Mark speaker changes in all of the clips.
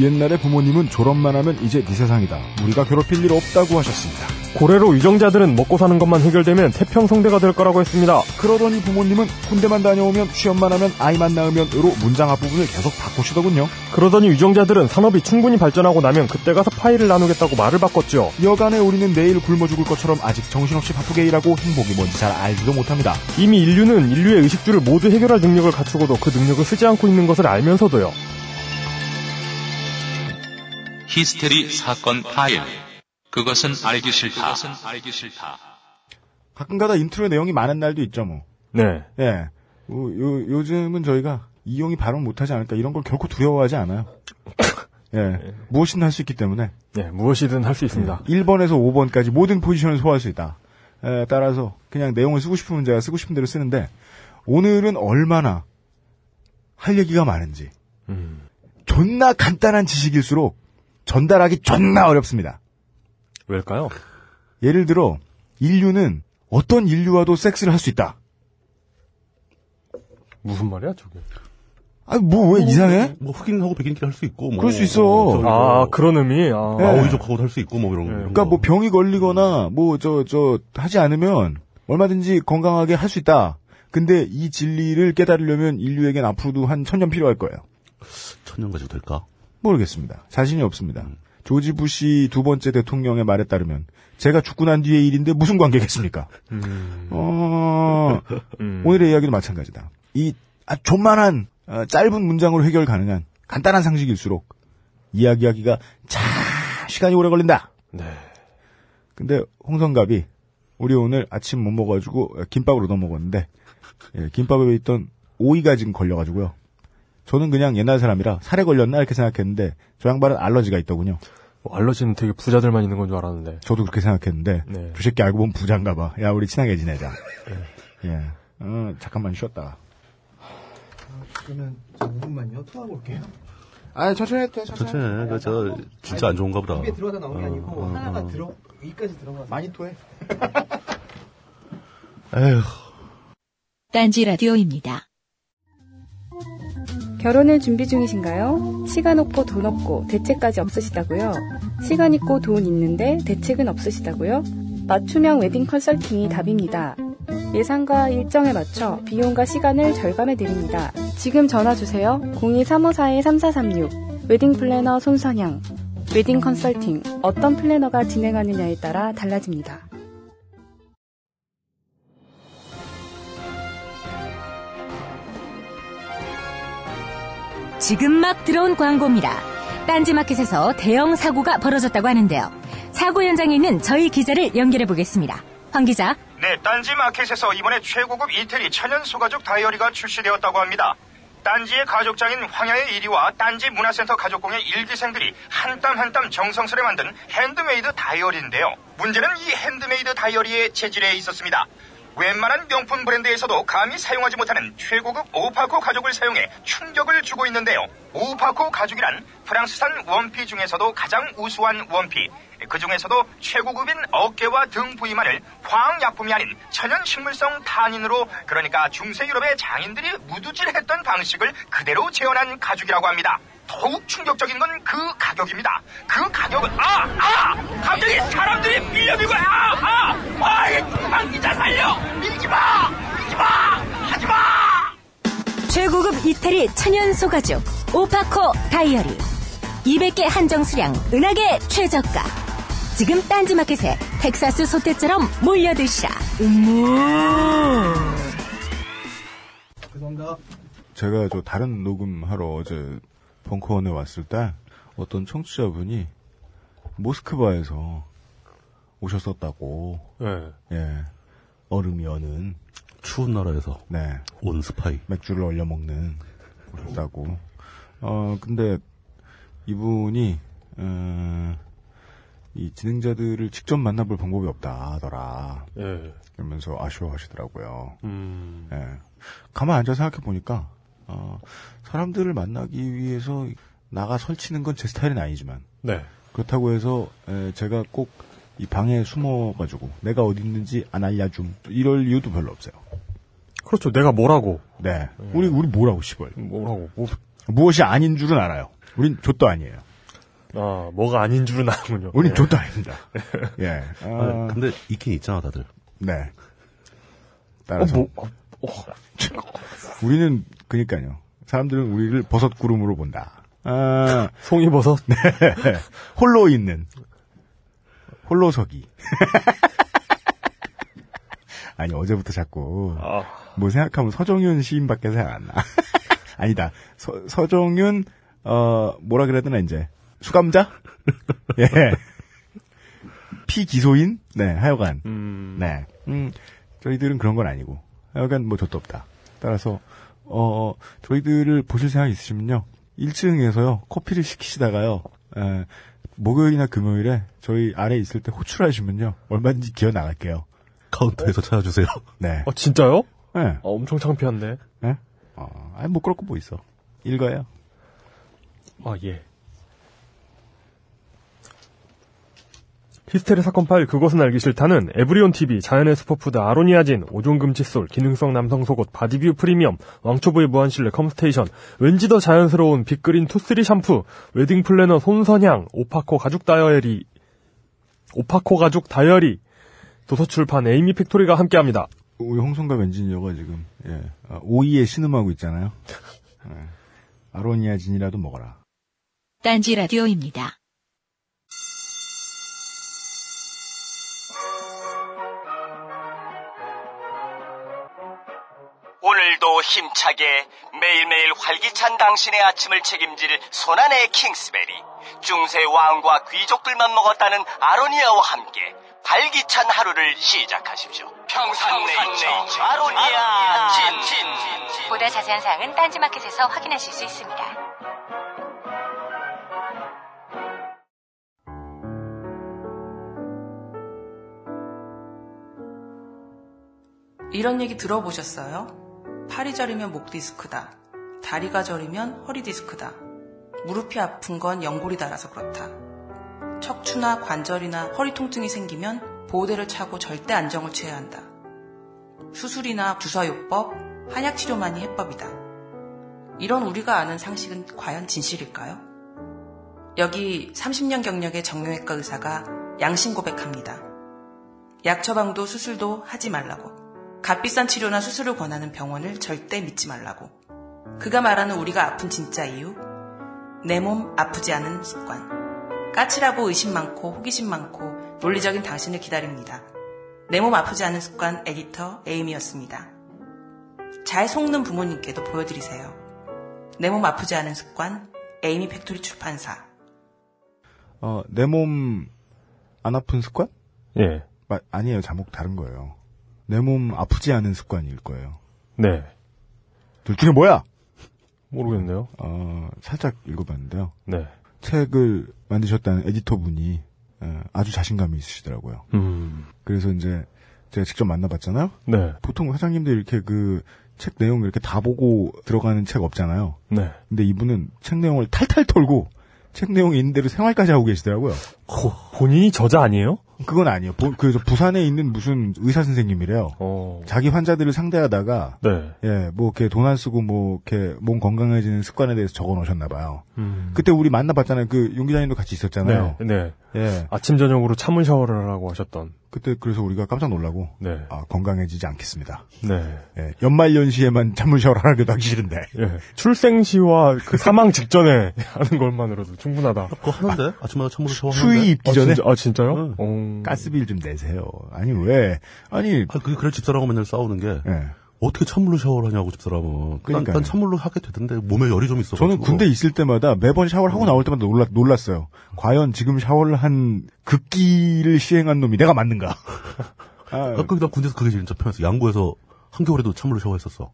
Speaker 1: 옛날에 부모님은 졸업만 하면 이제 네 세상이다. 우리가 괴롭힐 일 없다고 하셨습니다.
Speaker 2: 고래로 유정자들은 먹고 사는 것만 해결되면 태평성대가 될 거라고 했습니다.
Speaker 1: 그러더니 부모님은 군대만 다녀오면 취업만 하면 아이만 낳으면으로 문장 앞부분을 계속 바꾸시더군요.
Speaker 2: 그러더니 유정자들은 산업이 충분히 발전하고 나면 그때 가서 파일을 나누겠다고 말을 바꿨죠.
Speaker 1: 여간에 우리는 내일 굶어 죽을 것처럼 아직 정신없이 바쁘게 일하고 행복이 뭔지 잘 알지도 못합니다.
Speaker 2: 이미 인류는 인류의 의식주를 모두 해결할 능력을 갖추고도 그 능력을 쓰지 않고 있는 것을 알면서도요.
Speaker 3: 히스테리 사건 파일. 그것은 알기 싫다.
Speaker 1: 가끔가다 인트로의 내용이 많은 날도 있죠 뭐.
Speaker 2: 네.
Speaker 1: 예. 요, 요- 요즘은 저희가 이용이 발언 못하지 않을까 이런 걸 결코 두려워하지 않아요. 예. 무엇이든 할 수 있기 때문에
Speaker 2: 예, 무엇이든 할 수 있습니다.
Speaker 1: 1번에서 5번까지 모든 포지션을 소화할 수 있다. 에 따라서 그냥 내용을 쓰고 싶은 제가 쓰고 싶은 대로 쓰는데 오늘은 얼마나 할 얘기가 많은지
Speaker 2: 음,
Speaker 1: 존나 간단한 지식일수록 전달하기 존나 어렵습니다.
Speaker 2: 왜일까요?
Speaker 1: 예를 들어 인류는 어떤 인류와도 섹스를 할 수 있다.
Speaker 2: 무슨 말이야, 저게?
Speaker 1: 아 뭐 왜 이상해?
Speaker 4: 뭐 흑인하고 백인끼리 할 수 있고. 뭐,
Speaker 1: 그럴 수 있어.
Speaker 4: 저기
Speaker 2: 아,
Speaker 4: 뭐
Speaker 2: 그런 의미. 아,
Speaker 1: 예.
Speaker 2: 어이,
Speaker 4: 마오이족하고도 할 수 있고 뭐 이런 거.
Speaker 2: 예.
Speaker 1: 그러니까 뭐 병이 걸리거나 뭐 저 저 하지 않으면 얼마든지 건강하게 할 수 있다. 근데 이 진리를 깨달으려면 인류에겐 앞으로도 한 천년 필요할 거예요.
Speaker 4: 천년 가지고 될까?
Speaker 1: 모르겠습니다. 자신이 없습니다. 조지 부시 두 번째 대통령의 말에 따르면 제가 죽고 난 뒤의 일인데 무슨 관계겠습니까?
Speaker 2: 음,
Speaker 1: 어,
Speaker 2: 음.
Speaker 1: 오늘의 이야기도 마찬가지다. 이 아, 존만한 어, 짧은 문장으로 해결 가능한 간단한 상식일수록 이야기하기가 참 시간이 오래 걸린다.
Speaker 2: 네.
Speaker 1: 근데 홍성갑이 우리 오늘 아침 못 먹어가지고 김밥으로 넣어 먹었는데 예, 김밥에 있던 오이가 지금 걸려가지고요. 저는 그냥 옛날 사람이라 살에 걸렸나 이렇게 생각했는데 저 양반은 알러지가 있더군요.
Speaker 2: 뭐 알러지는 되게 부자들만 있는 건 줄 알았는데.
Speaker 1: 저도 그렇게 생각했는데
Speaker 2: 네.
Speaker 1: 두 새끼 알고 보면 부자인가 봐. 야 우리 친하게 지내자. 예. 어, 잠깐만 쉬었다가.
Speaker 5: 아, 그러면 잠깐만요. 토하고 올게요.
Speaker 1: 아 천천히 해도 돼.
Speaker 4: 천천히. 그, 저, 진짜 안 좋은가 보다.
Speaker 5: 입에 들어가다 나온 게 아니고
Speaker 4: 어, 어,
Speaker 5: 하나가
Speaker 4: 어.
Speaker 5: 들어 여기까지 들어가. 많이 토해.
Speaker 4: 에휴.
Speaker 6: 딴지 라디오입니다.
Speaker 7: 결혼을 준비 중이신가요? 시간 없고 돈 없고 대책까지 없으시다고요? 시간 있고 돈 있는데 대책은 없으시다고요? 맞춤형 웨딩 컨설팅이 답입니다. 예산과 일정에 맞춰 비용과 시간을 절감해 드립니다. 지금 전화 주세요. 02354-3436 웨딩 플래너 손선영 웨딩 컨설팅 어떤 플래너가 진행하느냐에 따라 달라집니다.
Speaker 8: 지금 막 들어온 광고입니다. 딴지마켓에서 대형 사고가 벌어졌다고 하는데요. 사고 현장에 있는 저희 기자를 연결해 보겠습니다. 황 기자,
Speaker 9: 네, 딴지 마켓에서 이번에 최고급 이태리 천연 소가죽 다이어리가 출시되었다고 합니다. 딴지의 가족장인 황야의 1위와 딴지 문화센터 가족공의 일기생들이 한 땀 한 땀 정성스레 만든 핸드메이드 다이어리인데요. 문제는 이 핸드메이드 다이어리의 재질에 있었습니다. 웬만한 명품 브랜드에서도 감히 사용하지 못하는 최고급 오파코 가죽을 사용해 충격을 주고 있는데요. 오파코 가죽이란 프랑스산 원피 중에서도 가장 우수한 원피. 그 중에서도 최고급인 어깨와 등 부위만을 화학약품이 아닌 천연 식물성 탄닌으로 그러니까 중세 유럽의 장인들이 무두질했던 방식을 그대로 재현한 가죽이라고 합니다. 더욱 충격적인 건 그 가격입니다. 그 가격은 아! 아! 갑자기 사람들이 밀려들고 아! 아! 아! 이 기자 살려! 밀지 마! 밀지 마! 하지 마!
Speaker 8: 최고급 이태리 천연 소가죽 오파코 다이어리 200개 한정 수량 은하계 최저가 지금 딴지마켓에 텍사스 소떼처럼 몰려드시라.
Speaker 5: 죄송합니다.
Speaker 1: 제가 저 다른 녹음하러 어제 벙커원에 왔을 때 어떤 청취자분이 모스크바에서 오셨었다고.
Speaker 2: 예.
Speaker 1: 예. 얼음이 여는
Speaker 4: 추운 나라에서
Speaker 1: 네.
Speaker 4: 온 스파이.
Speaker 1: 맥주를 얼려 먹는 그러다고. 어 근데 이분이 어, 이 진행자들을 직접 만나볼 방법이 없다더라.
Speaker 2: 예.
Speaker 1: 그러면서 아쉬워하시더라고요.
Speaker 2: 음.
Speaker 1: 예. 가만 앉아 생각해 보니까 어, 사람들을 만나기 위해서 나가 설치는 건 제 스타일은 아니지만
Speaker 2: 네.
Speaker 1: 그렇다고 해서 에, 제가 꼭 이 방에 숨어가지고 내가 어디 있는지 안 알려줌 이럴 이유도 별로 없어요.
Speaker 2: 그렇죠. 내가 뭐라고.
Speaker 1: 네, 우리 우리 뭐라고 씨발
Speaker 2: 뭐라고. 뭐,
Speaker 1: 무엇이 아닌 줄은 알아요. 우린 좆도 아니에요.
Speaker 2: 아, 뭐가 아닌 줄은 아는군요.
Speaker 1: 우린
Speaker 2: 예.
Speaker 1: 좆도 아닙니다. 예, 아,
Speaker 4: 근데 있긴 있잖아 다들.
Speaker 1: 네.
Speaker 2: 어,
Speaker 1: 따라서
Speaker 2: 뭐, 어, 어,
Speaker 1: 우리는 그니까요. 사람들은 우리를 버섯 구름으로 본다. 아,
Speaker 2: 송이버섯.
Speaker 1: 홀로 있는 홀로서기. 아니 어제부터 자꾸
Speaker 2: 아,
Speaker 1: 뭐 생각하면 서정윤 시인밖에 생각 안 나. 아니다. 서, 서정윤 어 뭐라 그래야 되나 이제 수감자? 예. 피기소인? 네, 하여간.
Speaker 2: 음,
Speaker 1: 네. 음, 저희들은 그런 건 아니고. 약간 뭐 저도 없다. 따라서, 어, 저희들을 보실 생각 있으시면요. 1층에서요, 커피를 시키시다가요, 에, 목요일이나 금요일에 저희 아래 있을 때 호출하시면요, 얼마든지 기어 나갈게요.
Speaker 4: 카운터에서 찾아주세요. 어.
Speaker 1: 네.
Speaker 2: 아, 진짜요?
Speaker 1: 예.
Speaker 2: 아, 엄청 창피한데.
Speaker 1: 예? 어, 아니, 뭐, 그럴 거뭐 있어. 읽어요.
Speaker 2: 아, 예. 히스테리 사건 파일 그것은 알기 싫다는 에브리온 TV, 자연의 슈퍼푸드 아로니아진, 오존금 칫솔, 기능성 남성 속옷, 바디뷰 프리미엄, 왕초보의 무한실내 컴스테이션, 왠지 더 자연스러운 빅그린 투쓰리 샴푸, 웨딩 플래너 손선향, 오파코 가죽 다이어리, 오파코 가죽 다이어리, 도서출판 에이미 팩토리가 함께합니다.
Speaker 1: 우리 홍성갑 엔지니어가 지금, 예, 아, 오이에 신음하고 있잖아요. 예. 아로니아진이라도 먹어라.
Speaker 6: 딴지 라디오입니다.
Speaker 9: 오늘도 힘차게 매일매일 활기찬 당신의 아침을 책임질 손안의 킹스베리. 중세 왕과 귀족들만 먹었다는 아로니아와 함께 발기찬 하루를 시작하십시오. 평산네이처 아로니아 진.
Speaker 8: 보다 자세한 사항은 딴지마켓에서 확인하실 수 있습니다.
Speaker 10: 이런 얘기 들어보셨어요? 팔이 저리면 목 디스크다. 다리가 저리면 허리 디스크다. 무릎이 아픈 건 연골이 닳아서 그렇다. 척추나 관절이나 허리 통증이 생기면 보호대를 차고 절대 안정을 취해야 한다. 수술이나 주사요법, 한약 치료만이 해법이다. 이런 우리가 아는 상식은 과연 진실일까요? 여기 30년 경력의 정형외과 의사가 양심 고백합니다. 약 처방도 수술도 하지 말라고. 값비싼 치료나 수술을 권하는 병원을 절대 믿지 말라고. 그가 말하는 우리가 아픈 진짜 이유? 내 몸 아프지 않은 습관. 까칠하고 의심 많고 호기심 많고 논리적인 당신을 기다립니다. 내 몸 아프지 않은 습관 에디터 에임이었습니다. 잘 속는 부모님께도 보여드리세요. 내 몸 아프지 않은 습관 에이미 팩토리 출판사.
Speaker 1: 어, 내 몸 안 아픈 습관?
Speaker 2: 예.
Speaker 1: 마- 아니에요. 자목 다른 거예요. 내 몸 아프지 않은 습관일 거예요.
Speaker 2: 네.
Speaker 1: 둘 중에 뭐야?
Speaker 2: 모르겠네요.
Speaker 1: 어, 살짝 읽어봤는데요.
Speaker 2: 네.
Speaker 1: 책을 만드셨다는 에디터분이 어, 아주 자신감이 있으시더라고요.
Speaker 2: 음,
Speaker 1: 그래서 이제 제가 직접 만나봤잖아요.
Speaker 2: 네.
Speaker 1: 보통 사장님들 이렇게 그 책 내용 이렇게 다 보고 들어가는 책 없잖아요.
Speaker 2: 네.
Speaker 1: 근데 이분은 책 내용을 탈탈 털고 책 내용이 있는 대로 생활까지 하고 계시더라고요.
Speaker 2: 본인이 저자 아니에요?
Speaker 1: 그건 아니에요. 보- 그래서 부산에 있는 무슨 의사 선생님이래요.
Speaker 2: 어.
Speaker 1: 자기 환자들을 상대하다가
Speaker 2: 네.
Speaker 1: 예, 뭐, 이렇게 돈 안 쓰고, 뭐, 이렇게 몸 건강해지는 습관에 대해서 적어 놓으셨나봐요.
Speaker 2: 음.
Speaker 1: 그때 우리 만나봤잖아요. 그, 용 기자님도 같이 있었잖아요.
Speaker 2: 네, 네.
Speaker 1: 예.
Speaker 2: 아침 저녁으로 차문 샤워를 하라고 하셨던.
Speaker 1: 그때 그래서 우리가 깜짝 놀라고,
Speaker 2: 네.
Speaker 1: 아, 건강해지지 않겠습니다.
Speaker 2: 네.
Speaker 1: 예, 연말연시에만 잠을 쉬어라 하기도 하기 싫은데.
Speaker 2: 예. 출생시와 그 사망 직전에 하는 것만으로도 충분하다.
Speaker 4: 그거 하는데 아, 침마다 참으로 샤워하는데.
Speaker 1: 추위 입기
Speaker 2: 아,
Speaker 1: 전에
Speaker 2: 진짜, 아, 진짜요?
Speaker 4: 응.
Speaker 2: 어.
Speaker 1: 어, 가스비를 좀 내세요. 아니, 왜? 아니,
Speaker 4: 아, 그게 그래 집사람하고 맨날 싸우는 게
Speaker 1: 예.
Speaker 4: 어떻게 찬물로 샤워를 하냐고 집사람은. 난,
Speaker 1: 그러니까요.
Speaker 4: 난 찬물로 하게 되던데 몸에 열이 좀 있어.
Speaker 1: 저는 군대 있을 때마다 매번 샤워를 하고 나올 때마다 놀라, 놀랐어요. 과연 지금 샤워를 한 극기를 시행한 놈이 내가 맞는가? 아,
Speaker 4: 아, 거기다 군대에서 그게 진짜 편했어. 양구에서 한겨울에도 찬물로 샤워했었어.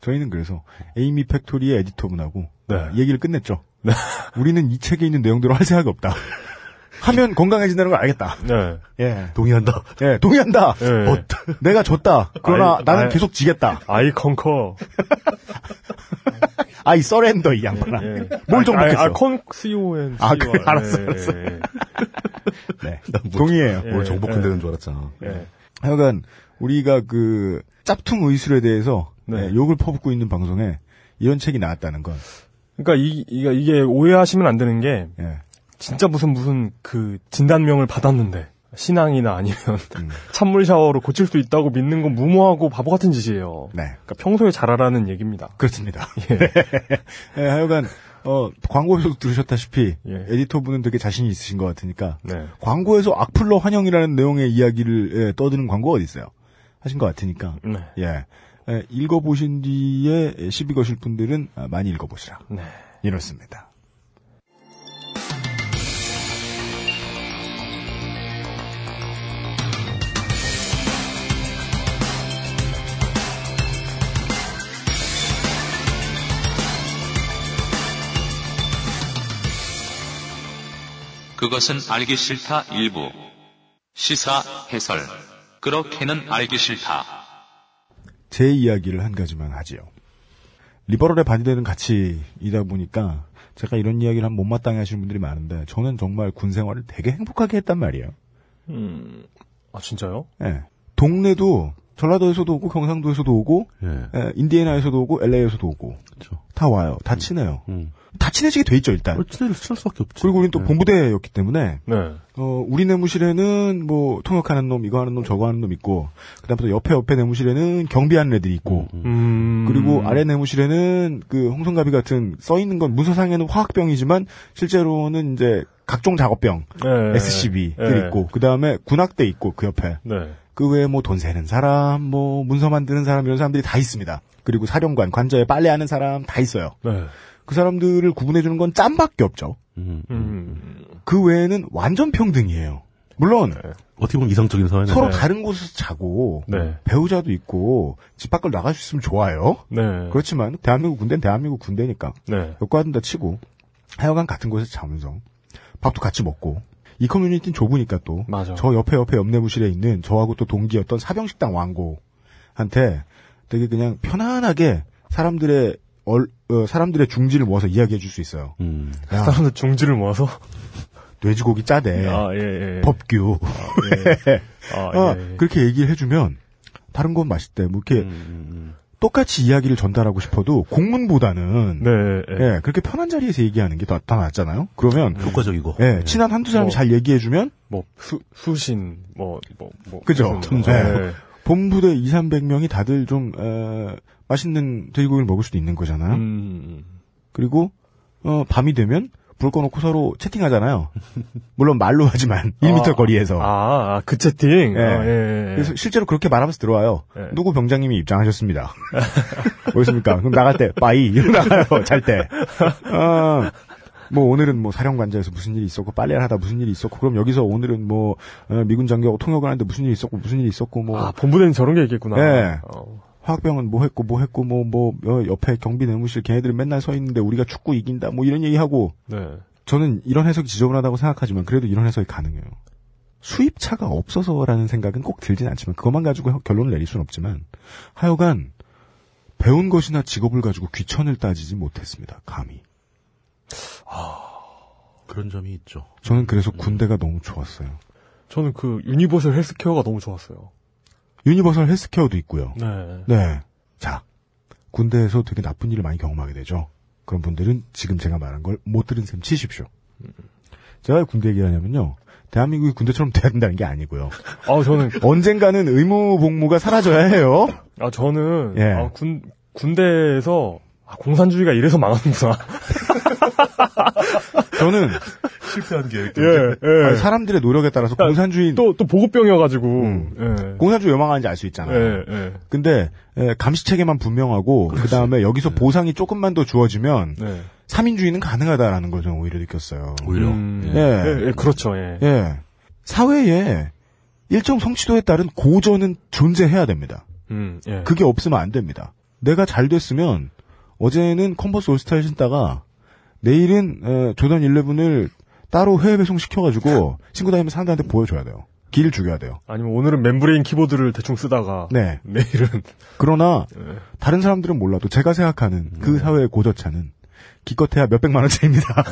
Speaker 1: 저희는 그래서 에이미 팩토리의 에디터분하고
Speaker 2: 네.
Speaker 1: 얘기를 끝냈죠. 우리는 이 책에 있는 내용대로 할 생각이 없다. 하면 건강해진다는 걸 알겠다.
Speaker 2: 네.
Speaker 1: 예.
Speaker 4: 동의한다.
Speaker 1: 예, 동의한다.
Speaker 2: 예.
Speaker 1: 어, 내가 졌다. 그러나
Speaker 2: 아이,
Speaker 1: 나는
Speaker 2: 아이.
Speaker 1: 계속 지겠다.
Speaker 2: 아이 컨커.
Speaker 1: 아이 서렌더 이 양반아. 뭘 정복했어?
Speaker 2: 예, 아, 컨스요엔.
Speaker 1: 아, 그래,
Speaker 2: 예,
Speaker 1: 알았어, 알았어. 네, 동의해요. 예,
Speaker 4: 뭘 정복한다는 줄 알았잖아.
Speaker 2: 예.
Speaker 1: 하여간 우리가 그 짭퉁 의술에 대해서 네, 욕을 퍼붓고 있는 방송에 이런 책이 나왔다는 건
Speaker 2: 그러니까 이, 이게, 이게 오해하시면 안 되는 게
Speaker 1: 예,
Speaker 2: 진짜 무슨 무슨 그 진단명을 받았는데 신앙이나 아니면
Speaker 1: 음.
Speaker 2: 찬물 샤워로 고칠 수 있다고 믿는 건 무모하고 바보 같은 짓이에요.
Speaker 1: 네.
Speaker 2: 그러니까 평소에 잘하라는 얘기입니다.
Speaker 1: 그렇습니다. 네, 하여간 어, 광고에서도 들으셨다시피 에디터분은 되게 자신이 있으신 것 같으니까 광고에서 악플러 환영이라는 내용의 이야기를 예, 떠드는 광고 가 어디 있어요? 하신 것 같으니까
Speaker 2: 음. 네.
Speaker 1: 예. 예, 읽어보신 뒤에 시비 거실 분들은 아, 많이 읽어보시라.
Speaker 2: 네.
Speaker 1: 이렇습니다.
Speaker 3: 그것은 알기 싫다 일부 시사 해설 그렇게는 알기 싫다
Speaker 1: 제 이야기를 한 가지만 하지요. 리버럴에 반대되는 가치이다 보니까 제가 이런 이야기를 한 못마땅해 하시는 분들이 많은데 저는 정말 군 생활을 되게 행복하게 했단 말이에요.
Speaker 2: 음, 아 진짜요?
Speaker 1: 예. 동네도 전라도에서도 오고 경상도에서도 오고 예, 인디애나에서도 오고 LA에서도 오고 다 와요. 다 친해요. 다 친해지게 돼 있죠 일단.
Speaker 4: 뭐 친해질 수밖에 없죠.
Speaker 1: 그리고 우리는 또
Speaker 4: 그렇죠. 예.
Speaker 1: 본부대였기 때문에
Speaker 2: 네.
Speaker 1: 어, 우리 내무실에는 뭐 통역하는 놈, 이거 하는 놈, 저거 하는 놈 있고 그다음부터 옆에 옆에 내무실에는 경비하는 애들이 있고 음.
Speaker 2: 음.
Speaker 1: 그리고 아래 내무실에는 그 홍성갑이 같은 써 있는 건 문서상에는 화학병이지만 실제로는 이제 각종 작업병
Speaker 2: 네.
Speaker 1: SCB들
Speaker 2: 네.
Speaker 1: 있고 그다음에 군악대 있고 그 옆에
Speaker 2: 네.
Speaker 1: 그 외에 뭐 돈 세는 사람, 뭐 문서 만드는 사람 이런 사람들이 다 있습니다. 그리고 사령관, 관저에 빨래하는 사람 다 있어요.
Speaker 2: 네.
Speaker 1: 그 사람들을 구분해 주는 건 짬밖에 없죠.
Speaker 2: 음.
Speaker 1: 그 외에는 완전 평등이에요. 물론
Speaker 4: 어떻게 보면 이상적인 사회는
Speaker 1: 서로 다른 곳에서 자고
Speaker 4: 네.
Speaker 1: 배우자도 있고 집 밖을 나갈 수 있으면 좋아요.
Speaker 2: 네.
Speaker 1: 그렇지만 대한민국 군대는 대한민국 군대니까
Speaker 2: 네.
Speaker 1: 여과든 다 치고 하여간 같은 곳에서 자면서 밥도 같이 먹고 이 커뮤니티는 좁으니까 또
Speaker 2: 맞아.
Speaker 1: 저 옆에 옆에 옆내무실에 있는 저하고 또 동기였던 사병식당 왕고한테 되게 그냥 편안하게 사람들의 얼, 어, 사람들의 중지를 모아서 이야기해줄 수 있어요.
Speaker 2: 음.
Speaker 1: 야,
Speaker 2: 사람들 중지를 모아서
Speaker 1: 돼지고기 짜대.
Speaker 2: 아, 예, 예.
Speaker 1: 네. 법규.
Speaker 2: 아,
Speaker 1: 어,
Speaker 2: 예, 음. 예.
Speaker 1: 그렇게 얘기를 해주면 다른 건 맛있대. 뭐 이렇게 똑같이 이야기를 전달하고 싶어도 공문보다는
Speaker 2: 네,
Speaker 1: 예, 그렇게 편한 자리에서 얘기하는 게 더 낫잖아요. 그러면
Speaker 4: 네. 효과적이고
Speaker 1: 예, 친한 한두 사람이
Speaker 2: 뭐.
Speaker 1: 잘 얘기해주면
Speaker 2: 뭐 수, 수신 뭐 뭐 뭐.
Speaker 1: 그죠.
Speaker 2: 무슨 뭐,
Speaker 1: 예.
Speaker 2: 예.
Speaker 1: 본부대 2, 300명이 다들 좀 어, 맛있는 돼지고기를 먹을 수도 있는 거잖아요.
Speaker 2: 음.
Speaker 1: 그리고 어, 밤이 되면 불 꺼놓고 서로 채팅하잖아요. 물론 말로 하지만 1미터
Speaker 2: 아,
Speaker 1: 거리에서.
Speaker 2: 아, 아, 그 채팅.
Speaker 1: 예.
Speaker 2: 아, 예, 예.
Speaker 1: 어. 그래서 실제로 그렇게 말하면서 들어와요.
Speaker 2: 예.
Speaker 1: 누구 병장님이 입장하셨습니다. 어딨습니까? 그럼 나갈 때, 빠이! 이러고 나가요, 잘 때. 어, 뭐, 오늘은 뭐, 사령관자에서 무슨 일이 있었고, 빨래를 하다 무슨 일이 있었고, 그럼 여기서 오늘은 뭐, 어, 미군 장교하고 통역을 하는데 무슨 일이 있었고, 무슨 일이 있었고, 뭐.
Speaker 2: 아, 본부대는 저런 게 있겠구나.
Speaker 1: 예.
Speaker 2: 어.
Speaker 1: 화학병은 뭐 했고, 뭐 했고, 뭐, 뭐, 어, 옆에 경비 내무실 걔네들은 맨날 서 있는데 우리가 축구 이긴다, 뭐 이런 얘기하고,
Speaker 2: 네.
Speaker 1: 저는 이런 해석이 지저분하다고 생각하지만 그래도 이런 해석이 가능해요. 수입차가 없어서라는 생각은 꼭 들진 않지만 그것만 가지고 결론을 내릴 수는 없지만 하여간 배운 것이나 직업을 가지고 귀천을 따지지 못했습니다. 감히.
Speaker 4: 그런 점이 있죠.
Speaker 1: 저는 그래서 군대가 너무 좋았어요.
Speaker 2: 저는 그 유니버셜 헬스케어가 너무 좋았어요.
Speaker 1: 유니버설 헬스케어도 있고요.
Speaker 2: 네.
Speaker 1: 네. 자, 군대에서 되게 나쁜 일을 많이 경험하게 되죠. 그런 분들은 지금 제가 말한 걸 못 들은 셈 치십시오. 제가 왜 군대 얘기를 하냐면요. 대한민국이 군대처럼 돼야 된다는 게 아니고요.
Speaker 2: 아, 저는
Speaker 1: 언젠가는 의무 복무가 사라져야 해요.
Speaker 2: 아, 저는
Speaker 1: 예.
Speaker 2: 아, 군 군대에서 아, 공산주의가 이래서 망하는구나.
Speaker 1: 저는
Speaker 4: 실패한 계획.
Speaker 2: 예. 예.
Speaker 1: 아니, 사람들의 노력에 따라서 공산주의
Speaker 2: 또 또 보급병이어 가지고.
Speaker 1: 공산주의 요망하는지 알 수
Speaker 2: 예.
Speaker 1: 있잖아요.
Speaker 2: 예. 예.
Speaker 1: 근데 에, 감시체계만 분명하고 그 다음에
Speaker 2: 예.
Speaker 1: 여기서 보상이 조금만 더 주어지면
Speaker 2: 네.
Speaker 1: 3인주의는 가능하다라는 걸 저는 오히려 느꼈어요.
Speaker 4: 오히려.
Speaker 2: 음,
Speaker 1: 예.
Speaker 2: 예, 예, 그렇죠. 예.
Speaker 1: 예. 사회에 일정 성취도에 따른 고전은 존재해야 됩니다.
Speaker 2: 음, 예.
Speaker 1: 그게 없으면 안 됩니다. 내가 잘 됐으면 어제는 컨버스 올스타를 신다가 어, 내일은 에, 조던 11을 따로 해외 배송시켜가지고 친구 다니면서 사람들한테 보여줘야 돼요. 길 죽여야 돼요.
Speaker 2: 아니면 오늘은 멤브레인 키보드를 대충 쓰다가
Speaker 1: 네.
Speaker 2: 내일은
Speaker 1: 그러나 다른 사람들은 몰라도 제가 생각하는 그 사회의 고저차는 기껏해야 몇백만 원짜리입니다.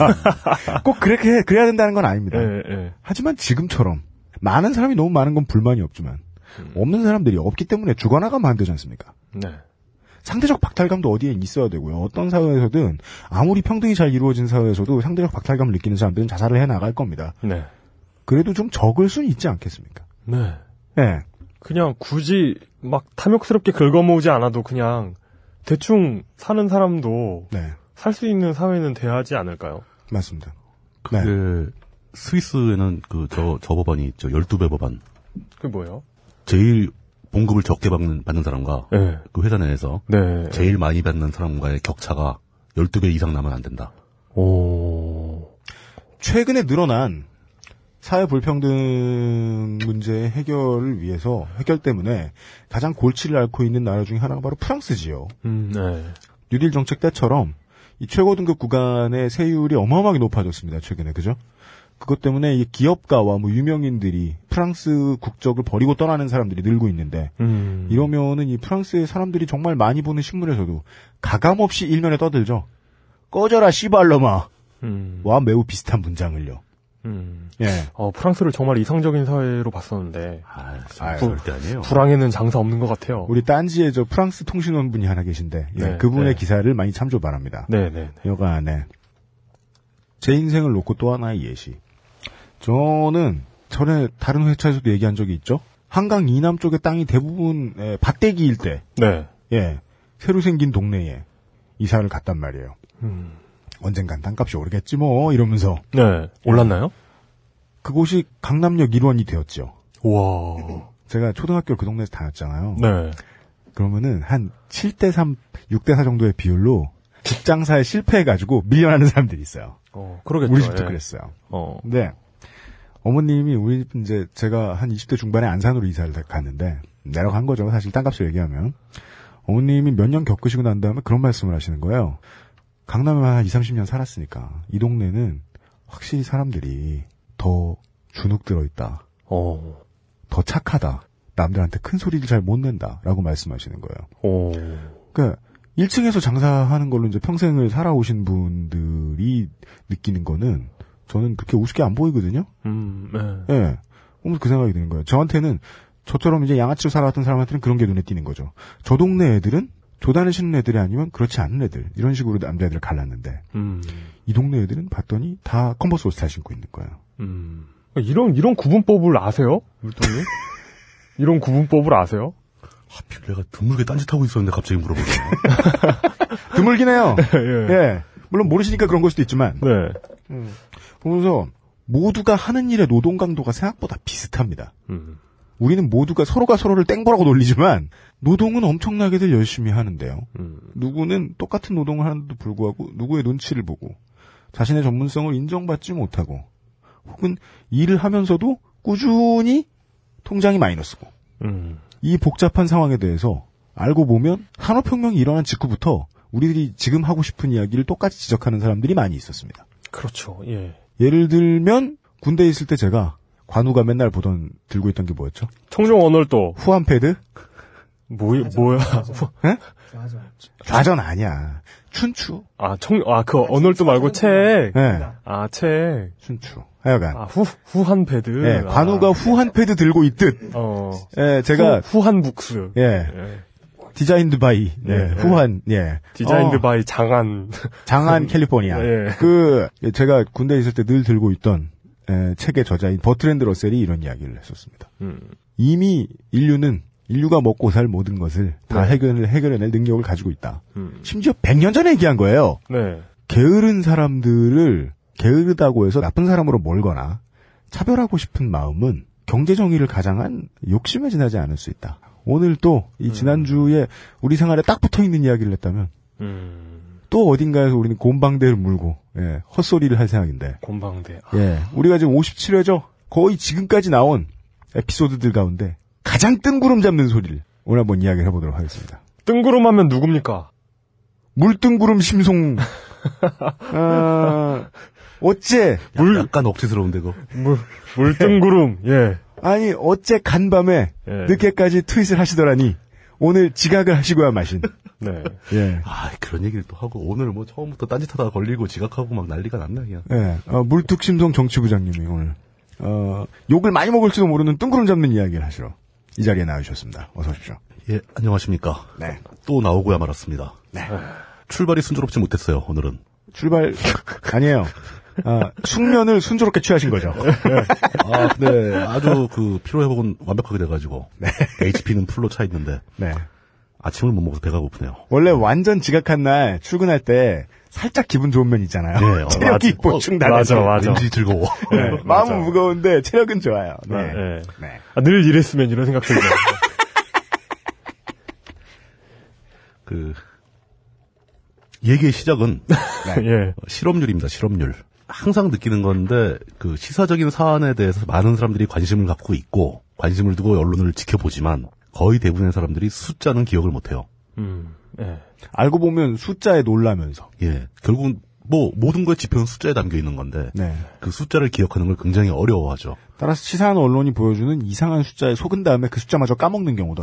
Speaker 1: 꼭 그렇게 그래야 된다는 건 아닙니다.
Speaker 2: 예,
Speaker 1: 하지만 지금처럼 많은 사람이 너무 많은 건 불만이 없지만
Speaker 4: 음.
Speaker 1: 없는 사람들이 없기 때문에 죽어나가면 안 되지 않습니까?
Speaker 2: 예. 네.
Speaker 1: 상대적 박탈감도 어디에 있어야 되고요. 어떤 사회에서든 아무리 평등이 잘 이루어진 사회에서도 상대적 박탈감을 느끼는 사람들은 자살을 해 나갈 겁니다.
Speaker 2: 네.
Speaker 1: 그래도 좀 적을 수는 있지 않겠습니까?
Speaker 2: 네.
Speaker 1: 예.
Speaker 2: 그냥 굳이 막 탐욕스럽게 긁어모으지 않아도 그냥 대충 사는 사람도
Speaker 1: 네.
Speaker 2: 살 수 있는 사회는 돼야지 않을까요?
Speaker 1: 맞습니다. 네.
Speaker 4: 그게 스위스에는 그 저 저 법안이 있죠. 12배 법안.
Speaker 2: 그게 뭐예요?
Speaker 4: 제일 봉급을 적게 받는, 받는 사람과
Speaker 2: 네.
Speaker 4: 그 회사 내에서
Speaker 2: 네.
Speaker 4: 제일 많이 받는 사람과의 격차가 12배 이상 나면 안 된다.
Speaker 2: 오.
Speaker 1: 최근에 늘어난 사회 불평등 문제 해결을 위해서 해결 때문에 가장 골치를 앓고 있는 나라 중에 하나가 바로 프랑스지요.
Speaker 2: 음, 네.
Speaker 1: 뉴딜 정책 때처럼 이 최고등급 구간의 세율이 어마어마하게 높아졌습니다. 최근에 그죠? 그것 때문에 이 기업가와 뭐 유명인들이 프랑스 국적을 버리고 떠나는 사람들이 늘고 있는데
Speaker 2: 음.
Speaker 1: 이러면은 이 프랑스의 사람들이 정말 많이 보는 신문에서도 가감없이 일면에 떠들죠. 꺼져라 씨발놈아.
Speaker 2: 음.
Speaker 1: 와 매우 비슷한 문장을요.
Speaker 2: 음.
Speaker 1: 예.
Speaker 2: 어, 프랑스를 정말 이상적인 사회로 봤었는데
Speaker 4: 아,
Speaker 1: 아유.
Speaker 4: 절대 아니에요.
Speaker 2: 불황에는 장사 없는 것 같아요.
Speaker 1: 우리 딴지에 저 프랑스 통신원 분이 하나 계신데 예,
Speaker 2: 네,
Speaker 1: 그분의
Speaker 2: 네.
Speaker 1: 기사를 많이 참조 바랍니다.
Speaker 2: 네, 네, 네.
Speaker 1: 여간에 제 인생을 놓고 또 하나의 예시. 저는 전에 다른 회차에서도 얘기한 적이 있죠. 한강 이남 쪽의 땅이 대부분 에, 밭대기일 때,
Speaker 2: 네.
Speaker 1: 예, 새로 생긴 동네에 이사를 갔단 말이에요.
Speaker 2: 음.
Speaker 1: 언젠간 땅값이 오르겠지 뭐 이러면서
Speaker 2: 네. 올랐나요?
Speaker 1: 그곳이 강남역 일원이 되었죠.
Speaker 2: 와.
Speaker 1: 제가 초등학교 그 동네에서 다녔잖아요.
Speaker 2: 네.
Speaker 1: 그러면은 한 7대 3, 6대 4 정도의 비율로 집장사에 실패해가지고 밀려나는 사람들이 있어요.
Speaker 2: 어, 그러겠죠.
Speaker 1: 우리 집도
Speaker 2: 예.
Speaker 1: 그랬어요.
Speaker 2: 어.
Speaker 1: 근데 네. 어머님이 우리 집 이제 제가 한 20대 중반에 안산으로 이사를 갔는데 내려간 거죠. 사실 땅값을 얘기하면 어머님이 몇 년 겪으시고 난 다음에 그런 말씀을 하시는 거예요. 강남에만 한 20, 30년 살았으니까 이 동네는 확실히 사람들이 더 주눅 들어 있다.
Speaker 2: 어.
Speaker 1: 더 착하다. 남들한테 큰 소리를 잘 못 낸다라고 말씀하시는 거예요.
Speaker 2: 오.
Speaker 1: 그러니까 1층에서 장사하는 걸로 이제 평생을 살아오신 분들이 느끼는 거는 저는 그렇게 우습게 안 보이거든요.
Speaker 2: 음. 네.
Speaker 1: 예. 그러면서 그 생각이 드는 거예요. 저한테는 저처럼 이제 양아치로 살아왔던 사람한테는 그런 게 눈에 띄는 거죠. 저 동네 애들은 조단을 신는 애들이 아니면 그렇지 않은 애들 이런 식으로 남자애들을 갈랐는데
Speaker 2: 음.
Speaker 1: 이 동네 애들은 봤더니 다 컨버스 옷 잘 신고 있는 거예요.
Speaker 2: 음. 이런 이런 구분법을 아세요? 물동님? 이런 구분법을 아세요?
Speaker 4: 하필 내가 드물게 딴짓하고 있었는데 갑자기 물어보네요.
Speaker 1: 드물긴 해요.
Speaker 2: 예.
Speaker 1: 예. 물론 모르시니까 그런 걸 수도 있지만
Speaker 2: 네.
Speaker 1: 보면서 모두가 하는 일의 노동 강도가 생각보다 비슷합니다.
Speaker 2: 음.
Speaker 1: 우리는 모두가 서로가 서로를 땡보라고 놀리지만 노동은 엄청나게들 열심히 하는데요.
Speaker 2: 음.
Speaker 1: 누구는 똑같은 노동을 하는데도 불구하고 누구의 눈치를 보고 자신의 전문성을 인정받지 못하고 혹은 일을 하면서도 꾸준히 통장이 마이너스고
Speaker 2: 음.
Speaker 1: 이 복잡한 상황에 대해서 알고 보면 산업혁명이 일어난 직후부터 우리들이 지금 하고 싶은 이야기를 똑같이 지적하는 사람들이 많이 있었습니다.
Speaker 2: 그렇죠. 예.
Speaker 1: 예를 들면 군대에 있을 때 제가 관우가 맨날 보던 들고 있던 게 뭐였죠?
Speaker 2: 청룡 언월도
Speaker 1: 후한패드?
Speaker 2: 뭐 뭐야?
Speaker 5: 맞아.
Speaker 1: 좌전 아니야. 춘추.
Speaker 2: 아, 청 아, 그 언월도 말고 책.
Speaker 1: 예.
Speaker 2: 아, 책.
Speaker 1: 춘추. 하여간
Speaker 2: 아, 후 후한 패드.
Speaker 1: 예, 관우가
Speaker 2: 아,
Speaker 1: 후한패드 들고 있듯
Speaker 2: 어.
Speaker 1: 예, 제가
Speaker 2: 후, 후한 북스.
Speaker 1: 예.
Speaker 2: 예.
Speaker 1: 디자인드 바이 예,
Speaker 2: 예,
Speaker 1: 후한 예
Speaker 2: 디자인드
Speaker 1: 어,
Speaker 2: 바이 장한.
Speaker 1: 장안 캘리포니아
Speaker 2: 예.
Speaker 1: 그 예, 제가 군대에 있을 때 늘 들고 있던 예, 책의 저자인 버트랜드 러셀이 이런 이야기를 했었습니다.
Speaker 2: 음.
Speaker 1: 이미 인류는 인류가 먹고 살 모든 것을 다
Speaker 2: 네.
Speaker 1: 해결을 해결해낼 능력을 가지고 있다.
Speaker 2: 음.
Speaker 1: 심지어 100년 전에 얘기한 거예요.
Speaker 2: 네.
Speaker 1: 게으른 사람들을 게으르다고 해서 나쁜 사람으로 몰거나 차별하고 싶은 마음은 경제 정의를 가장한 욕심에 지나지 않을 수 있다. 오늘 또 이 지난주에 우리 생활에 딱 붙어 있는 이야기를 했다면
Speaker 2: 음.
Speaker 1: 또 어딘가에서 우리는 곰방대를 물고 예, 헛소리를 할 생각인데
Speaker 2: 곰방대. 아,
Speaker 1: 예, 우리가 지금 57회죠. 거의 지금까지 나온 에피소드들 가운데 가장 뜬구름 잡는 소리를 오늘 한번 이야기를 해보도록 하겠습니다.
Speaker 2: 뜬구름 하면 누굽니까?
Speaker 1: 물뜬구름 심송. 아, 어째
Speaker 4: 물... 약간 억지스러운데 그거.
Speaker 2: 물 물뜬구름. 예.
Speaker 1: 아니 어째 간밤에 늦게까지 트윗을 하시더라니 오늘 지각을 하시고야 마신.
Speaker 2: 네.
Speaker 1: 예.
Speaker 4: 아 그런 얘기를 또 하고 오늘 뭐 처음부터 딴짓하다가 걸리고 지각하고 막 난리가 났나 그냥.
Speaker 1: 예. 어, 물뚝심송 정치부장님이 오늘 어, 욕을 많이 먹을지도 모르는 뜬구름 잡는 이야기를 하시러 이 자리에 나와주셨습니다. 어서 오십시오.
Speaker 4: 예 안녕하십니까.
Speaker 1: 네.
Speaker 4: 또 나오고야 말았습니다.
Speaker 1: 네.
Speaker 4: 출발이 순조롭지 못했어요 오늘은.
Speaker 1: 출발 아니에요. 아, 숙면을 순조롭게 취하신 거죠.
Speaker 4: 아, 네. 아주 그 피로 회복은 완벽하게 돼가지고 HP는 풀로 차 있는데
Speaker 1: 네.
Speaker 4: 아침을 못 먹어서 배가 고프네요.
Speaker 1: 원래 완전 지각한 날 출근할 때 살짝 기분 좋은 면 있잖아요.
Speaker 4: 네, 어,
Speaker 1: 체력이 뭐
Speaker 4: 맞아.
Speaker 1: 보충되면서
Speaker 2: 예, 어, 맞아, 맞아.
Speaker 4: 왠지 즐거워.
Speaker 1: 네,
Speaker 2: 맞아.
Speaker 1: 마음은 무거운데 체력은 좋아요. 네.
Speaker 2: 아, 예.
Speaker 1: 네.
Speaker 2: 아, 늘 이랬으면 이런 생각 들죠.
Speaker 4: 그 얘기의 시작은
Speaker 2: 예.
Speaker 4: 어, 실업률입니다. 실업률. 항상 느끼는 건데 그 시사적인 사안에 대해서 많은 사람들이 관심을 갖고 있고 관심을 두고 언론을 지켜보지만 거의 대부분의 사람들이 숫자는 기억을 못해요.
Speaker 2: 음. 예.
Speaker 1: 알고 보면 숫자에 놀라면서.
Speaker 4: 예, 결국은 뭐 모든 거의 지표는 숫자에 담겨 있는 건데
Speaker 1: 네.
Speaker 4: 그 숫자를 기억하는 걸 굉장히 어려워하죠.
Speaker 1: 따라서 치사한 언론이 보여주는 이상한 숫자에 속은 다음에 그 숫자마저 까먹는 경우도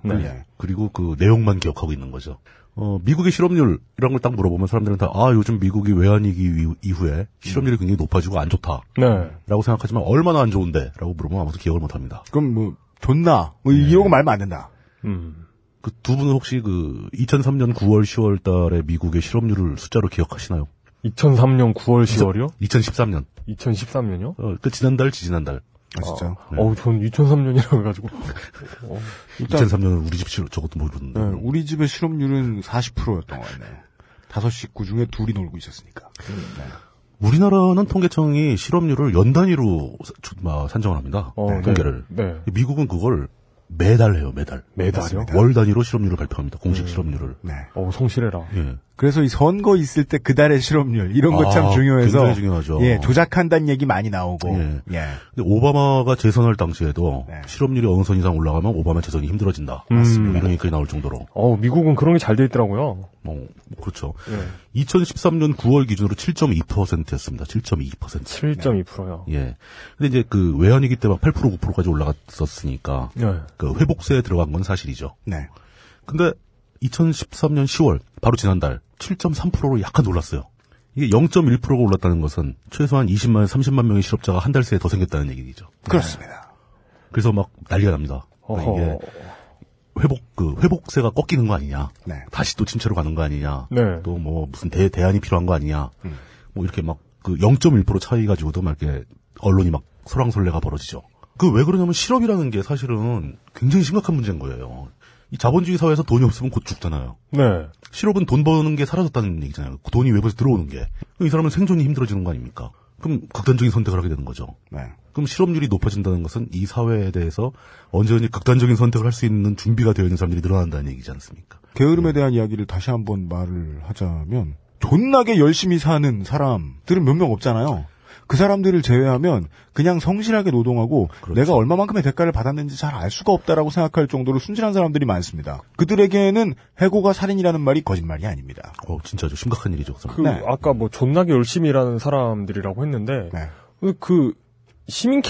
Speaker 1: 많죠.
Speaker 2: 네.
Speaker 1: 예.
Speaker 4: 그리고 그 내용만 기억하고 있는 거죠. 어, 미국의 실업률 이런 걸 딱 물어보면 사람들은 다 아 요즘 미국이 외환위기 위- 이후에 실업률이 굉장히 높아지고 안 좋다라고
Speaker 2: 네.
Speaker 4: 생각하지만 얼마나 안 좋은데라고 물어보면 아무도 기억을 못합니다.
Speaker 1: 그럼 뭐 존나
Speaker 4: 네.
Speaker 1: 뭐 이러고 말면 안 된다.
Speaker 2: 음.
Speaker 4: 그 두 분은 혹시 그 2003년 9월 10월 달에 미국의 실업률을 숫자로 기억하시나요?
Speaker 2: 2003년 9월 10월이요?
Speaker 4: 2013년.
Speaker 2: 2013년이요?
Speaker 4: 어, 그 지난달 지지난달.
Speaker 1: 아, 진짜요?
Speaker 4: 네.
Speaker 2: 어우, 전 2003년이라고 해가지고.
Speaker 4: 2003년은 우리 집 실업 저것도 모르는데.
Speaker 1: 네, 우리 집의 실업률은 40%였던 것 같네요. 다섯 식구 중에 둘이 놀고 있었으니까. 네.
Speaker 4: 우리나라는 통계청이 실업률을 연 단위로 사- 주- 막 산정을 합니다.
Speaker 2: 어, 네.
Speaker 4: 통계를.
Speaker 2: 네.
Speaker 4: 미국은 그걸 매달 해요, 매달.
Speaker 2: 매달이요? 음,
Speaker 4: 월 단위로 실업률을 발표합니다. 공식 실업률을.
Speaker 1: 네.
Speaker 2: 어우, 성실해라.
Speaker 4: 예.
Speaker 1: 그래서 이 선거 있을 때 그달의 실업률 이런 것 참
Speaker 4: 아,
Speaker 1: 중요해서
Speaker 4: 굉장히 중요하죠.
Speaker 1: 예, 조작한다는 얘기 많이 나오고.
Speaker 4: 예.
Speaker 1: 예.
Speaker 4: 근데 오바마가 재선할 당시에도
Speaker 1: 네.
Speaker 4: 실업률이 어느 선 이상 올라가면 오바마 재선이 힘들어진다.
Speaker 2: 음. 맞습니다.
Speaker 4: 이런 얘기까지 나올 정도로.
Speaker 2: 어우, 미국은 그런 게 잘 돼 있더라고요.
Speaker 4: 뭐, 그렇죠.
Speaker 2: 예.
Speaker 4: 2013년 9월 기준으로 7.2%였습니다. 7.2%.
Speaker 2: 7.2%요.
Speaker 4: 예. 근데 이제 그 외환위기 때 막 8% 9%까지 올라갔었으니까
Speaker 2: 예.
Speaker 4: 그 회복세에 들어간 건 사실이죠.
Speaker 1: 네.
Speaker 4: 근데 2013년 10월 바로 지난달 7.3%로 약간 올랐어요. 이게 0.1%가 올랐다는 것은 최소한 20만 30만 명의 실업자가 한 달 새에 더 생겼다는 얘기죠.
Speaker 1: 네. 그렇습니다.
Speaker 4: 그래서 막 난리가 납니다.
Speaker 2: 어허.
Speaker 4: 이게 회복 그 회복세가 꺾이는 거 아니냐?
Speaker 1: 네.
Speaker 4: 다시 또 침체로 가는 거 아니냐?
Speaker 2: 네.
Speaker 4: 또 뭐 무슨 대, 대안이 필요한 거 아니냐? 뭐 이렇게 막 그 0.1% 차이 가지고도 막 이렇게 언론이 막 설왕설래가 벌어지죠. 그 왜 그러냐면 실업이라는 게 사실은 굉장히 심각한 문제인 거예요. 이 자본주의 사회에서 돈이 없으면 곧 죽잖아요.
Speaker 2: 네.
Speaker 4: 실업은 돈 버는 게 사라졌다는 얘기잖아요. 그 돈이 외부에서 들어오는 게. 그럼 이 사람은 생존이 힘들어지는 거 아닙니까? 그럼 극단적인 선택을 하게 되는 거죠.
Speaker 1: 네.
Speaker 4: 그럼 실업률이 높아진다는 것은 이 사회에 대해서 언제든지 극단적인 선택을 할 수 있는 준비가 되어 있는 사람들이 늘어난다는 얘기지 않습니까?
Speaker 1: 게으름에 대한 이야기를 다시 한번 말을 하자면 존나게 열심히 사는 사람들은 몇 명 없잖아요. 그 사람들을 제외하면 그냥 성실하게 노동하고
Speaker 4: 그렇죠.
Speaker 1: 내가 얼마만큼의 대가를 받았는지 잘 알 수가 없다라고 생각할 정도로 순진한 사람들이 많습니다. 그들에게는 해고가 살인이라는 말이 거짓말이 아닙니다.
Speaker 4: 어, 진짜 저 심각한 일이죠. 그
Speaker 2: 그,
Speaker 4: 사람.
Speaker 1: 네.
Speaker 2: 아까 뭐 존나게 열심히 일하는 사람들이라고 했는데,
Speaker 1: 네.
Speaker 2: 그, 시민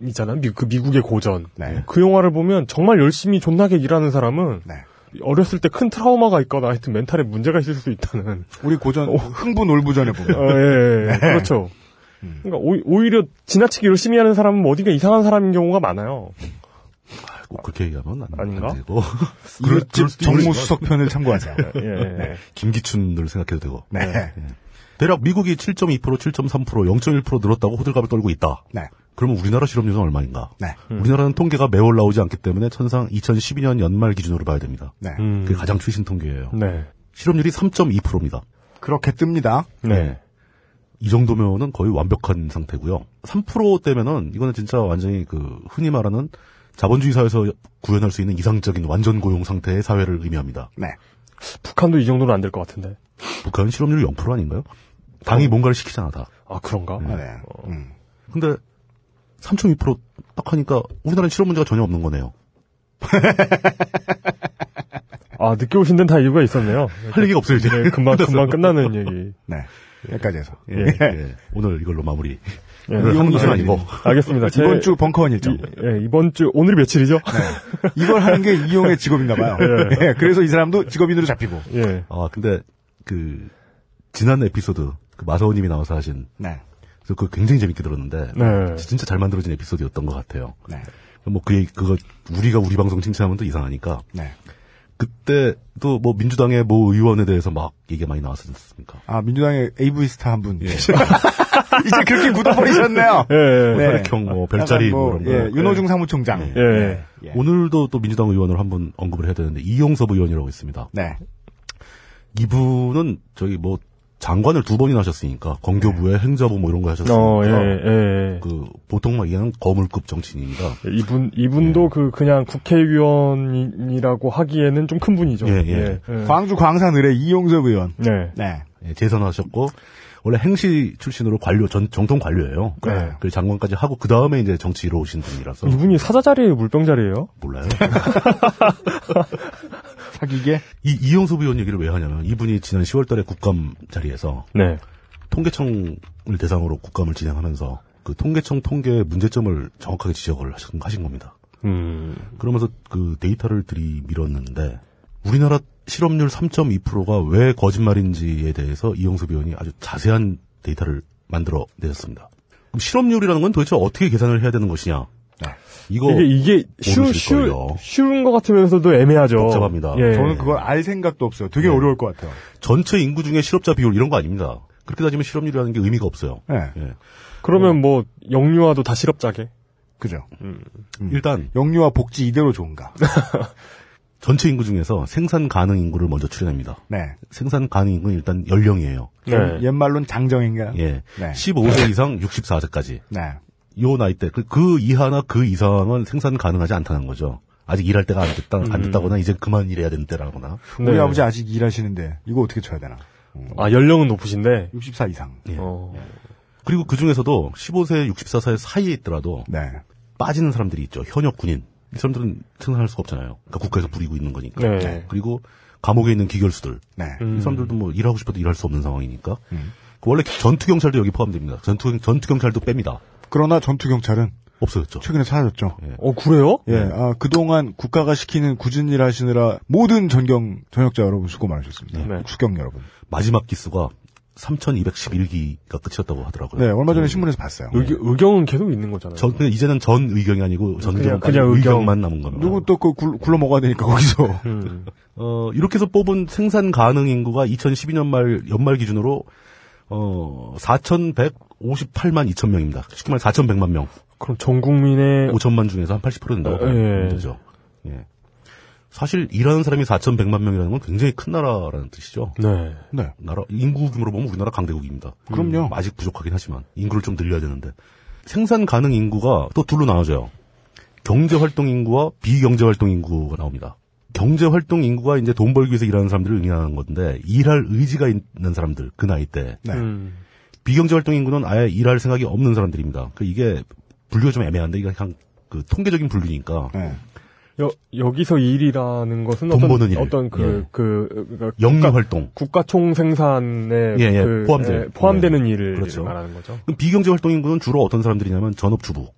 Speaker 2: 케인이잖아요. 미- 그 미국의 고전.
Speaker 1: 네.
Speaker 2: 그 영화를 보면 정말 열심히 존나게 일하는 사람은
Speaker 1: 네.
Speaker 2: 어렸을 때 큰 트라우마가 있거나 하여튼 멘탈에 문제가 있을 수 있다는.
Speaker 1: 우리 고전
Speaker 4: 어.
Speaker 1: 흥분 올부전에
Speaker 2: 어,
Speaker 1: 보면
Speaker 2: 예,
Speaker 4: 네.
Speaker 2: 예. 그렇죠.
Speaker 4: 음.
Speaker 2: 그러니까 오- 오히려 지나치게 열심히 하는 사람은 뭐 어딘가 이상한 사람인 경우가 많아요.
Speaker 4: 꼭 그렇게 얘기하면 안,
Speaker 2: 아닌가?
Speaker 4: 안 되고. 그럴- 그럴
Speaker 1: 아, 이웃집
Speaker 4: 수도 있는
Speaker 1: 정무수석
Speaker 4: 거죠.
Speaker 1: 편을 참고하자.
Speaker 2: 예, 예.
Speaker 4: 네. 김기춘을 생각해도 되고.
Speaker 1: 네.
Speaker 4: 대략 미국이 7.2%, 7.3%, 0.1% 늘었다고 호들갑을 떨고 있다.
Speaker 1: 네.
Speaker 4: 그러면 우리나라 실업률은 얼마인가? 음.
Speaker 1: 네.
Speaker 4: 우리나라는 통계가 매월 나오지 않기 때문에 천상 2012년 연말 기준으로 봐야 됩니다.
Speaker 1: 네.
Speaker 2: 음.
Speaker 4: 그게 가장 최신 통계예요.
Speaker 2: 네.
Speaker 4: 실업률이 3.2%입니다.
Speaker 1: 그렇게 뜹니다.
Speaker 2: 네.
Speaker 4: 이 정도면은 거의 완벽한 상태고요. 3%대면은 이거는 진짜 완전히 그 흔히 말하는 자본주의 사회에서 구현할 수 있는 이상적인 완전 고용 상태의 사회를 의미합니다.
Speaker 1: 네.
Speaker 2: 북한도 이 정도는 안 될 것 같은데.
Speaker 4: 북한은 실업률 0% 아닌가요?
Speaker 1: 어.
Speaker 4: 당이 뭔가를 시키잖아 다.
Speaker 2: 아, 그런가?
Speaker 4: 어.
Speaker 1: 네. 음.
Speaker 4: 근데 3.2%딱 하니까 우리나라는 실업 문제가 전혀 없는 거네요.
Speaker 2: 아, 늦게 오신 데는 다 이유가 있었네요.
Speaker 4: 할 얘기가 없어요 이제.
Speaker 2: 네, 금방, 금방 끝나는 얘기.
Speaker 1: 네. 여기까지 해서.
Speaker 4: 예, 예. 오늘 이걸로 마무리. 예, 한국은 아니고.
Speaker 2: 알겠습니다. 제-
Speaker 1: 이번 주 벙커원 일정.
Speaker 2: 예, 이번 주 오늘이 며칠이죠?
Speaker 1: 이걸 하는 게 이용의 직업인가봐요.
Speaker 2: 예.
Speaker 1: 예, 그래서 이 사람도 직업인으로 잡히고.
Speaker 2: 예.
Speaker 4: 아, 근데, 그, 지난 에피소드, 그 마사오님이 나와서 하신.
Speaker 1: 네.
Speaker 4: 그래서 그거 굉장히 재밌게 들었는데.
Speaker 2: 네.
Speaker 4: 진짜 잘 만들어진 에피소드였던 것 같아요.
Speaker 1: 네.
Speaker 4: 뭐, 그, 얘기- 그거, 우리가 우리 방송 칭찬하면 또 이상하니까.
Speaker 1: 네.
Speaker 4: 그때, 또 뭐, 민주당의 모 의원에 대해서 막 얘기 많이 나왔었지 않습니까?
Speaker 1: 아 민주당의 AV 스타 한
Speaker 4: 예.
Speaker 1: 분. 이제 그렇게 묻어버리셨네요.
Speaker 2: 예,
Speaker 1: 네.
Speaker 4: 혈액형, 뭐, 별자리,
Speaker 1: 약간
Speaker 4: 뭐, 이런
Speaker 1: 예,
Speaker 4: 거.
Speaker 1: 윤호중 사무총장.
Speaker 2: 예. 예.
Speaker 1: 예.
Speaker 4: 오늘도 또 민주당 의원을 한번 언급을 해야 되는데, 이용섭 의원이라고 있습니다.
Speaker 1: 네.
Speaker 4: 이분은, 저기 뭐, 장관을 두 번이나 하셨으니까, 건교부에
Speaker 1: 네.
Speaker 4: 행자부 뭐 이런 거 하셨으니까.
Speaker 2: 어, 예, 예.
Speaker 4: 그 보통 막 얘기하는 거물급 정치인입니다.
Speaker 2: 예, 이분 이분도 그 그냥 국회의원이라고 하기에는 좀 큰 분이죠.
Speaker 4: 예, 예.
Speaker 1: 광주 광산을의 이용섭 의원.
Speaker 2: 네.
Speaker 1: 네.
Speaker 4: 예, 재선하셨고 원래 행시 출신으로 관료 전 정통 관료예요.
Speaker 2: 네.
Speaker 4: 그 장관까지 하고 그 다음에 이제 정치로 오신 분이라서
Speaker 1: 음.
Speaker 2: 이분이 사자 자리예요, 물병 자리예요?
Speaker 4: 몰라요.
Speaker 1: 사기계.
Speaker 4: 이 이용섭 의원 얘기를 왜 하냐면 이분이 지난 10월달에 국감 자리에서
Speaker 2: 네.
Speaker 4: 통계청을 대상으로 국감을 진행하면서 그 통계청 통계의 문제점을 정확하게 지적을 하신, 하신 겁니다.
Speaker 2: 음.
Speaker 4: 그러면서 그 데이터를 들이밀었는데 우리나라 실업률 3.2%가 왜 거짓말인지에 대해서 이용섭 의원이 아주 자세한 데이터를 만들어 내셨습니다. 그럼 실업률이라는 건 도대체 어떻게 계산을 해야 되는 것이냐? 이거
Speaker 2: 이게 이게 쉬운
Speaker 4: 모르실
Speaker 2: 쉬운
Speaker 4: 걸요.
Speaker 2: 쉬운 것 같으면서도 애매하죠.
Speaker 4: 복잡합니다.
Speaker 2: 예.
Speaker 1: 저는 그걸 알 생각도 없어요.
Speaker 4: 예.
Speaker 1: 되게 어려울 것 같아요.
Speaker 4: 전체 인구 중에 실업자 비율 이런 거 아닙니다. 그렇게 따지면 실업률이라는 게 의미가 없어요.
Speaker 1: 네.
Speaker 4: 예.
Speaker 2: 그러면 뭐 영유아도 다 실업자게.
Speaker 1: 그죠.
Speaker 4: 일단
Speaker 1: 영유아 복지 이대로 좋은가.
Speaker 4: 전체 인구 중에서 생산 가능 인구를 먼저 추려냅니다.
Speaker 1: 네. 예.
Speaker 4: 생산 가능 인구는 일단 연령이에요.
Speaker 2: 네.
Speaker 1: 옛말론 장정인가.
Speaker 4: 예.
Speaker 1: 네.
Speaker 4: 15세 이상 64세까지.
Speaker 1: 네.
Speaker 4: 요 나이 때, 그, 그 이하나 그 이상은 생산 가능하지 않다는 거죠. 아직 일할 때가 안 됐다,
Speaker 1: 음.
Speaker 4: 안 됐다거나, 이제 그만 일해야 되는 때라거나.
Speaker 1: 우리
Speaker 2: 네.
Speaker 1: 아버지 아직 일하시는데 이거 어떻게 쳐야 되나.
Speaker 2: 아 연령은 높으신데.
Speaker 1: 64 이상.
Speaker 4: 예.
Speaker 2: 어.
Speaker 4: 그리고 그 중에서도 15세, 64세 사이에 있더라도,
Speaker 1: 네.
Speaker 4: 빠지는 사람들이 있죠. 현역 군인. 이 사람들은 생산할 수가 없잖아요. 그러니까 국가에서 부리고 있는 거니까.
Speaker 2: 네.
Speaker 4: 그리고 감옥에 있는 기결수들.
Speaker 1: 네.
Speaker 2: 음.
Speaker 4: 이 사람들도 뭐 일하고 싶어도 일할 수 없는 상황이니까. 그 원래 전투경찰도 여기 포함됩니다. 전투, 전투경찰도 뺍니다.
Speaker 1: 그러나 전투 경찰은
Speaker 4: 없어졌죠.
Speaker 1: 최근에 사라졌죠.
Speaker 2: 어 그래요?
Speaker 1: 예, 아, 그동안 국가가 시키는 굳은 일 하시느라 모든 전경, 전역자 여러분 수고 많으셨습니다.
Speaker 2: 네.
Speaker 1: 국수경 여러분.
Speaker 4: 마지막 기수가 3211기가 끝이었다고 하더라고요.
Speaker 1: 네, 얼마 전에 신문에서 봤어요.
Speaker 2: 의견, 의경은 계속 있는 거잖아요.
Speaker 4: 전, 그냥 이제는 전 의경이 아니고 전
Speaker 2: 그냥-
Speaker 4: 의경,
Speaker 2: 그냥 의경.
Speaker 4: 만 남은 겁니다.
Speaker 1: 누구 또 그 굴러 먹어야 되니까 거기서.
Speaker 2: 음.
Speaker 4: 어, 이렇게 해서 뽑은 생산 가능 인구가 2012년 말, 연말 기준으로, 어, 4,158만 2천 명입니다. 쉽게 말해 4,100만 명.
Speaker 2: 그럼 전
Speaker 1: 네.
Speaker 2: 국민의
Speaker 4: 5천만 중에서 한 80% 된다고
Speaker 2: 예.
Speaker 4: 보면 되죠. 예. 사실 일하는 사람이 4,100만 명이라는 건 굉장히 큰 나라라는 뜻이죠.
Speaker 2: 네.
Speaker 1: 네.
Speaker 4: 나라 인구 규모로 보면 우리나라 강대국입니다.
Speaker 1: 그럼요.
Speaker 4: 음, 아직 부족하긴 하지만 인구를 좀 늘려야 되는데 생산 가능 인구가 또 둘로 나눠져요. 경제 활동 인구와 비경제 활동 인구가 나옵니다. 경제 활동 인구가 이제 돈 벌기 위해서 일하는 사람들을 의미하는 건데 일할 의지가 있는 사람들 그 나이 때
Speaker 1: 네.
Speaker 2: 음.
Speaker 4: 비경제 활동 인구는 아예 일할 생각이 없는 사람들입니다. 그 이게 분류가 좀 애매한데 이게 그냥 그 통계적인 분류니까
Speaker 1: 네.
Speaker 2: 여, 여기서 일이라는 것은
Speaker 4: 돈
Speaker 2: 어떤,
Speaker 4: 버는 일.
Speaker 2: 어떤 그,
Speaker 4: 예.
Speaker 2: 그, 그러니까
Speaker 4: 영리
Speaker 2: 국가-
Speaker 4: 활동.
Speaker 2: 국가총 생산에
Speaker 4: 예, 예,
Speaker 2: 그,
Speaker 4: 포함돼.
Speaker 2: 예, 포함되는
Speaker 4: 예.
Speaker 2: 일을
Speaker 4: 그렇죠.
Speaker 2: 말하는 거죠.
Speaker 4: 그럼 비경제 활동 인구는 주로 어떤 사람들이냐면 전업주부.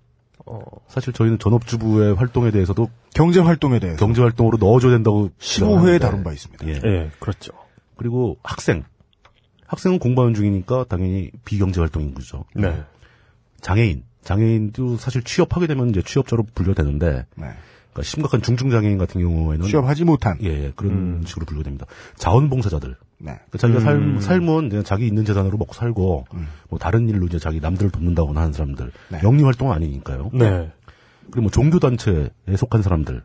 Speaker 2: 어.
Speaker 4: 사실 저희는 전업주부의 활동에 대해서도
Speaker 1: 경제 활동에 대해서
Speaker 4: 경제 활동으로 넣어줘야 된다고
Speaker 1: 15회에
Speaker 4: 생각하는데.
Speaker 1: 다룬 바 있습니다.
Speaker 4: 예.
Speaker 2: 예, 그렇죠.
Speaker 4: 그리고 학생. 학생은 공부하는 중이니까 당연히 비경제 활동 인구죠.
Speaker 2: 네.
Speaker 4: 장애인. 장애인도 사실 취업하게 되면 이제 취업자로 분류되는데
Speaker 1: 네.
Speaker 4: 그러니까 심각한 중증 장애인 같은 경우에는
Speaker 1: 취업하지 음. 못한.
Speaker 4: 예, 예, 그런 식으로 분류됩니다. 자원봉사자들.
Speaker 1: 네.
Speaker 4: 그러니까 자기가 삶, 삶은 그냥 자기 있는 재산으로 먹고 살고 뭐 다른 일로 이제 자기 남들을 돕는다거나 하는 사람들.
Speaker 1: 음. 네. 음.
Speaker 4: 영리 활동은 아니니까요.
Speaker 2: 네.
Speaker 4: 그리고 뭐 종교 단체에 속한 사람들.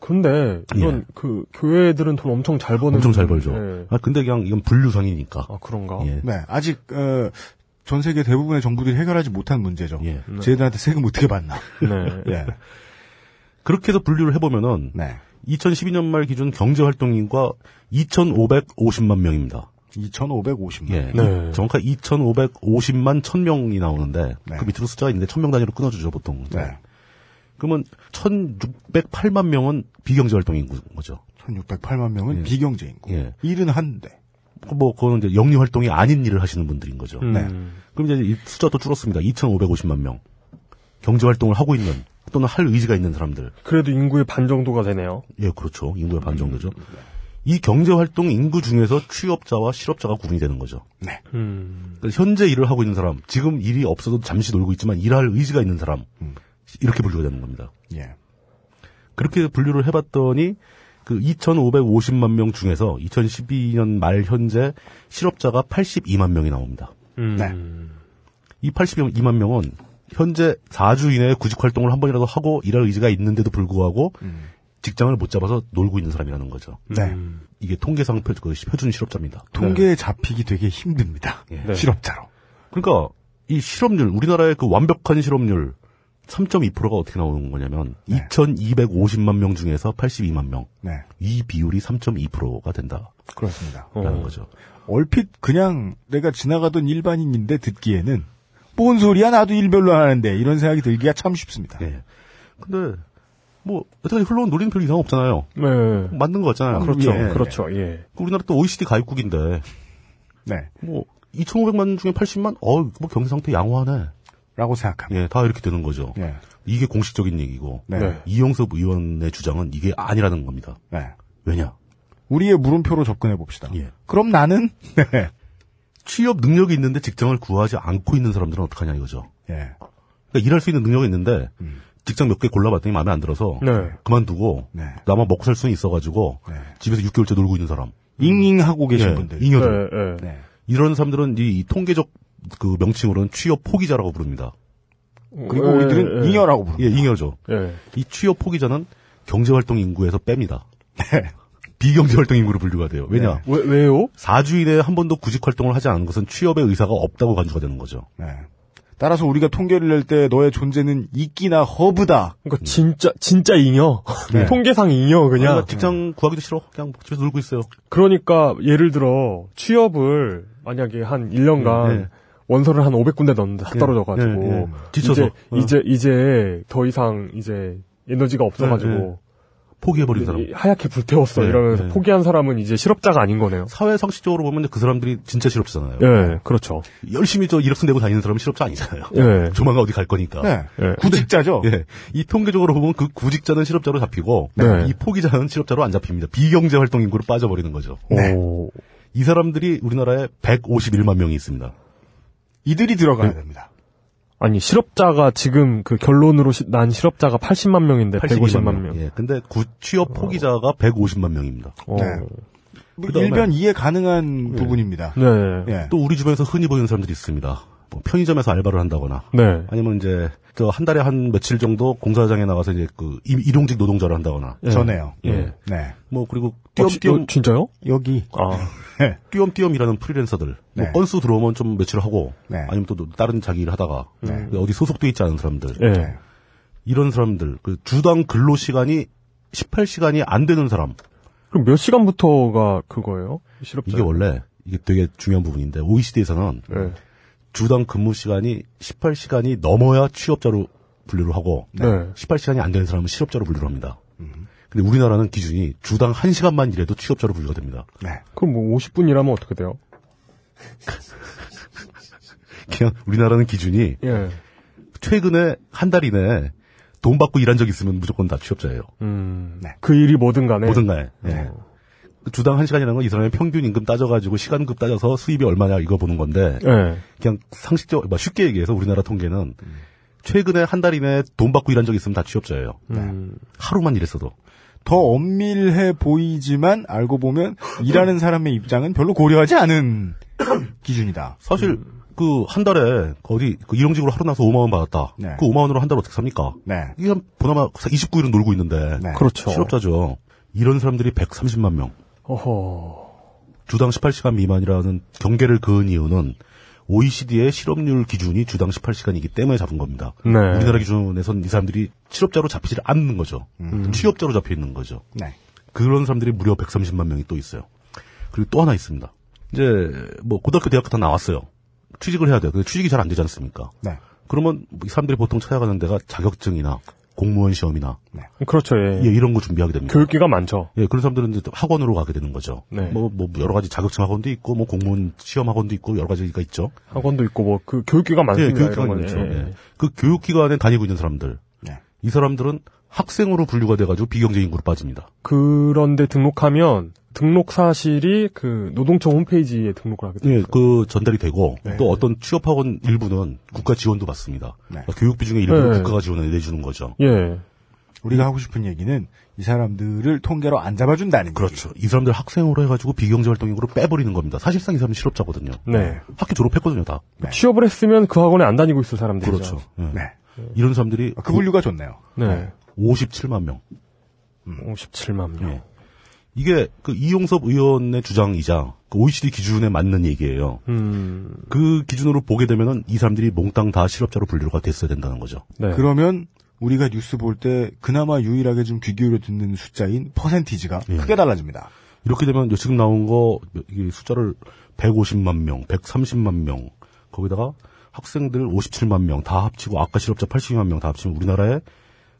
Speaker 2: 근데, 이건
Speaker 4: 예.
Speaker 2: 그, 교회들은 돈 엄청 잘 버는.
Speaker 4: 엄청 잘 벌죠.
Speaker 2: 예.
Speaker 4: 아 근데 그냥 이건 분류상이니까.
Speaker 2: 아, 그런가?
Speaker 4: 예.
Speaker 1: 네. 아직, 어, 전 세계 대부분의 정부들이 해결하지 못한 문제죠.
Speaker 4: 예.
Speaker 1: 쟤들한테 세금 어떻게 받나.
Speaker 2: 네.
Speaker 1: 예.
Speaker 4: 그렇게 해서 분류를 해보면은
Speaker 1: 네.
Speaker 4: 2012년 말 기준 경제활동인과 2,550만 명입니다.
Speaker 1: 2,550만.
Speaker 4: 예.
Speaker 2: 네.
Speaker 4: 정확하게 2,550만 1,000명이 나오는데
Speaker 1: 네.
Speaker 4: 그 밑으로 숫자가 있는데 1,000명 단위로 끊어주죠 보통.
Speaker 1: 네.
Speaker 4: 그러면 1,608만 명은 비경제활동인 거죠.
Speaker 1: 1,608만 명은 비경제인구.
Speaker 4: 예.
Speaker 1: 일은 한데.
Speaker 4: 뭐 그거는 이제 영리 활동이 아닌 일을 하시는 분들인 거죠.
Speaker 2: 음.
Speaker 1: 네.
Speaker 4: 그럼 이제 이 숫자도 줄었습니다. 2,550만 명. 경제 활동을 하고 있는 또는 할 의지가 있는 사람들.
Speaker 2: 그래도 인구의 반 정도가 되네요.
Speaker 4: 예, 그렇죠. 인구의 반 정도죠. 이 경제 활동 인구 중에서 취업자와 실업자가 구분이 되는 거죠.
Speaker 1: 네.
Speaker 2: 음.
Speaker 4: 그러니까 현재 일을 하고 있는 사람, 지금 일이 없어도 잠시 놀고 있지만 일할 의지가 있는 사람 이렇게 분류가 되는 겁니다.
Speaker 1: 예.
Speaker 4: 그렇게 분류를 해봤더니 그 2,550만 명 중에서 2012년 말 현재 실업자가 82만 명이 나옵니다. 이 82만 명은 현재 4주 이내에 구직 활동을 한 번이라도 하고 일할 의지가 있는데도 불구하고 직장을 못 잡아서 놀고 있는 사람이라는 거죠.
Speaker 1: 네.
Speaker 4: 이게 통계상 표, 그 시- 표준 실업자입니다.
Speaker 1: 통계에 잡히기 되게 힘듭니다.
Speaker 4: 네.
Speaker 1: 실업자로.
Speaker 4: 그러니까 이 실업률 우리나라의 그 완벽한 실업률 3.2%가 어떻게 나오는 거냐면 2,250만 명 중에서 82만 명.
Speaker 1: 네.
Speaker 4: 이 비율이 3.2%가 된다라는
Speaker 1: 그렇습니다.
Speaker 2: 어.
Speaker 4: 거죠.
Speaker 1: 얼핏 그냥 내가 지나가던 일반인인데 듣기에는 뭔 소리야 나도 일 별로 안 하는데 이런 생각이 들기가 참 쉽습니다.
Speaker 4: 예. 근데 뭐 여태까지 흘러온 논리는 별 이상 없잖아요.
Speaker 2: 네.
Speaker 4: 맞는 거잖아요.
Speaker 2: 그렇죠.
Speaker 4: 예.
Speaker 2: 그렇죠. 예.
Speaker 4: 우리나라 또 OECD 가입국인데
Speaker 1: 네.
Speaker 4: 뭐 2,500만 중에 80만 어뭐 경제 상태 양호하네.
Speaker 1: 라고 생각합니다.
Speaker 4: 예, 다 이렇게 되는 거죠.
Speaker 1: 예.
Speaker 4: 이게 공식적인 얘기고
Speaker 1: 네. 네.
Speaker 4: 이영섭 의원의 주장은 이게 아니라는 겁니다.
Speaker 1: 네.
Speaker 4: 왜냐?
Speaker 1: 우리의 물음표로 접근해 봅시다.
Speaker 4: 예.
Speaker 1: 그럼 나는 네.
Speaker 4: 취업 능력이 있는데 직장을 구하지 않고 있는 사람들은 어떡하냐 이거죠.
Speaker 1: 예.
Speaker 4: 그러니까 일할 수 있는 능력이 있는데 직장 몇 개 골라봤더니 마음에 안 들어서
Speaker 2: 음. 네.
Speaker 4: 그만두고
Speaker 1: 네.
Speaker 4: 나만 먹고 살 수는 있어가지고
Speaker 1: 네.
Speaker 4: 집에서 6개월째 놀고 있는 사람.
Speaker 1: 잉잉하고 계신
Speaker 4: 예,
Speaker 1: 분들.
Speaker 4: 잉여들.
Speaker 2: 네. 네.
Speaker 1: 네.
Speaker 4: 이런 사람들은 이, 이 통계적 그 명칭으로는 취업 포기자라고 부릅니다.
Speaker 1: 그리고
Speaker 2: 예,
Speaker 1: 우리들은
Speaker 2: 예.
Speaker 1: 잉여라고 부릅니다.
Speaker 4: 예, 잉여죠.
Speaker 2: 예.
Speaker 4: 이 취업 포기자는 경제활동 인구에서 뺍니다.
Speaker 2: 네.
Speaker 4: 비경제활동 인구로 분류가 돼요. 왜냐?
Speaker 1: 네.
Speaker 2: 왜 왜요?
Speaker 4: 4주 이내에 한 번도 구직 활동을 하지 않은 것은 취업의 의사가 없다고 간주가 되는 거죠.
Speaker 1: 네. 따라서 우리가 통계를 낼 때 너의 존재는 이끼나 허브다.
Speaker 2: 그러니까 진짜 진짜 잉여.
Speaker 1: 네.
Speaker 2: 통계상 잉여 그냥.
Speaker 4: 그러니까 직장 구하기도 싫어. 그냥 뭐 집에서 놀고 있어요.
Speaker 2: 그러니까 예를 들어 취업을 만약에 한 1년간
Speaker 4: 네.
Speaker 2: 원서를 한 500군데 넣는데 다
Speaker 4: 네.
Speaker 2: 떨어져 가지고
Speaker 4: 네, 네. 지쳐서.
Speaker 2: 이제
Speaker 4: 어.
Speaker 2: 이제 이제 더 이상 이제 에너지가 없어
Speaker 4: 네,
Speaker 2: 가지고
Speaker 4: 포기해버린 사람.
Speaker 2: 하얗게 불태웠어
Speaker 4: 네,
Speaker 2: 이러면서
Speaker 4: 네.
Speaker 2: 포기한 사람은 이제 실업자가 아닌 거네요.
Speaker 4: 사회 상식적으로 보면 그 사람들이 진짜 실업자잖아요.
Speaker 2: 예, 그렇죠.
Speaker 4: 열심히 저 이력서 내고 다니는 사람은 실업자 아니잖아요.
Speaker 2: 예.
Speaker 4: 조만간 어디 갈 거니까.
Speaker 1: 네.
Speaker 2: 예.
Speaker 1: 구직자죠.
Speaker 4: 예. 이 통계적으로 보면 그 구직자는 실업자로 잡히고
Speaker 2: 네.
Speaker 4: 이 포기자는 실업자로 안 잡힙니다. 비경제 활동 인구로 빠져버리는 거죠.
Speaker 1: 네.
Speaker 2: 오.
Speaker 4: 이 사람들이 우리나라에 151만 명이 있습니다. 그
Speaker 1: 이들이 들어가야 됩니다.
Speaker 2: 아니 실업자가 지금 그 결론으로 시- 난 실업자가 80만 명인데
Speaker 4: 82만
Speaker 2: 150만 명.
Speaker 4: 예. 근데 구-
Speaker 1: 어.
Speaker 4: 취업 포기자가 150만 명입니다.
Speaker 2: 어.
Speaker 1: 네. 뭐 일변 이해 가능한 부분입니다.
Speaker 2: 네.
Speaker 1: 예.
Speaker 4: 예. 또 우리 주변에서 흔히 보이는 사람들이 있습니다. 뭐 편의점에서 알바를 한다거나
Speaker 2: 네.
Speaker 4: 아니면 이제 저 한 달에 한 며칠 정도 공사장에 나가서 이제 그 일- 일용직 노동자를 한다거나
Speaker 2: 예.
Speaker 1: 전에요.
Speaker 4: 예.
Speaker 1: 네.
Speaker 4: 뭐 그리고
Speaker 2: 어, 지- 어,
Speaker 4: 띄엄띄엄 네.
Speaker 2: 진짜요?
Speaker 1: 여기.
Speaker 2: 아.
Speaker 4: 띄엄띄엄이라는 프리랜서들
Speaker 1: 네.
Speaker 4: 뭐 건수 들어오면 좀 며칠 하고
Speaker 1: 네.
Speaker 4: 아니면 또 다른 자기 일을 하다가
Speaker 1: 네.
Speaker 4: 어디 소속돼 있지 않은 사람들
Speaker 2: 예.
Speaker 4: 이런 사람들 그 주당 근로 시간이 18시간이 안 되는 사람
Speaker 2: 그럼 몇 시간부터가 그거예요? 실업자.
Speaker 1: 네.
Speaker 4: 이게 원래 이게 되게 중요한 부분인데 OECD에서는
Speaker 2: 네.
Speaker 4: 주당 근무 시간이 18시간이 넘어야 취업자로 분류를 하고
Speaker 2: 네.
Speaker 4: 18시간이 안 되는 사람은 실업자로 분류를 합니다.
Speaker 1: 음.
Speaker 4: 근데 우리나라는 기준이 주당 1시간만 일해도 취업자로 분류가 됩니다.
Speaker 1: 네.
Speaker 2: 그럼 뭐 50분이라면 어떻게 돼요?
Speaker 4: 그냥 우리나라는 기준이
Speaker 2: 예.
Speaker 4: 최근에 한 달 이내에 돈 받고 일한 적 있으면 무조건 다 취업자예요.
Speaker 2: 음.
Speaker 1: 네.
Speaker 2: 그 일이 뭐든 간에.
Speaker 4: 뭐든 간에. 예.
Speaker 1: 네.
Speaker 4: 주당 1시간이라는 건 이 사람의 평균 임금 따져가지고 시간급 따져서 수입이 얼마냐 이거 보는 건데
Speaker 1: 네.
Speaker 2: 예.
Speaker 4: 그냥 상식적, 뭐 쉽게 얘기해서 우리나라 통계는
Speaker 1: 음.
Speaker 4: 최근에 한 달 이내에 돈 받고 일한 적 있으면 다 취업자예요. 네.
Speaker 2: 음.
Speaker 4: 하루만 일했어도.
Speaker 1: 더 엄밀해 보이지만 알고 보면 일하는 사람의 입장은 별로 고려하지 않은 기준이다.
Speaker 4: 사실
Speaker 1: 음.
Speaker 4: 그 한 달에 어디 그 일용직으로 하루 나서 5만 원 받았다.
Speaker 1: 네.
Speaker 4: 그 5만 원으로 한 달 어떻게 삽니까?
Speaker 1: 네.
Speaker 4: 이게 보나마 29일은 놀고 있는데
Speaker 1: 네.
Speaker 2: 그렇죠.
Speaker 4: 실업자죠. 이런 사람들이 130만 명.
Speaker 2: 어허.
Speaker 4: 주당 18시간 미만이라는 경계를 그은 이유는 OECD의 실업률 기준이 주당 18시간이기 때문에 잡은 겁니다.
Speaker 2: 네.
Speaker 4: 우리나라 기준에선 이 사람들이 실업자로 잡히지 않는 거죠. 취업자로 잡혀 있는 거죠.
Speaker 1: 네.
Speaker 4: 그런 사람들이 무려 130만 명이 또 있어요. 그리고 또 하나 있습니다. 이제 뭐 고등학교 대학교 다 나왔어요. 취직을 해야 돼요. 근데 취직이 잘 안 되지 않습니까?
Speaker 1: 네.
Speaker 4: 그러면 이 사람들이 보통 찾아가는 데가 자격증이나 공무원 시험이나
Speaker 2: 그렇죠. 예.
Speaker 4: 예, 이런 거 준비하게 됩니다.
Speaker 2: 교육기가 많죠.
Speaker 4: 예, 그런 사람들은 이제 학원으로 가게 되는 거죠.
Speaker 2: 네.
Speaker 4: 뭐, 뭐 여러 가지 자격증 학원도 있고 뭐 공무원 시험 학원도 있고 여러 가지가 있죠.
Speaker 2: 학원도 있고 뭐 그 교육기가 많습니다.
Speaker 4: 예, 교육기관
Speaker 2: 이런 거는.
Speaker 4: 많죠.
Speaker 2: 예.
Speaker 4: 예. 그 교육기관에 다니고 있는 사람들,
Speaker 1: 네.
Speaker 4: 이 사람들은 학생으로 분류가 돼가지고 비경제 인구로 빠집니다.
Speaker 2: 그런데 등록하면 등록 사실이 그 노동청 홈페이지에 등록을 하게 돼요.
Speaker 4: 예, 그 전달이 되고
Speaker 2: 네.
Speaker 4: 또 어떤 취업학원 일부는 국가 지원도 받습니다.
Speaker 1: 네.
Speaker 4: 그러니까 교육비 중에 일부를
Speaker 2: 네.
Speaker 4: 국가가 지원을 내주는 거죠.
Speaker 2: 예.
Speaker 1: 우리가 하고 싶은 얘기는 이 사람들을 통계로 안 잡아준다는 거죠.
Speaker 4: 그렇죠. 이 사람들 학생으로 해가지고 비경제 활동인구로 빼버리는 겁니다. 사실상 이 사람은 실업자거든요.
Speaker 2: 네.
Speaker 4: 학교 졸업했거든요, 다.
Speaker 2: 취업을 했으면 그 학원에 안 다니고 있을 사람들이죠. 아,
Speaker 4: 그렇죠. 예.
Speaker 1: 네.
Speaker 4: 이런 사람들이
Speaker 1: 그 분류가 좋네요.
Speaker 2: 네.
Speaker 4: 57만 명.
Speaker 2: 57만 명.
Speaker 4: 예. 이게 그 이용섭 의원의 주장이자 그 OECD 기준에 맞는 얘기예요.
Speaker 2: 음.
Speaker 4: 그 기준으로 보게 되면은 이 사람들이 몽땅 다 실업자로 분류가 됐어야 된다는 거죠.
Speaker 2: 네.
Speaker 1: 그러면 우리가 뉴스 볼 때 그나마 유일하게 좀 귀 기울여 듣는 숫자인 퍼센티지가
Speaker 4: 예.
Speaker 1: 크게 달라집니다.
Speaker 4: 이렇게 되면 지금 나온 거 이 숫자를 150만 명, 130만 명 거기다가 학생들 57만 명 다 합치고 아까 실업자 82만 명 다 합치면 우리나라에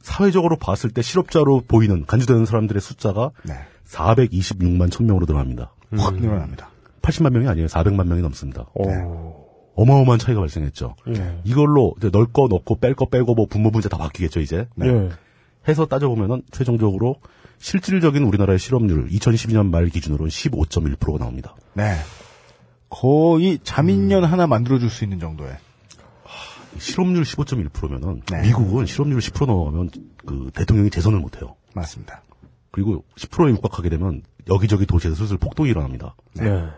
Speaker 4: 사회적으로 봤을 때 실업자로 보이는 간주되는 사람들의 숫자가
Speaker 1: 네.
Speaker 4: 426만 1000명으로 늘어납니다.
Speaker 1: 확 늘어납니다.
Speaker 4: 80만 명이 아니에요. 400만 명이 넘습니다.
Speaker 1: 네.
Speaker 2: 오.
Speaker 4: 어마어마한 차이가 발생했죠.
Speaker 2: 예.
Speaker 4: 이걸로 이제 넣을 거 넣고 뺄 거 빼고 뭐 분모 분자 다 바뀌겠죠 이제. 네.
Speaker 2: 예.
Speaker 4: 해서 따져보면은 최종적으로 실질적인 우리나라의 실업률 2012년 말 기준으로 15.1%가 나옵니다.
Speaker 1: 네. 거의 자민련 하나 만들어줄 수 있는 정도의.
Speaker 4: 실업률 15.1%면은
Speaker 1: 네.
Speaker 4: 미국은 실업률 10% 넘어가면 그 대통령이 재선을 못해요.
Speaker 1: 맞습니다.
Speaker 4: 그리고 10%에 육박하게 되면 여기저기 도시에서 슬슬 폭동이 일어납니다.
Speaker 2: 예.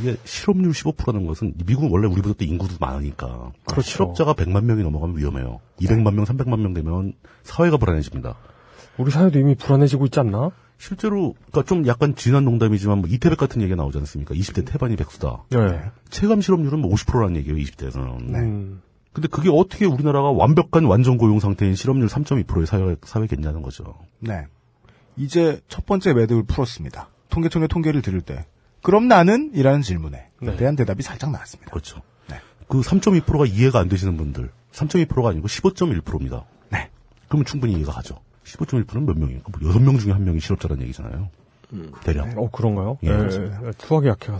Speaker 4: 이게 실업률 15%라는 것은 미국은 원래 우리보다 또 인구도 많으니까
Speaker 2: 그렇죠.
Speaker 4: 실업자가 100만 명이 넘어가면 위험해요. 200만 명, 300만 명 되면 사회가 불안해집니다.
Speaker 2: 우리 사회도 이미 불안해지고 있지 않나?
Speaker 4: 실제로 그러니까 좀 약간 진한 농담이지만 뭐 이태백 같은 얘기가 나오지 않습니까? 20대 태반이 백수다.
Speaker 2: 예.
Speaker 4: 체감 실업률은 뭐 50%라는 얘기예요, 20대에서는.
Speaker 2: 음.
Speaker 4: 근데 그게 어떻게 우리나라가 완벽한 완전 고용 상태인 실업률 3.2%의 사회 사회겠냐는 거죠.
Speaker 1: 네. 이제 첫 번째 매듭을 풀었습니다. 통계청의 통계를 들을 때. 그럼 나는? 이라는 질문에
Speaker 2: 네.
Speaker 1: 대한 대답이 살짝 나왔습니다.
Speaker 4: 그렇죠.
Speaker 1: 네.
Speaker 4: 그 3.2%가 이해가 안 되시는 분들, 3.2%가 아니고 15.1%입니다.
Speaker 1: 네.
Speaker 4: 그러면 충분히 이해가 가죠. 15.1%는 몇 명이에요? 뭐 6명 중에 한 명이 실업자라는 얘기잖아요. 대략.
Speaker 2: 어 그런가요?
Speaker 4: 예,
Speaker 2: 예. 투하게 약해.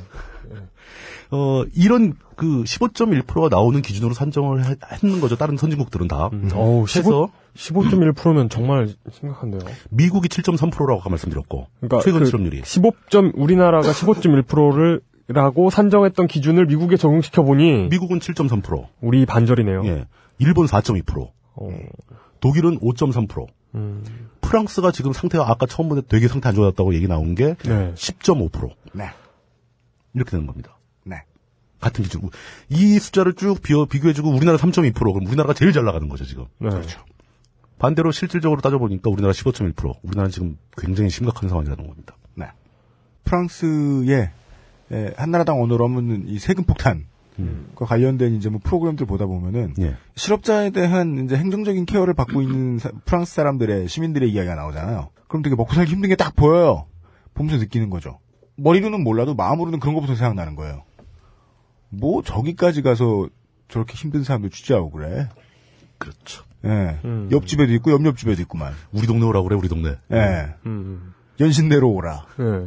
Speaker 4: 어, 이런 그 15.1%가 나오는 기준으로 산정을 해- 했는 거죠. 다른 선진국들은 다.
Speaker 2: 어우, 15,
Speaker 4: 음. 해서
Speaker 2: 15.1%면 정말 심각한데요.
Speaker 4: 미국이 7.3%라고 아까 말씀드렸고
Speaker 2: 그러니까
Speaker 4: 최근
Speaker 2: 그
Speaker 4: 실업률이
Speaker 2: 15. 우리나라가 15.1%를 라고 산정했던 기준을 미국에 적용시켜 보니
Speaker 4: 미국은 7.3%,
Speaker 2: 우리 반절이네요.
Speaker 4: 예, 일본 4.2%,
Speaker 2: 어,
Speaker 4: 독일은 5.3%,
Speaker 2: 음,
Speaker 4: 프랑스가 지금 상태가 아까 처음부터 되게 상태 안 좋았다고 얘기 나온 게
Speaker 2: 네.
Speaker 4: 10.5%
Speaker 1: 네.
Speaker 4: 이렇게 되는 겁니다.
Speaker 1: 네.
Speaker 4: 같은 기준. 이 숫자를 쭉 비교, 비교해주고 우리나라 3.2% 그럼 우리나라가 제일 잘 나가는 거죠 지금. 그렇죠.
Speaker 2: 네.
Speaker 4: 반대로 실질적으로 따져보니까 우리나라 15.1% 우리나라 지금 굉장히 심각한 상황이라는 겁니다.
Speaker 1: 네. 프랑스의 에, 한나라당 언어로 하면 이 세금 폭탄과 관련된 이제 뭐 프로그램들 보다 보면은
Speaker 4: 예.
Speaker 1: 실업자에 대한 이제 행정적인 케어를 받고 있는 사- 프랑스 사람들의 시민들의 이야기가 나오잖아요. 그럼 되게 먹고 살기 힘든 게 딱 보여요. 보면서 느끼는 거죠. 머리로는 몰라도 마음으로는 그런 것부터 생각나는 거예요. 뭐 저기까지 가서 저렇게 힘든 사람들 취재하고 그래.
Speaker 4: 그렇죠.
Speaker 1: 예. 옆집에도 있고 옆옆집에도 있구만.
Speaker 4: 우리 동네 오라 그래 우리 동네.
Speaker 1: 예.
Speaker 2: 음,
Speaker 1: 연신내로 오라.
Speaker 2: 예.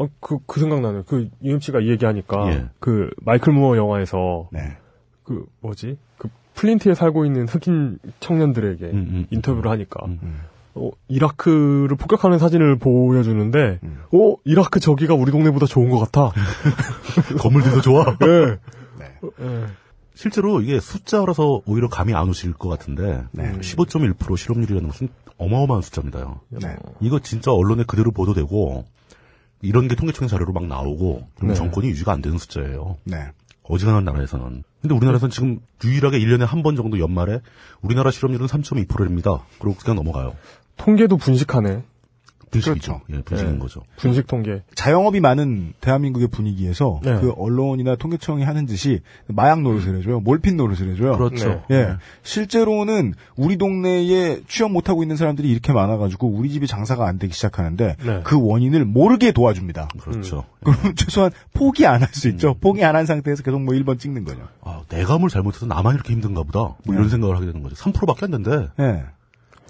Speaker 2: 어, 그, 그 생각나네요. 그, 이음 씨가 이 얘기하니까,
Speaker 4: 예.
Speaker 2: 그, 마이클 무어 영화에서,
Speaker 1: 네.
Speaker 2: 그, 뭐지? 그, 플린트에 살고 있는 흑인 청년들에게
Speaker 4: 음, 음,
Speaker 2: 인터뷰를 하니까,
Speaker 4: 음,
Speaker 2: 어, 이라크를 폭격하는 사진을 보여주는데,
Speaker 1: 음.
Speaker 2: 어, 이라크 저기가 우리 동네보다 좋은 것 같아.
Speaker 4: 건물들도 좋아.
Speaker 2: 예.
Speaker 1: 네.
Speaker 2: 예.
Speaker 4: 실제로 이게 숫자라서 오히려 감이 안 오실 것 같은데
Speaker 2: 네.
Speaker 4: 음, 15.1% 실업률이라는 것은 어마어마한 숫자입니다요.
Speaker 1: 네.
Speaker 4: 이거 진짜 언론에 그대로 보도되고 이런 게 통계청 자료로 막 나오고 그럼
Speaker 2: 네.
Speaker 4: 정권이 유지가 안 되는 숫자예요.
Speaker 1: 네.
Speaker 4: 어지간한 나라에서는. 근데 우리나라에서는 지금 유일하게 1년에 한 번 정도 연말에 우리나라 실업률은 3.2%입니다. 그리고 그냥 넘어가요.
Speaker 2: 통계도 분식하네.
Speaker 4: 분식이죠. 예, 분식인
Speaker 2: 네.
Speaker 4: 거죠.
Speaker 2: 분식 통계.
Speaker 1: 자영업이 많은 대한민국의 분위기에서
Speaker 2: 네.
Speaker 1: 그 언론이나 통계청이 하는 짓이 마약 노릇을 해줘요. 몰핀 노릇을 해줘요.
Speaker 4: 그렇죠.
Speaker 2: 네.
Speaker 1: 예. 실제로는 우리 동네에 취업 못하고 있는 사람들이 이렇게 많아가지고 우리 집이 장사가 안 되기 시작하는데
Speaker 2: 네.
Speaker 1: 그 원인을 모르게 도와줍니다.
Speaker 2: 음.
Speaker 4: 그렇죠. 음.
Speaker 1: 그럼 최소한 포기 안 할 수 있죠. 포기 안 한 상태에서 계속 뭐 1번 찍는 거죠.
Speaker 4: 아, 내 대감을 잘못해서 나만 이렇게 힘든가 보다.
Speaker 2: 네.
Speaker 4: 뭐 이런 생각을 하게 되는 거죠. 3%밖에 안 된대.
Speaker 1: 예.
Speaker 4: 네.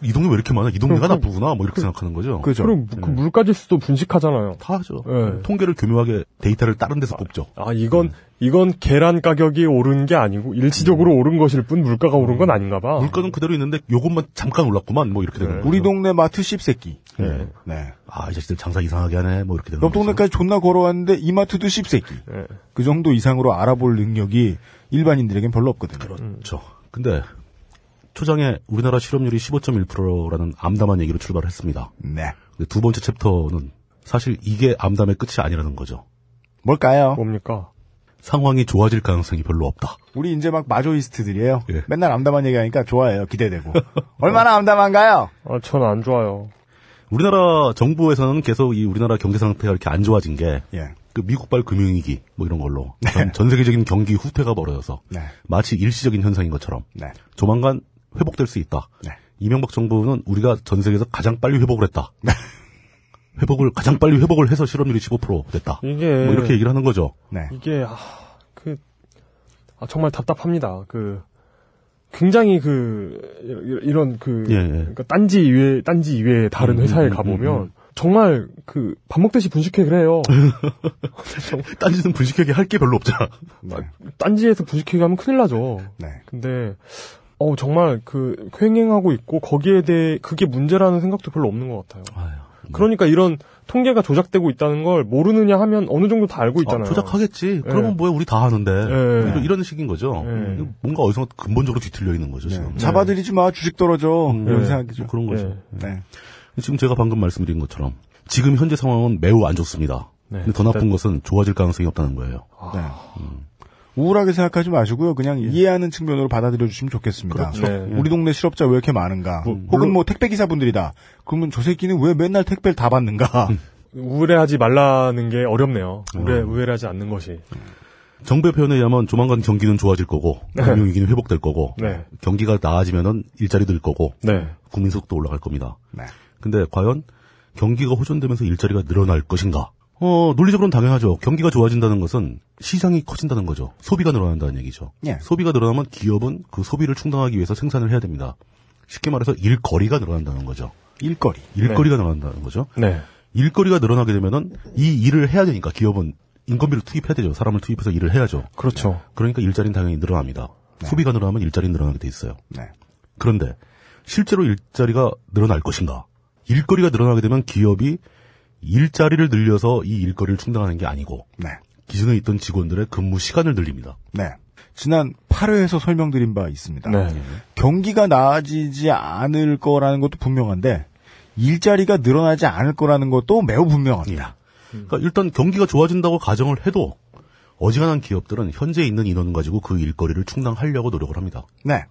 Speaker 4: 이 동네 왜 이렇게 많아? 이 동네가
Speaker 2: 그럼 그-
Speaker 4: 나쁘구나. 뭐 이렇게
Speaker 2: 그-
Speaker 4: 생각하는 거죠. 음.
Speaker 2: 그죠. 그럼 그 물가지 수도 분식하잖아요.
Speaker 4: 다 하죠.
Speaker 2: 예.
Speaker 4: 통계를 교묘하게 데이터를 다른 데서 꼽죠.
Speaker 2: 아 이건
Speaker 4: 음.
Speaker 2: 이건 계란 가격이 오른 게 아니고 일시적으로 오른 것일 뿐 물가가 오른 건 아닌가 봐.
Speaker 4: 물가는 그대로 있는데 요것만 잠깐 올랐구만. 뭐 이렇게 되는 거죠.
Speaker 1: 예. 우리 동네 마트 씹새끼.
Speaker 4: 예.
Speaker 1: 네.
Speaker 4: 아, 이 자식들 장사 이상하게 하네. 뭐 이렇게 되는
Speaker 1: 옆
Speaker 4: 거죠.
Speaker 1: 동네까지 존나 걸어왔는데 이마트도 씹새끼.
Speaker 2: 예.
Speaker 1: 그 정도 이상으로 알아볼 능력이 일반인들에겐 별로 없거든요.
Speaker 4: 그렇죠. 근데 초장에 우리나라 실업률이 15.1%라는 암담한 얘기로 출발했습니다.
Speaker 1: 네.
Speaker 4: 근데 두 번째 챕터는 사실 이게 암담의 끝이 아니라는 거죠.
Speaker 1: 뭘까요?
Speaker 2: 뭡니까?
Speaker 4: 상황이 좋아질 가능성이 별로 없다.
Speaker 1: 우리 이제 막 마조이스트들이에요.
Speaker 4: 예.
Speaker 1: 맨날 암담한 얘기하니까 좋아해요. 기대되고.
Speaker 2: 어.
Speaker 1: 얼마나 암담한가요?
Speaker 2: 아, 전 안 좋아요.
Speaker 4: 우리나라 정부에서는 계속 이 우리나라 경제 상태가 이렇게 안 좋아진 게
Speaker 1: 예.
Speaker 4: 그 미국발 금융위기 뭐 이런 걸로 전, 전 세계적인 경기 후퇴가 벌어져서
Speaker 1: 네.
Speaker 4: 마치 일시적인 현상인 것처럼
Speaker 1: 네.
Speaker 4: 조만간 회복될 수 있다.
Speaker 1: 네.
Speaker 4: 이명박 정부는 우리가 전 세계에서 가장 빨리 회복을 했다. 회복을 가장 빨리 회복을 해서 실업률이 15% 됐다.
Speaker 2: 이게-
Speaker 4: 뭐 이렇게 얘기를 하는 거죠.
Speaker 1: 네.
Speaker 2: 이게 아, 그 아, 정말 답답합니다. 그 굉장히 그 이- 이런 그
Speaker 4: 예, 음, 예.
Speaker 2: 그러니까 딴지 이외 딴지 이외에 다른 회사에 가 보면 정말 그 밥 먹듯이 분식회 그래요.
Speaker 4: 딴짓은 분식회계 할 게 별로 없잖아.
Speaker 2: 딴지에서 분식회 가면 큰일 나죠.
Speaker 1: 네.
Speaker 2: 근데 어 정말 그 횡행하고 있고 거기에 대해 그게 문제라는 생각도 별로 없는 것 같아요.
Speaker 4: 네.
Speaker 2: 그러니까 이런 통계가 조작되고 있다는 걸 모르느냐 하면 어느 정도 다 알고 있잖아요.
Speaker 4: 아, 조작하겠지. 그러면 뭐야 우리 다 하는데 뭐
Speaker 2: 예.
Speaker 4: 이런- 이런 식인 거죠.
Speaker 2: 예.
Speaker 4: 뭔가 어디서 근본적으로 뒤틀려 있는 거죠. 지금.
Speaker 1: 잡아들이지 마. 주식 떨어져. 이런
Speaker 2: 음. 네.
Speaker 1: 생각이죠.
Speaker 4: 뭐 그런 거죠.
Speaker 2: 예.
Speaker 1: 네.
Speaker 4: 지금 제가 방금 말씀드린 것처럼 지금 현재 상황은 매우 안 좋습니다.
Speaker 2: 네.
Speaker 4: 근데 더 나쁜 것은 좋아질 가능성이 없다는 거예요.
Speaker 1: 네.
Speaker 2: 아.
Speaker 1: 우울하게 생각하지 마시고요. 그냥 이해하는 측면으로 받아들여 주시면 좋겠습니다.
Speaker 2: 예.
Speaker 1: 뭐
Speaker 2: 그렇죠. 네.
Speaker 1: 우리 동네 실업자 왜 이렇게 많은가? 혹은 뭐 택배 기사분들이다. 그러면 저 새끼는 왜 맨날 택배를 다 받는가?
Speaker 2: 음. 우울해하지 말라는 게 어렵네요. 우울해,
Speaker 4: 음.
Speaker 2: 우울하지 않는 것이.
Speaker 4: 정부의 표현에 의하면 조만간 경기는 좋아질 거고 금융위기는 회복될 거고
Speaker 2: 네.
Speaker 4: 경기가 나아지면은 일자리 늘 거고
Speaker 2: 네.
Speaker 4: 국민 소득도 올라갈 겁니다.
Speaker 1: 네.
Speaker 4: 근데 과연 경기가 호전되면서 일자리가 늘어날 것인가? 어, 논리적으로는 당연하죠. 경기가 좋아진다는 것은 시장이 커진다는 거죠. 소비가 늘어난다는 얘기죠.
Speaker 1: 예.
Speaker 4: 소비가 늘어나면 기업은 그 소비를 충당하기 위해서 생산을 해야 됩니다. 쉽게 말해서 일거리가 늘어난다는 거죠.
Speaker 1: 일거리.
Speaker 4: 일거리가 늘어난다는 거죠.
Speaker 2: 네.
Speaker 4: 일거리가 늘어나게 되면은 이 일을 해야 되니까 기업은 인건비를 투입해야 되죠. 사람을 투입해서 일을 해야죠.
Speaker 2: 그렇죠. 네.
Speaker 4: 그러니까 일자리는 당연히 늘어납니다. 소비가 늘어나면 일자리는 늘어나게 돼 있어요.
Speaker 1: 네.
Speaker 4: 그런데 실제로 일자리가 늘어날 것인가? 일거리가 늘어나게 되면 기업이 일자리를 늘려서 이 일거리를 충당하는 게 아니고
Speaker 1: 네.
Speaker 4: 기존에 있던 직원들의 근무 시간을 늘립니다.
Speaker 1: 네. 지난 8회에서 설명드린 바 있습니다.
Speaker 2: 네.
Speaker 1: 경기가 나아지지 않을 거라는 것도 분명한데 일자리가 늘어나지 않을 거라는 것도 매우 분명합니다.
Speaker 2: 음.
Speaker 4: 그러니까 일단 경기가 좋아진다고 가정을 해도 어지간한 기업들은 현재 있는 인원 가지고 그 일거리를 충당하려고 노력을 합니다.
Speaker 1: 네.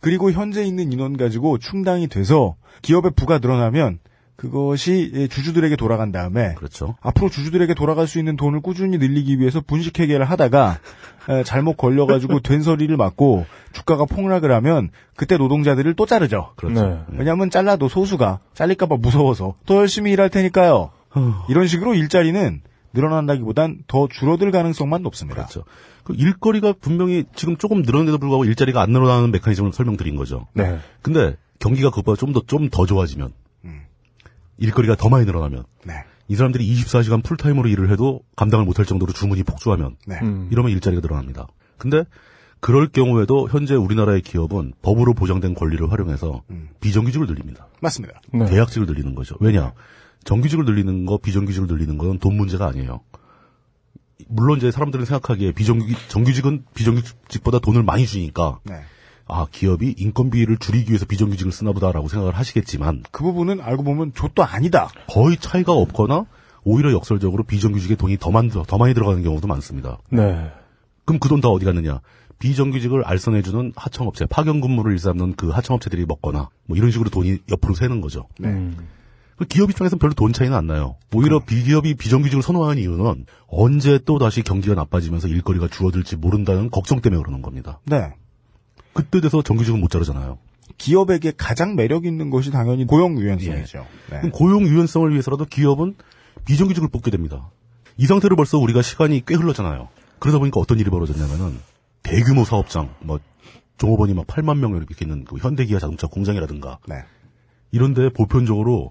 Speaker 1: 그리고 현재 있는 인원 가지고 충당이 돼서 기업의 부가 늘어나면 그것이 주주들에게 돌아간
Speaker 2: 네.
Speaker 1: 다음에
Speaker 4: 그렇죠.
Speaker 1: 앞으로 주주들에게 돌아갈 수 있는 돈을 꾸준히 늘리기 위해서 분식회계를 하다가 에, 잘못 걸려가지고 된서리를 맞고 주가가 폭락을 하면 그때 노동자들을 또 자르죠.
Speaker 4: 그렇죠.
Speaker 2: 네.
Speaker 1: 왜냐하면 잘라도 소수가 잘릴까봐 무서워서 더 열심히 일할 테니까요. 이런 식으로 일자리는 늘어난다기보단 더 줄어들 가능성만 높습니다.
Speaker 4: 그렇죠. 그 일거리가 분명히 지금 조금 늘어난데도 불구하고 일자리가 안 늘어나는 메커니즘을 설명드린 거죠.
Speaker 2: 네.
Speaker 4: 근데 경기가 그것보다 좀 더 좀 더 좋아지면 일거리가 더 많이 늘어나면
Speaker 1: 네,
Speaker 4: 이 사람들이 24시간 풀타임으로 일을 해도 감당을 못할 정도로 주문이 폭주하면
Speaker 1: 네,
Speaker 2: 음.
Speaker 4: 이러면 일자리가 늘어납니다. 근데 그럴 경우에도 현재 우리나라의 기업은 법으로 보장된 권리를 활용해서 비정규직을 늘립니다.
Speaker 1: 맞습니다.
Speaker 2: 네.
Speaker 4: 계약직을 늘리는 거죠. 왜냐? 정규직을 늘리는 거, 비정규직을 늘리는 건 돈 문제가 아니에요. 물론 이제 사람들은 생각하기에 비정규직, 정규직은 비정규직보다 돈을 많이 주니까
Speaker 1: 네.
Speaker 4: 아 기업이 인건비를 줄이기 위해서 비정규직을 쓰나보다라고 생각을 하시겠지만
Speaker 1: 그 부분은 알고 보면 좆도 아니다.
Speaker 4: 거의 차이가 없거나 오히려 역설적으로 비정규직에 돈이 더, 많, 더 많이 들어가는 경우도 많습니다.
Speaker 2: 네.
Speaker 4: 그럼 그 돈 다 어디 갔느냐? 비정규직을 알선해주는 하청업체, 파견 근무를 일삼는 그 하청업체들이 먹거나 뭐 이런 식으로 돈이 옆으로 새는 거죠.
Speaker 2: 음.
Speaker 4: 그 기업 입장에서는 별로 돈 차이는 안 나요. 오히려 비기업이 비정규직을 선호하는 이유는 언제 또 다시 경기가 나빠지면서 일거리가 줄어들지 모른다는 걱정 때문에 그러는 겁니다.
Speaker 1: 네.
Speaker 4: 그때 돼서 정규직은 못 자르잖아요.
Speaker 1: 기업에게 가장 매력 있는 것이 당연히 고용 유연성이죠. 네.
Speaker 4: 예. 그럼 고용 유연성을 위해서라도 기업은 비정규직을 뽑게 됩니다. 이 상태로 벌써 우리가 시간이 꽤 흘렀잖아요. 그러다 보니까 어떤 일이 벌어졌냐면은 대규모 사업장, 뭐 종업원이 막 8만 명을 일으키는 그 현대기아 자동차 공장이라든가
Speaker 1: 네.
Speaker 4: 이런데 보편적으로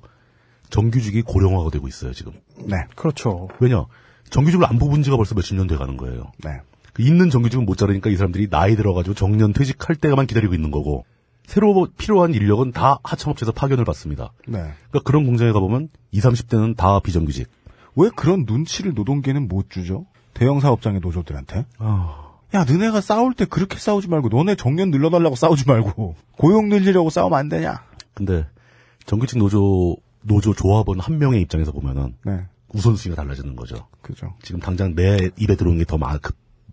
Speaker 4: 정규직이 고령화가 되고 있어요 지금.
Speaker 1: 네,
Speaker 2: 그렇죠.
Speaker 4: 왜냐 정규직을 안 뽑은 지가 벌써 몇십 년 돼가는 거예요.
Speaker 1: 네.
Speaker 4: 그 있는 정규직은 못 자르니까 이 사람들이 나이 들어가지고 정년 퇴직할 때만 기다리고 있는 거고 새로 필요한 인력은 다 하청업체에서 파견을 받습니다.
Speaker 1: 네.
Speaker 4: 그러니까 그런 공장에 가보면 20, 30대는 다 비정규직.
Speaker 1: 왜 그런 눈치를 노동계는 못 주죠? 대형 사업장의 노조들한테. 야, 너네가 싸울 때 그렇게 싸우지 말고, 너네 정년 늘려달라고 싸우지 말고, 고용 늘리려고 싸우면 안 되냐?
Speaker 4: 근데 정규직 노조 노조 조합원 한 명의 입장에서 보면은
Speaker 1: 네.
Speaker 4: 우선순위가 달라지는 거죠.
Speaker 1: 그죠.
Speaker 4: 지금 당장 내 입에 들어오는 게 더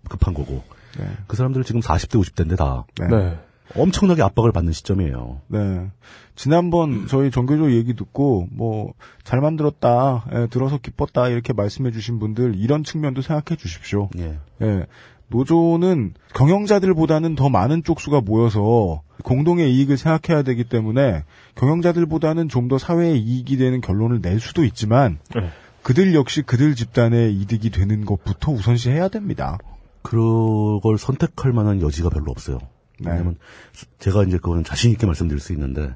Speaker 4: 급한 거고
Speaker 1: 네.
Speaker 4: 그 사람들은 지금 40대 50대인데 다 그러니까
Speaker 1: 네.
Speaker 2: 네.
Speaker 4: 엄청나게 압박을 받는 시점이에요.
Speaker 1: 네. 지난번 저희 정교조 얘기 듣고, 뭐, 잘 만들었다, 예, 들어서 기뻤다, 이렇게 말씀해 주신 분들, 이런 측면도 생각해 주십시오.
Speaker 4: 예.
Speaker 1: 예. 노조는 경영자들보다는 더 많은 쪽수가 모여서 공동의 이익을 생각해야 되기 때문에 경영자들보다는 좀 더 사회에 이익이 되는 결론을 낼 수도 있지만
Speaker 2: 네.
Speaker 1: 그들 역시 그들 집단의 이득이 되는 것부터 우선시해야 됩니다.
Speaker 4: 그걸 선택할 만한 여지가 별로 없어요.
Speaker 1: 네.
Speaker 4: 왜냐면 제가 이제 그거는 자신 있게 말씀드릴 수 있는데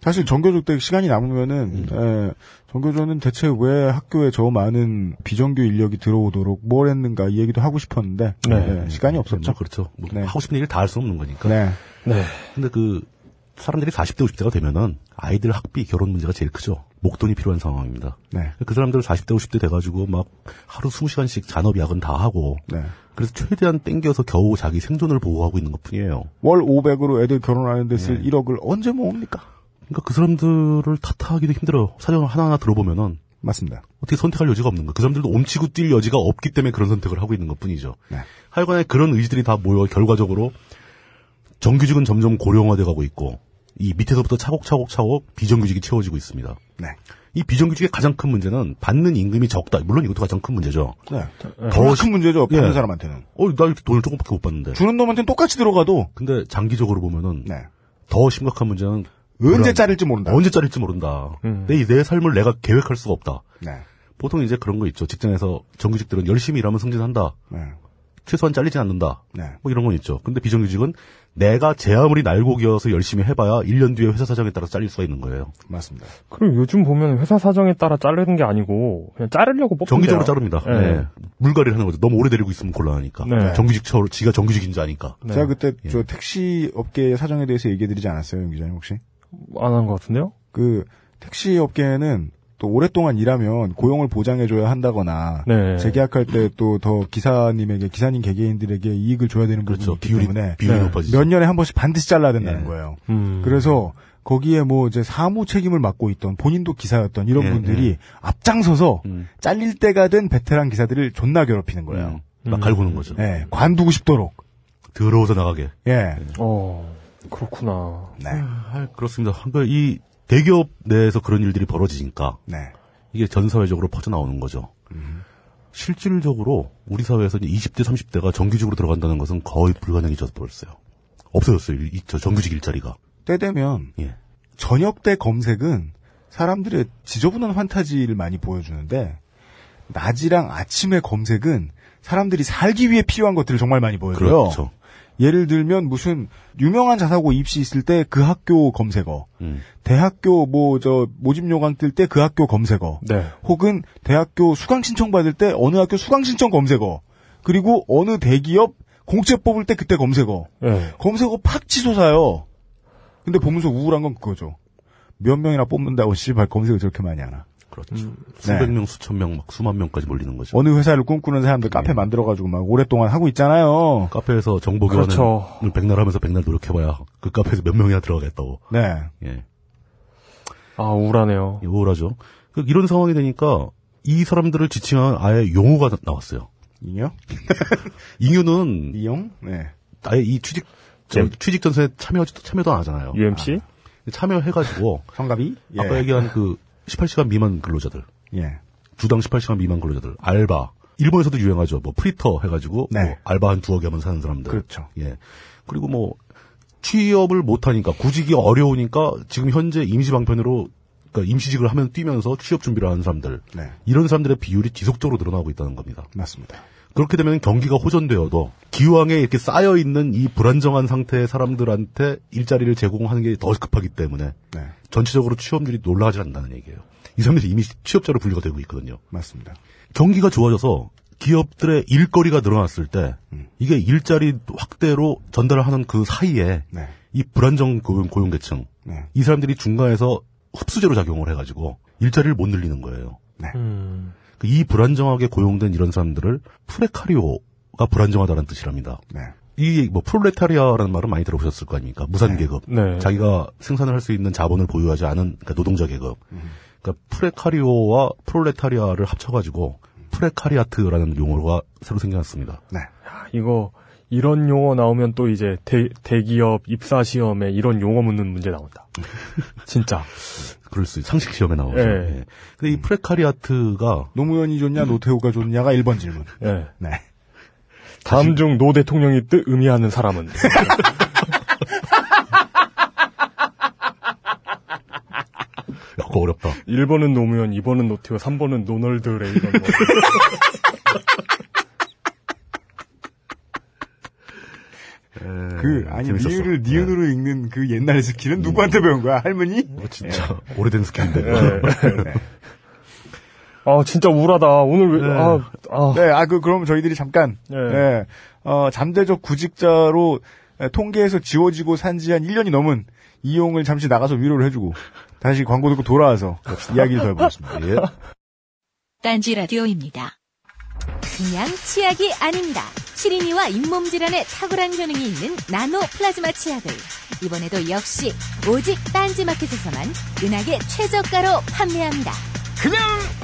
Speaker 1: 사실 정교조 때 시간이
Speaker 4: 음.
Speaker 1: 남으면은 예, 정교조는 대체 왜 학교에 저 많은 비정규 인력이 들어오도록 뭘 했는가 이 얘기도 하고 싶었는데 예, 시간이 없었죠.
Speaker 4: 뭐 그렇죠. 뭐
Speaker 1: 네.
Speaker 4: 하고 싶은 얘기를 다 할 수 없는 거니까.
Speaker 1: 네.
Speaker 2: 네.
Speaker 4: 근데 그 사람들이 40대 50대가 되면은 아이들 학비 결혼 문제가 제일 크죠. 목돈이 필요한 상황입니다.
Speaker 1: 네.
Speaker 4: 그 사람들 40대 50대 돼가지고 막 하루 20시간씩 잔업 야근 다 하고
Speaker 1: 네.
Speaker 4: 그래서 최대한 땡겨서 겨우 자기 생존을 보호하고 있는 것뿐이에요.
Speaker 1: 월 500으로 애들 결혼하는데
Speaker 4: 네.
Speaker 1: 쓸 1억을 언제 모읍니까?
Speaker 4: 그러니까 그 사람들을 탓하기도 힘들어요. 사정을 하나하나 들어보면은
Speaker 1: 맞습니다.
Speaker 4: 어떻게 선택할 여지가 없는 거예요. 그 사람들도 옴치고 뛸 여지가 없기 때문에 그런 선택을 하고 있는 것뿐이죠.
Speaker 1: 네.
Speaker 4: 하여간에 그런 의지들이 다 모여 결과적으로 정규직은 점점 고령화돼 가고 있고 이 밑에서부터 차곡차곡 차곡 비정규직이 채워지고 있습니다.
Speaker 1: 네.
Speaker 4: 이 비정규직의 가장 큰 문제는 받는 임금이 적다. 물론 이것도 가장 큰 문제죠.
Speaker 1: 네.
Speaker 4: 더
Speaker 1: 더큰 문제죠. 받는
Speaker 4: 예.
Speaker 1: 사람한테는.
Speaker 4: 어, 나 이렇게 돈을 조금밖에 못 받는데.
Speaker 1: 주는 놈한테는 똑같이 들어가도
Speaker 4: 근데 장기적으로 보면은
Speaker 1: 네.
Speaker 4: 더 심각한 문제는
Speaker 1: 언제
Speaker 4: 그런-
Speaker 1: 자를지 모른다.
Speaker 4: 언제 자릴지 모른다.
Speaker 2: 음.
Speaker 4: 내, 내 삶을 내가 계획할 수가 없다.
Speaker 1: 네.
Speaker 4: 보통 이제 그런 거 있죠. 직장에서 정규직들은 열심히 일하면 승진한다.
Speaker 1: 네.
Speaker 4: 최소한 잘리지 않는다.
Speaker 1: 네.
Speaker 4: 뭐 이런 건 있죠. 근데 비정규직은 내가 제 아무리 날고기여서 열심히 해봐야 1년 뒤에 회사 사정에 따라 잘릴 수가 있는 거예요.
Speaker 1: 맞습니다.
Speaker 2: 그리고 요즘 보면 회사 사정에 따라 자르는 게 아니고 그냥 자르려고 뽑는
Speaker 4: 정기적으로 자릅니다.
Speaker 2: 네.
Speaker 4: 네. 물갈이를 하는 거죠. 너무 오래 데리고 있으면 곤란하니까.
Speaker 2: 네.
Speaker 4: 정규직 처 지가 정규직인 줄 아니까.
Speaker 1: 제가 그때
Speaker 4: 예.
Speaker 1: 저 택시 업계 사정에 대해서 얘기해드리지 않았어요, 영 기자님 혹시?
Speaker 2: 안한 것 같은데요?
Speaker 1: 그 택시 업계는 또 오랫동안 일하면 고용을 보장해줘야 한다거나
Speaker 2: 네.
Speaker 1: 재계약할 때 또 더 기사님에게 기사님 개개인들에게 이익을 줘야 되는
Speaker 4: 그렇죠.
Speaker 1: 부분이 있기
Speaker 4: 비율이,
Speaker 1: 때문에
Speaker 4: 비율이
Speaker 2: 네.
Speaker 4: 높아지죠.
Speaker 1: 몇 년에 한 번씩 반드시 잘라야 된다는
Speaker 4: 네.
Speaker 1: 거예요.
Speaker 2: 음.
Speaker 1: 그래서 거기에 뭐 이제 사무 책임을 맡고 있던 본인도 기사였던 이런
Speaker 4: 예,
Speaker 1: 분들이 앞장서서
Speaker 4: 음.
Speaker 1: 잘릴 때가 된 베테랑 기사들을 존나 괴롭히는 거예요.
Speaker 4: 음. 막 갈구는 거죠.
Speaker 1: 예, 관두고 싶도록.
Speaker 4: 더러워서 나가게.
Speaker 1: 예.
Speaker 2: 어 그렇구나.
Speaker 1: 네.
Speaker 4: 아, 그렇습니다. 그러니까 이 대기업 내에서 그런 일들이 벌어지니까
Speaker 1: 네.
Speaker 4: 이게 전 사회적으로 퍼져나오는 거죠. 실질적으로 우리 사회에서 이제 20대, 30대가 정규직으로 들어간다는 것은 거의 불가능해져서 버렸어요. 없어졌어요. 이- 이- 저 정규직 일자리가.
Speaker 1: 때 되면
Speaker 4: 예.
Speaker 1: 저녁 때 검색은 사람들의 지저분한 환타지를 많이 보여주는데 낮이랑 아침의 검색은 사람들이 살기 위해 필요한 것들을 정말 많이 보여줘요.
Speaker 4: 그렇죠.
Speaker 1: 예를 들면 무슨 유명한 자사고 입시 있을 때 그 학교 검색어,
Speaker 4: 음.
Speaker 1: 대학교 뭐 저 모집 요강 뜰 때 그 학교 검색어,
Speaker 2: 네.
Speaker 1: 혹은 대학교 수강 신청 받을 때 어느 학교 수강 신청 검색어, 그리고 어느 대기업 공채 뽑을 때 그때 검색어.
Speaker 2: 네.
Speaker 1: 검색어 팍 치솟아요. 근데 보면서 우울한 건 그거죠. 몇 명이나 뽑는다고 씨발 검색을 저렇게 많이 하나.
Speaker 4: 그렇죠.
Speaker 1: 네.
Speaker 4: 수백 명, 수천 명, 막 수만 명까지 몰리는 거죠.
Speaker 1: 어느 회사를 꿈꾸는 사람들 카페 만들어가지고 막 오랫동안 하고 있잖아요.
Speaker 4: 카페에서 정보 교환을
Speaker 2: 그렇죠.
Speaker 4: 백날 하면서 백날 노력해봐야 그 카페에서 몇 명이나 들어가겠다고.
Speaker 1: 네.
Speaker 4: 예.
Speaker 2: 아 우울하네요.
Speaker 4: 예, 우울하죠. 그 이런 상황이 되니까 이 사람들을 지칭한 아예 용어가 나- 나왔어요.
Speaker 1: 이요?
Speaker 4: 잉유는
Speaker 1: 이용? 네.
Speaker 4: 아예 이 취직 저, 취직 전선에 참여 참여도 안 하잖아요.
Speaker 2: UMC?
Speaker 4: 참여해가지고
Speaker 1: 성갑이? 예.
Speaker 4: 아까 얘기한 그 18시간 미만 근로자들,
Speaker 1: 예.
Speaker 4: 주당 18시간 미만 근로자들, 알바. 일본에서도 유행하죠. 뭐 프리터 해가지고
Speaker 1: 네.
Speaker 4: 뭐 알바 한 두어 개만 사는 사람들.
Speaker 1: 그렇죠.
Speaker 4: 예. 그리고 뭐 취업을 못하니까 구직이 어려우니까 지금 현재 임시방편으로 그러니까 임시직을 하면 뛰면서 취업 준비를 하는 사람들.
Speaker 1: 네.
Speaker 4: 이런 사람들의 비율이 지속적으로 늘어나고 있다는 겁니다.
Speaker 1: 맞습니다.
Speaker 4: 그렇게 되면 경기가 호전되어도 기왕에 이렇게 쌓여 있는 이 불안정한 상태의 사람들한테 일자리를 제공하는 게 더 급하기 때문에
Speaker 1: 네.
Speaker 4: 전체적으로 취업률이 놀라지 않는다는 얘기예요. 이 사람들이 이미 취업자로 분류가 되고 있거든요.
Speaker 1: 맞습니다.
Speaker 4: 경기가 좋아져서 기업들의 일거리가 늘어났을 때 이게 일자리 확대로 전달을 하는 그 사이에
Speaker 1: 네.
Speaker 4: 이 불안정 고용, 고용계층
Speaker 1: 네.
Speaker 4: 이 사람들이 중간에서 흡수제로 작용을 해가지고 일자리를 못 늘리는 거예요.
Speaker 2: 음.
Speaker 4: 그이 불안정하게 고용된 이런 사람들을 프레카리오가 불안정하다는 뜻이랍니다.
Speaker 1: 네.
Speaker 4: 이 뭐 프롤레타리아라는 말은 많이 들어보셨을 거 아닙니까? 무산 계급.
Speaker 2: 네.
Speaker 4: 자기가 생산을 할 수 있는 자본을 보유하지 않은 그러니까 노동자 계급.
Speaker 1: 음.
Speaker 4: 그러니까 프레카리오와 프롤레타리아를 합쳐가지고 프레카리아트라는 용어가 새로 생겨났습니다.
Speaker 1: 네.
Speaker 2: 아, 이거 이런 용어 나오면 또 이제 대, 대기업 입사 시험에 이런 용어 묻는 문제 나온다. 진짜.
Speaker 4: 그럴 수 있- 상식 시험에 나오죠.
Speaker 1: 네.
Speaker 2: 예.
Speaker 4: 예.
Speaker 1: 음.
Speaker 4: 근데 이 프레카리아트가
Speaker 1: 노무현이 좋냐 노태우가 좋냐가 1번 질문.
Speaker 2: 예.
Speaker 1: 음. 네.
Speaker 2: 다음 중 노 대통령이 뜻 의미하는 사람은
Speaker 4: 야, 그거 어렵다.
Speaker 1: 네.
Speaker 2: 1번은 노무현, 2번은 노태우, 3번은 노널드 레이건. 뭐.
Speaker 1: 그 아니
Speaker 4: 재밌었어.
Speaker 1: 니은을 니은으로 읽는 그 옛날의 스킬은 누구한테 배운 거야? 할머니?
Speaker 4: 어, 진짜
Speaker 1: 네.
Speaker 4: 오래된 스킬인데.
Speaker 2: 아 진짜 우울하다. 오늘 왜? 아, 아.
Speaker 1: 네, 아, 그, 그럼 저희들이 잠깐,
Speaker 2: 네.
Speaker 1: 예, 어, 잠재적 구직자로 예, 통계에서 지워지고 산지 한 1년이 넘은 이용을 잠시 나가서 위로를 해주고, 다시 광고 듣고 돌아와서 이야기를 더 해보겠습니다.
Speaker 4: 예.
Speaker 6: 딴지 라디오입니다.
Speaker 8: 그냥 치약이 아닙니다. 시린이와 잇몸 질환에 탁월한 효능이 있는 나노 플라즈마 치약을 이번에도 역시 오직 딴지마켓에서만 은하계 최저가로 판매합니다.
Speaker 11: 그냥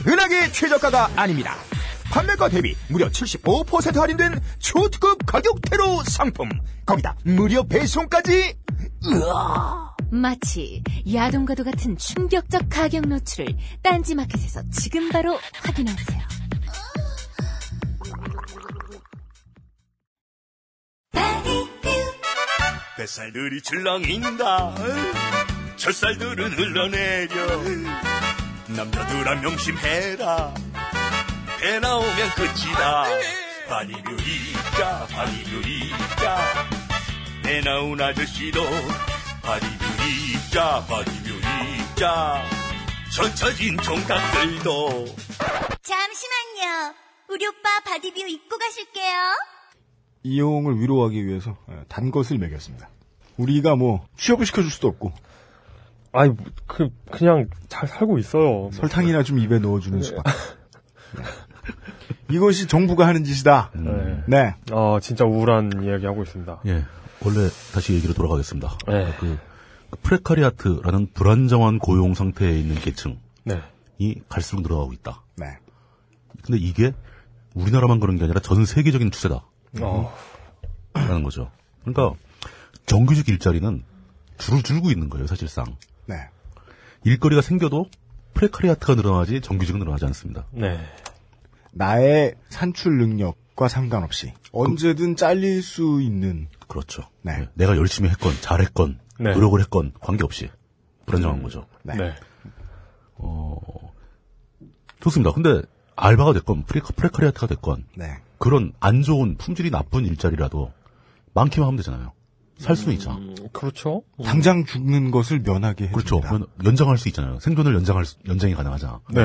Speaker 11: 은하계 최저가가 아닙니다. 판매가 대비 무려 75% 할인된 초특급 가격대로 상품. 거기다 무료 배송까지. 으아.
Speaker 8: 마치 야동과도 같은 충격적 가격 노출을 딴지마켓에서 지금 바로 확인하세요.
Speaker 12: 뱃살들이 출렁인다 젖살들은 흘러내려 남자들아 명심해라 배 나오면 끝이다 바디뷰이자 바디뷰이자 배 나온 아저씨도 바디뷰이자 바디뷰이자 젖혀진 종각들도
Speaker 13: 잠시만요. 우리 오빠 바디뷰 입고 가실게요.
Speaker 1: 이용을 위로하기 위해서 예, 단 것을 먹였습니다. 우리가 뭐, 취업을 시켜줄 수도 없고,
Speaker 2: 아니 뭐, 그 그냥 잘 살고 있어요.
Speaker 1: 설탕이나 좀 입에 넣어주는 수밖. 네. 이것이 정부가 하는 짓이다. 네.
Speaker 2: 아 진짜 우울한 이야기 하고 있습니다.
Speaker 4: 예. 원래 다시 얘기로 돌아가겠습니다.
Speaker 2: 예.
Speaker 4: 그, 그 프레카리아트라는 불안정한 고용 상태에 있는 계층이
Speaker 2: 네.
Speaker 4: 갈수록 늘어가고 있다.
Speaker 1: 네.
Speaker 4: 근데 이게 우리나라만 그런 게 아니라 전 세계적인 추세다.
Speaker 2: 어.
Speaker 4: 라는 거죠. 그러니까 정규직 일자리는 줄을 줄고 있는 거예요, 사실상.
Speaker 1: 네.
Speaker 4: 일거리가 생겨도 프레카리아트가 늘어나지 정규직은 늘어나지 않습니다.
Speaker 2: 네.
Speaker 1: 나의 산출 능력과 상관없이, 언제든 잘릴 수 있는,
Speaker 4: 그렇죠.
Speaker 1: 네.
Speaker 4: 네. 내가 열심히 했건 잘했건
Speaker 2: 네.
Speaker 4: 노력을 했건 관계없이 불안정한 거죠.
Speaker 1: 네.
Speaker 2: 네.
Speaker 4: 어, 좋습니다. 근데 알바가 됐건 프레, 프레카리아트가 됐건
Speaker 1: 네.
Speaker 4: 그런 안 좋은 품질이 나쁜 일자리라도 많기만 하면 되잖아요. 살 수는 있잖아.
Speaker 2: 그렇죠.
Speaker 1: 당장 죽는 것을 면하게
Speaker 4: 그렇죠.
Speaker 1: 해줍니다.
Speaker 4: 연- 연장할 수 있잖아요. 생존을 연장할 수- 연장이 가능하잖아.
Speaker 2: 네.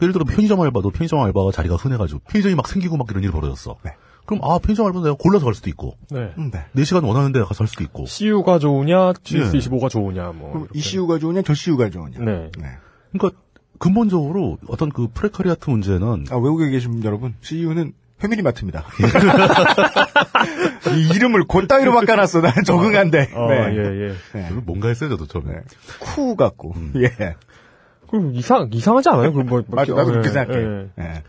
Speaker 4: 예를 들어 편의점 알바도 편의점 알바가 자리가 흔해가지고 편의점이 막 생기고 막 이런 일이 벌어졌어.
Speaker 1: 네.
Speaker 4: 그럼 아 편의점 알바도 내가 골라서 갈 수도 있고
Speaker 2: 네.
Speaker 1: 음, 네.
Speaker 4: 내 시간 원하는 데 가서 할 수도 있고
Speaker 2: CU가 좋으냐,
Speaker 4: 네.
Speaker 2: GS25가 좋으냐, 뭐.
Speaker 1: 그럼
Speaker 2: 이렇게.
Speaker 1: 이 CU가 좋으냐, 저 CU가 좋으냐.
Speaker 2: 네.
Speaker 1: 네.
Speaker 4: 그러니까 근본적으로 어떤 그 프레카리아트 문제는
Speaker 1: 아, 외국에 계신 여러분, CU는 패밀리 마트입니다. 이 이름을 곧 따위로 바꿔놨어. 나는 적응한데.
Speaker 2: 아,
Speaker 1: 네.
Speaker 2: 예, 예.
Speaker 1: 네.
Speaker 4: 뭔가 했어요 저도 처음에
Speaker 1: 네. 쿠 같고. 예.
Speaker 2: 그럼 이상, 이상하지 않아요? 그럼 뭐,
Speaker 1: 맞, 나도 그렇게
Speaker 2: 예,
Speaker 1: 생각해.
Speaker 2: 예.
Speaker 1: 예.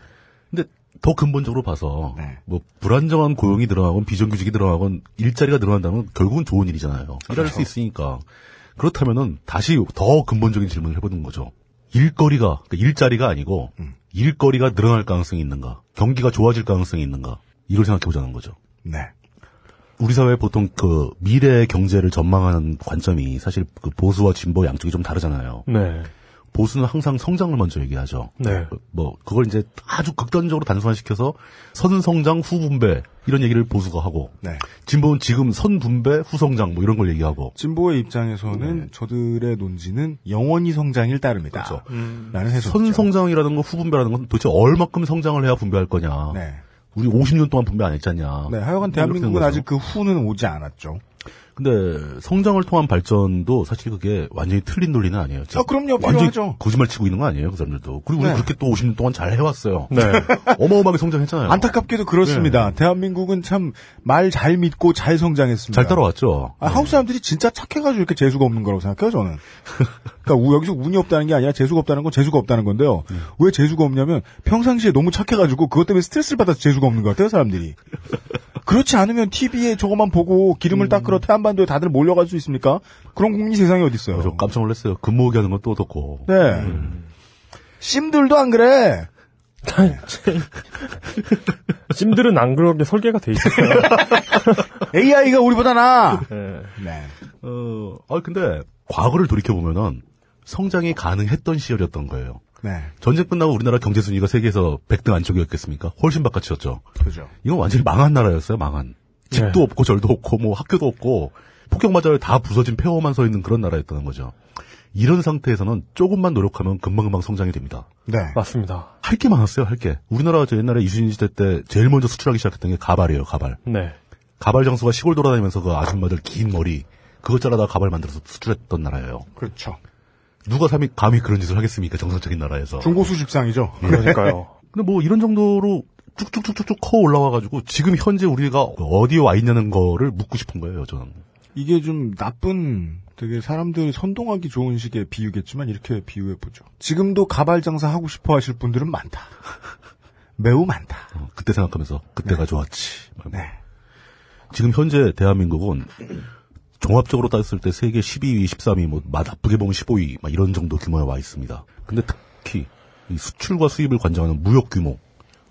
Speaker 4: 근데 더 근본적으로 봐서
Speaker 1: 네.
Speaker 4: 뭐 불안정한 고용이 늘어나건 비정규직이 늘어나건 일자리가 늘어난다면 결국은 좋은 일이잖아요 일할 수 있으니까 그렇다면은 다시 더 근본적인 질문을 해보는 거죠 일거리가 그러니까 일자리가 아니고 일거리가 늘어날 가능성이 있는가 경기가 좋아질 가능성이 있는가 이걸 생각해 보자는 거죠
Speaker 1: 네.
Speaker 4: 우리 사회 보통 그 미래의 경제를 전망하는 관점이 사실 그 보수와 진보 양쪽이 좀 다르잖아요.
Speaker 2: 네.
Speaker 4: 보수는 항상 성장을 먼저 얘기하죠.
Speaker 2: 네.
Speaker 4: 뭐 그걸 이제 아주 극단적으로 단순화시켜서 선성장 후분배 이런 얘기를 보수가 하고
Speaker 1: 네.
Speaker 4: 진보는 지금 선분배 후성장 뭐 이런 걸 얘기하고
Speaker 1: 진보의 입장에서는 저들의 논지는 영원히 성장일 따릅니다.
Speaker 4: 그렇죠.
Speaker 1: 라는 해석.
Speaker 4: 선성장이라는 건 후분배라는 건 도대체 얼마큼 성장을 해야 분배할 거냐. 우리 50년 동안 분배 안 했잖냐. 뭐
Speaker 1: 네, 하여간 대한민국은 아직 그 후는 오지 않았죠.
Speaker 4: 근데 성장을 통한 발전도 사실 그게 완전히 틀린 논리는 아니에요.
Speaker 1: 아, 그럼요.
Speaker 4: 완전히
Speaker 1: 필요하죠.
Speaker 4: 거짓말 치고 있는 거 아니에요, 그 사람들도. 그리고 우리
Speaker 1: 네.
Speaker 4: 그렇게 또 50년 동안 잘 해왔어요.
Speaker 1: 네.
Speaker 4: 어마어마하게 성장했잖아요.
Speaker 1: 안타깝게도 그렇습니다. 대한민국은 참 말 잘 믿고 잘 성장했습니다.
Speaker 4: 잘 따라왔죠.
Speaker 1: 아, 한국 사람들이 진짜 착해가지고 이렇게 재수가 없는 거라고 생각해요, 저는. 그러니까 우- 여기서 운이 없다는 게 아니라 재수가 없다는 건 재수가 없다는 건데요. 왜 재수가 없냐면 평상시에 너무 착해가지고 그것 때문에 스트레스를 받아서 재수가 없는 것 같아요, 사람들이. 그렇지 않으면 TV에 저것만 보고 기름을 닦으러 태안반도에 다들 몰려갈 수 있습니까? 그런 국민 세상이 어딨어요.
Speaker 4: 저 그렇죠. 깜짝 놀랐어요. 금 모으기 하는 것도 어떻고.
Speaker 1: 네. 심들도 안 그래.
Speaker 2: 찜들은 안 그러게 설계가 돼 있어요.
Speaker 1: AI가 우리보다 나.
Speaker 2: 네.
Speaker 4: 어, 아 근데 과거를 돌이켜 보면은 성장이 가능했던 시절이었던 거예요.
Speaker 1: 네.
Speaker 4: 전쟁 끝나고 우리나라 경제 순위가 세계에서 100등 안쪽이었겠습니까? 훨씬 바깥이었죠.
Speaker 1: 그죠. 네.
Speaker 4: 이건 완전히 망한 나라였어요, 망한. 집도 없고 절도 없고 뭐 학교도 없고 폭격 맞아요 다 부서진 폐허만 서 있는 그런 나라였다는 거죠. 이런 상태에서는 조금만 노력하면 금방금방 성장이 됩니다.
Speaker 1: 네.
Speaker 2: 맞습니다.
Speaker 4: 할 게 많았어요, 할 게. 우리나라가 저 옛날에 이순신 시대 때 제일 먼저 수출하기 시작했던 게 가발이에요, 가발.
Speaker 2: 네.
Speaker 4: 가발 장수가 시골 돌아다니면서 그 아줌마들 긴 머리 그것 자르다가 가발 만들어서 수출했던 나라예요.
Speaker 1: 그렇죠.
Speaker 4: 누가 감히, 감히 그런 짓을 하겠습니까? 정상적인 나라에서.
Speaker 1: 중고수집상이죠.
Speaker 4: 근데 뭐 이런 정도로 쭉쭉쭉쭉쭉 커 올라와가지고 지금 현재 우리가 그 어디에 와 있냐는 거를 묻고 싶은 거예요, 저는.
Speaker 1: 이게 좀 나쁜 되게 사람들 선동하기 좋은 식의 비유겠지만 이렇게 비유해 보죠. 지금도 가발 장사 하고 싶어 하실 분들은 많다. 매우 많다.
Speaker 4: 어, 그때 생각하면서 그때가
Speaker 2: 네.
Speaker 4: 좋았지. 지금 현재 대한민국은 종합적으로 따졌을 때 세계 12위, 13위, 뭐 맛 나쁘게 보면 15위 막 이런 정도 규모에 와 있습니다. 근데 특히 이 수출과 수입을 관장하는 무역 규모,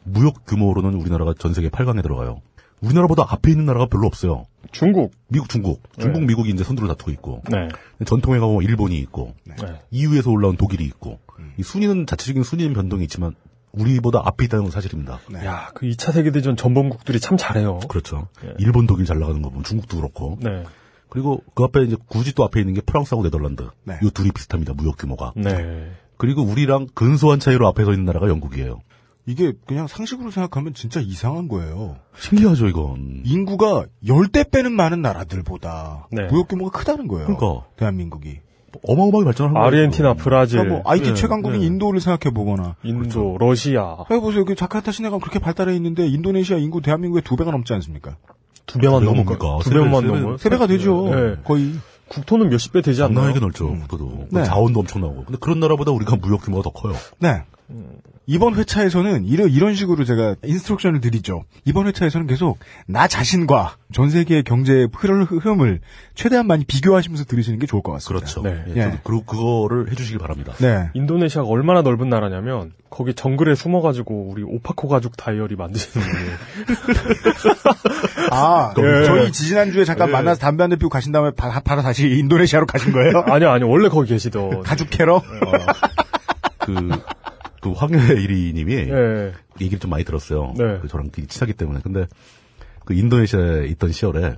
Speaker 4: 무역 규모로는 우리나라가 전 세계 8강에 들어가요. 우리나라보다 앞에 있는 나라가 별로 없어요.
Speaker 2: 중국,
Speaker 4: 미국, 중국, 중국,
Speaker 2: 네.
Speaker 4: 미국이 이제 선두를 다투고 있고,
Speaker 2: 네.
Speaker 4: 전통에 가보면 일본이 있고,
Speaker 2: 네. 음.
Speaker 4: EU에서 올라온 독일이 있고, 이 순위는 자체적인 순위는 변동이 있지만 우리보다 앞에 있다는 건 사실입니다.
Speaker 2: 야, 그 2차 세계대전 전범국들이 참 잘해요.
Speaker 4: 그렇죠. 일본, 독일 잘 나가는 거 보면 중국도 그렇고.
Speaker 2: 예. 네.
Speaker 4: 그리고 그 앞에 이제 굳이 또 앞에 있는 게 프랑스하고 네덜란드.
Speaker 1: 네.
Speaker 4: 이 둘이 비슷합니다. 무역 규모가.
Speaker 2: 네.
Speaker 4: 그리고 우리랑 근소한 차이로 앞에 서 있는 나라가 영국이에요.
Speaker 1: 이게 그냥 상식으로 생각하면 진짜 이상한 거예요.
Speaker 4: 신기하죠, 이건.
Speaker 1: 인구가 열대 배는 많은 나라들보다
Speaker 2: 네.
Speaker 1: 무역 규모가 크다는 거예요.
Speaker 4: 그러니까.
Speaker 1: 대한민국이.
Speaker 4: 어마어마하게 발전한 거예요.
Speaker 2: 아르헨티나, 브라질.
Speaker 1: 그러니까 뭐 IT
Speaker 2: 네,
Speaker 1: 최강국인
Speaker 2: 네.
Speaker 1: 인도를 생각해 보거나
Speaker 2: 인도, 러시아.
Speaker 1: 해보세요. 그 자카르타 시내가 그렇게 발달해 있는데 인도네시아 인구 대한민국의 두 배가 넘지 않습니까?
Speaker 2: 두 배만
Speaker 4: 두 배가
Speaker 2: 넘어가.
Speaker 4: 뭡니까?
Speaker 2: 두
Speaker 4: 세 배,
Speaker 2: 배만
Speaker 4: 세 배,
Speaker 2: 넘어요.
Speaker 1: 세 배가 되죠.
Speaker 2: 네.
Speaker 1: 거의.
Speaker 2: 국토는 몇십 배 되지 않나요?
Speaker 4: 장난이게 넓죠,
Speaker 2: 음.
Speaker 4: 국토도. 그
Speaker 1: 네.
Speaker 4: 자원도 엄청나고. 근데 그런 나라보다 우리가 무역 규모가 더 커요.
Speaker 1: 네. 이번 회차에서는 이런 이런 식으로 제가 인스트럭션을 드리죠. 이번 회차에서는 계속 나 자신과 전 세계의 경제의 흐름- 흐름을 최대한 많이 비교하시면서 들으시는 게 좋을 것 같습니다.
Speaker 4: 그렇죠.
Speaker 2: 네.
Speaker 4: 예,
Speaker 1: 예.
Speaker 4: 저도 그리고 그거를 해주시길 바랍니다.
Speaker 1: 네.
Speaker 2: 인도네시아가 얼마나 넓은 나라냐면 거기 정글에 숨어가지고 우리 오파코 가죽 다이어리 만드시는 분이
Speaker 1: 아,
Speaker 2: 예.
Speaker 1: 저희 지지난주에 잠깐 만나서 담배 한 대 피우고 가신 다음에 바, 바로 다시 인도네시아로 가신 거예요?
Speaker 2: 아니요 아니요 원래 거기 계시던
Speaker 1: 가죽 캐러?
Speaker 4: 그, 그 황혜일이님이
Speaker 2: 예.
Speaker 4: 얘기를 좀 많이 들었어요.
Speaker 2: 네.
Speaker 4: 그 저랑 되게 친하기 때문에. 근데 그 인도네시아에 있던 시절에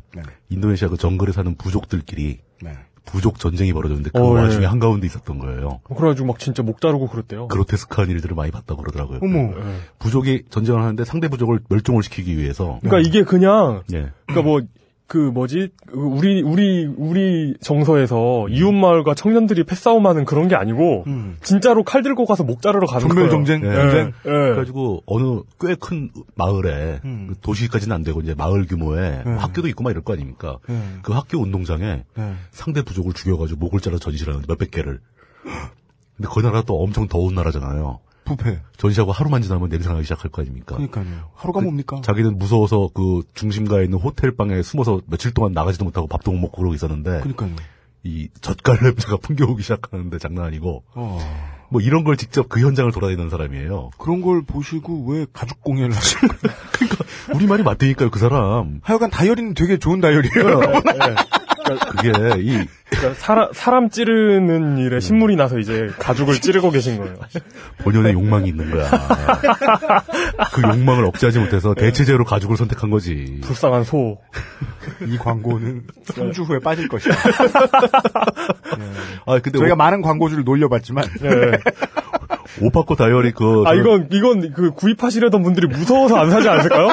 Speaker 4: 인도네시아 그 정글에 사는 부족들끼리
Speaker 1: 네.
Speaker 4: 부족 전쟁이 벌어졌는데 그
Speaker 2: 어, 예.
Speaker 4: 와중에 한가운데 있었던 거예요.
Speaker 2: 그래가지고 막 진짜 목 자르고 그랬대요.
Speaker 4: 그로테스크한 일들을 많이 봤다고 그러더라고요. 네.
Speaker 1: 어머.
Speaker 2: 예.
Speaker 4: 부족이 전쟁을 하는데 상대 부족을 멸종을 시키기 위해서
Speaker 2: 그러니까 이게 그냥
Speaker 4: 예.
Speaker 2: 그러니까 뭐 그 뭐지 그 우리 우리 우리 정서에서 이웃 마을과 청년들이 패싸움하는 그런 게 아니고
Speaker 4: 음.
Speaker 2: 진짜로 칼 들고 가서 목 자르러 가는
Speaker 1: 정면
Speaker 2: 거예요.
Speaker 1: 정쟁?
Speaker 2: 예.
Speaker 1: 전쟁?
Speaker 2: 예.
Speaker 4: 네. 그래가지고 어느 꽤 큰 마을에
Speaker 1: 음.
Speaker 4: 그 도시까지는 안 되고 이제 마을 규모에
Speaker 1: 네.
Speaker 4: 학교도 있고 막 이럴 거 아닙니까?
Speaker 1: 네.
Speaker 4: 그 학교 운동장에
Speaker 1: 네.
Speaker 4: 상대 부족을 죽여가지고 목을 잘라 전시하는 몇백 개를. 근데 그 나라 또 엄청 더운 나라잖아요.
Speaker 1: 부패.
Speaker 4: 전시하고 하루만 지나면 냄새 나기 시작할 거 아닙니까?
Speaker 1: 그러니까요. 하루가 뭡니까?
Speaker 4: 자기는 무서워서 그 중심가에 있는 호텔 방에 숨어서 며칠 동안 나가지도 못하고 밥도 못 먹고 그러고 있었는데
Speaker 1: 그러니까요.
Speaker 4: 이 젓갈 냄새가 풍겨오기 시작하는데 장난 아니고
Speaker 1: 어.
Speaker 4: 뭐 이런 걸 직접 그 현장을 돌아다니는 사람이에요.
Speaker 1: 그런 걸 보시고 왜 가죽 공연을 하시는 거예요?
Speaker 4: 우리 말이 맞으니까요 그 사람.
Speaker 1: 하여간 다이어리는 되게 좋은 다이어리예요.
Speaker 4: 예, 예. 그러니까 그게 이
Speaker 2: 그러니까 사람, 사람 찌르는
Speaker 4: 음.
Speaker 2: 일에 신물이 나서 이제 가죽을 찌르고 계신 거예요.
Speaker 4: 본연의 욕망이 있는 거야. 그 욕망을 억제하지 못해서 대체제로 가죽을 선택한 거지.
Speaker 2: 불쌍한 소.
Speaker 1: 이 광고는 3주 후에 빠질 것이다. 네.
Speaker 4: 아, 근데
Speaker 1: 저희가 많은 광고주를 놀려봤지만. 네.
Speaker 4: 오파코 다이어리 그.
Speaker 2: 아, 이건, 이건 그 구입하시려던 분들이 무서워서 안 사지 않을까요?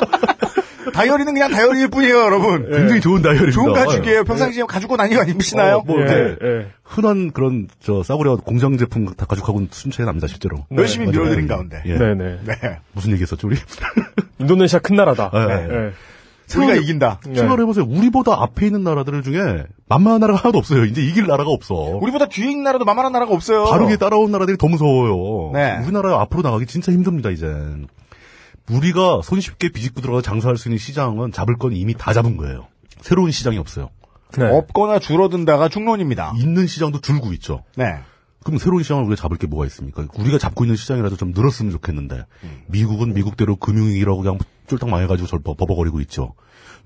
Speaker 1: 다이어리는 그냥 다이어리일 뿐이에요, 여러분. 네.
Speaker 4: 예. 굉장히 좋은 다이어리입니다.
Speaker 1: 좋은 가죽이에요. 평상시에 예. 가죽고 다니고 입으시나요? 어,
Speaker 4: 뭐 예. 이제 흔한 그런 저 싸구려 공장 제품 다 가죽하고는 순 차이 납니다, 실제로. 예.
Speaker 1: 네. 열심히 맞아요. 밀어드린 가운데.
Speaker 2: 네네. 네.
Speaker 4: 무슨 얘기했었죠, 우리?
Speaker 2: 인도네시아 큰 나라다.
Speaker 4: 네.
Speaker 1: 우리가 이긴다.
Speaker 4: 생각을 해보세요. 우리보다 앞에 있는 나라들 중에 만만한 나라가 하나도 없어요. 이제 이길 나라가 없어.
Speaker 1: 우리보다 뒤에 있는 나라도 만만한 나라가 없어요.
Speaker 4: 바르게 따라온 나라들이 더 무서워요. 네. 우리나라 앞으로 나가기 진짜 힘듭니다, 이젠. 우리가 손쉽게 비집고 들어가 장사할 수 있는 시장은 잡을 건 이미 다 잡은 거예요. 새로운 시장이 없어요.
Speaker 1: 네. 없거나 줄어든다가 중론입니다.
Speaker 4: 있는 시장도 줄고 있죠.
Speaker 1: 네.
Speaker 4: 그럼 새로운 시장을 우리가 잡을 게 뭐가 있습니까? 우리가 잡고 있는 시장이라도 좀 늘었으면 좋겠는데 음. 미국은 미국대로 금융위기라고 그냥 쫄딱 망해가지고 절 버버거리고 있죠.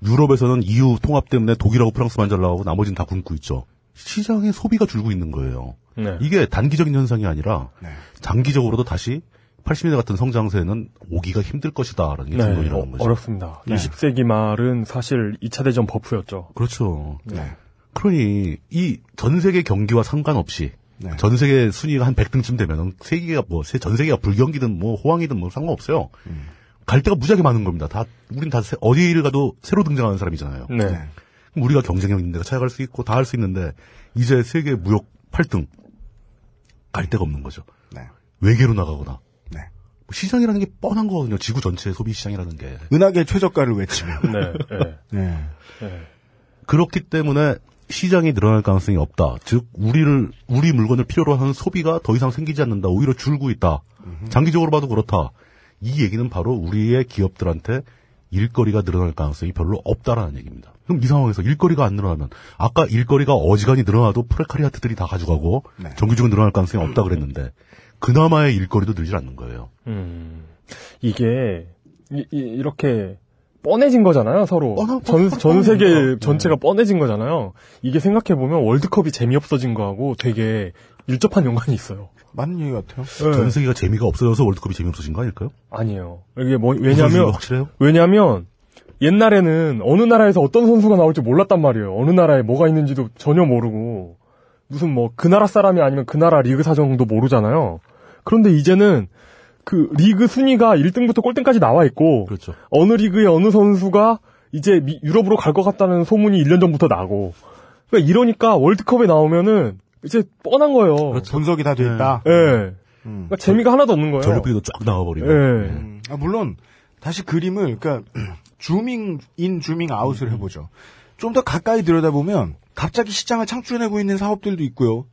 Speaker 4: 유럽에서는 EU 통합 때문에 독일하고 프랑스만 잘 나가고 나머지는 다 굶고 있죠. 시장의 소비가 줄고 있는 거예요. 네. 이게 단기적인 현상이 아니라 네. 장기적으로도 다시 80년대 같은 성장세는 오기가 힘들 것이다라는 게 증론이라는 네, 어, 거죠.
Speaker 2: 어렵습니다. 네. 20세기 말은 사실 2차 대전 버프였죠.
Speaker 4: 그렇죠. 네. 그러니 이 전 세계 경기와 상관없이 전 세계 순위가 한 100등쯤 되면 세계가 뭐전 세계가 불경기든 뭐 호황이든 뭐 상관없어요. 음. 갈 데가 무지하게 많은 겁니다. 다 우린 다 어디를 가도 새로 등장하는 사람이잖아요.
Speaker 2: 그럼
Speaker 4: 우리가 경쟁력 있는 데가 찾아갈 수 있고 다 할 수 있는데 이제 세계 무역 8등 갈 데가 없는 거죠.
Speaker 1: 네.
Speaker 4: 외계로 나가거나 뭐 시장이라는 게 뻔한 거거든요. 지구 전체의 소비 시장이라는 게.
Speaker 1: 은하계 최저가를 외치며.
Speaker 2: 네, 네. 네.
Speaker 4: 그렇기 때문에 시장이 늘어날 가능성이 없다. 즉 우리를 우리 물건을 필요로 하는 소비가 더 이상 생기지 않는다. 오히려 줄고 있다. 장기적으로 봐도 그렇다. 이 얘기는 바로 우리의 기업들한테 일거리가 늘어날 가능성이 별로 없다라는 얘기입니다. 그럼 이 상황에서 일거리가 안 늘어나면 아까 일거리가 어지간히 늘어나도 프레카리아트들이 다 가져가고 네. 정규직은 늘어날 가능성이 없다 그랬는데 그나마의 일거리도 늘지 않는 거예요.
Speaker 2: 음, 이게 이, 이 렇게 뻔해진 거잖아요 서로
Speaker 4: 뻔한,
Speaker 2: 전, 전 세계 뻔한 전체가 네. 뻔해진 거잖아요. 이게 생각해 보면 월드컵이 재미없어진 거하고 되게 밀접한 연관이 있어요.
Speaker 1: 맞는 얘기 같아요.
Speaker 4: 네. 전 세계가 재미가 없어져서 월드컵이 재미없어진 거 아닐까요?
Speaker 2: 아니에요. 이게 뭐 왜냐하면 왜냐하면 옛날에는 어느 나라에서 어떤 선수가 나올지 몰랐단 말이에요. 어느 나라에 뭐가 있는지도 전혀 모르고 무슨 뭐 그 나라 사람이 아니면 그 나라 리그 사정도 모르잖아요. 그런데 이제는 그 리그 순위가 1등부터 꼴등까지 나와 있고
Speaker 4: 그렇죠.
Speaker 2: 어느 리그의 어느 선수가 이제 미, 유럽으로 갈 것 같다는 소문이 1년 전부터 나고 그러니까 이러니까 월드컵에 나오면은 이제 뻔한 거예요.
Speaker 1: 그렇죠. 분석이 다 돼 있다.
Speaker 2: 예. 네. 네. 음. 그러니까 재미가 하나도 없는 거예요.
Speaker 4: 전력비도 쫙 나와버리고.
Speaker 2: 네. 음.
Speaker 1: 아, 물론 다시 그림을 그러니까 주밍 인 주밍
Speaker 2: 음.
Speaker 1: 아웃을 해보죠. 좀 더 가까이 들여다보면 갑자기 시장을 창출해내고 있는 사업들도 있고요.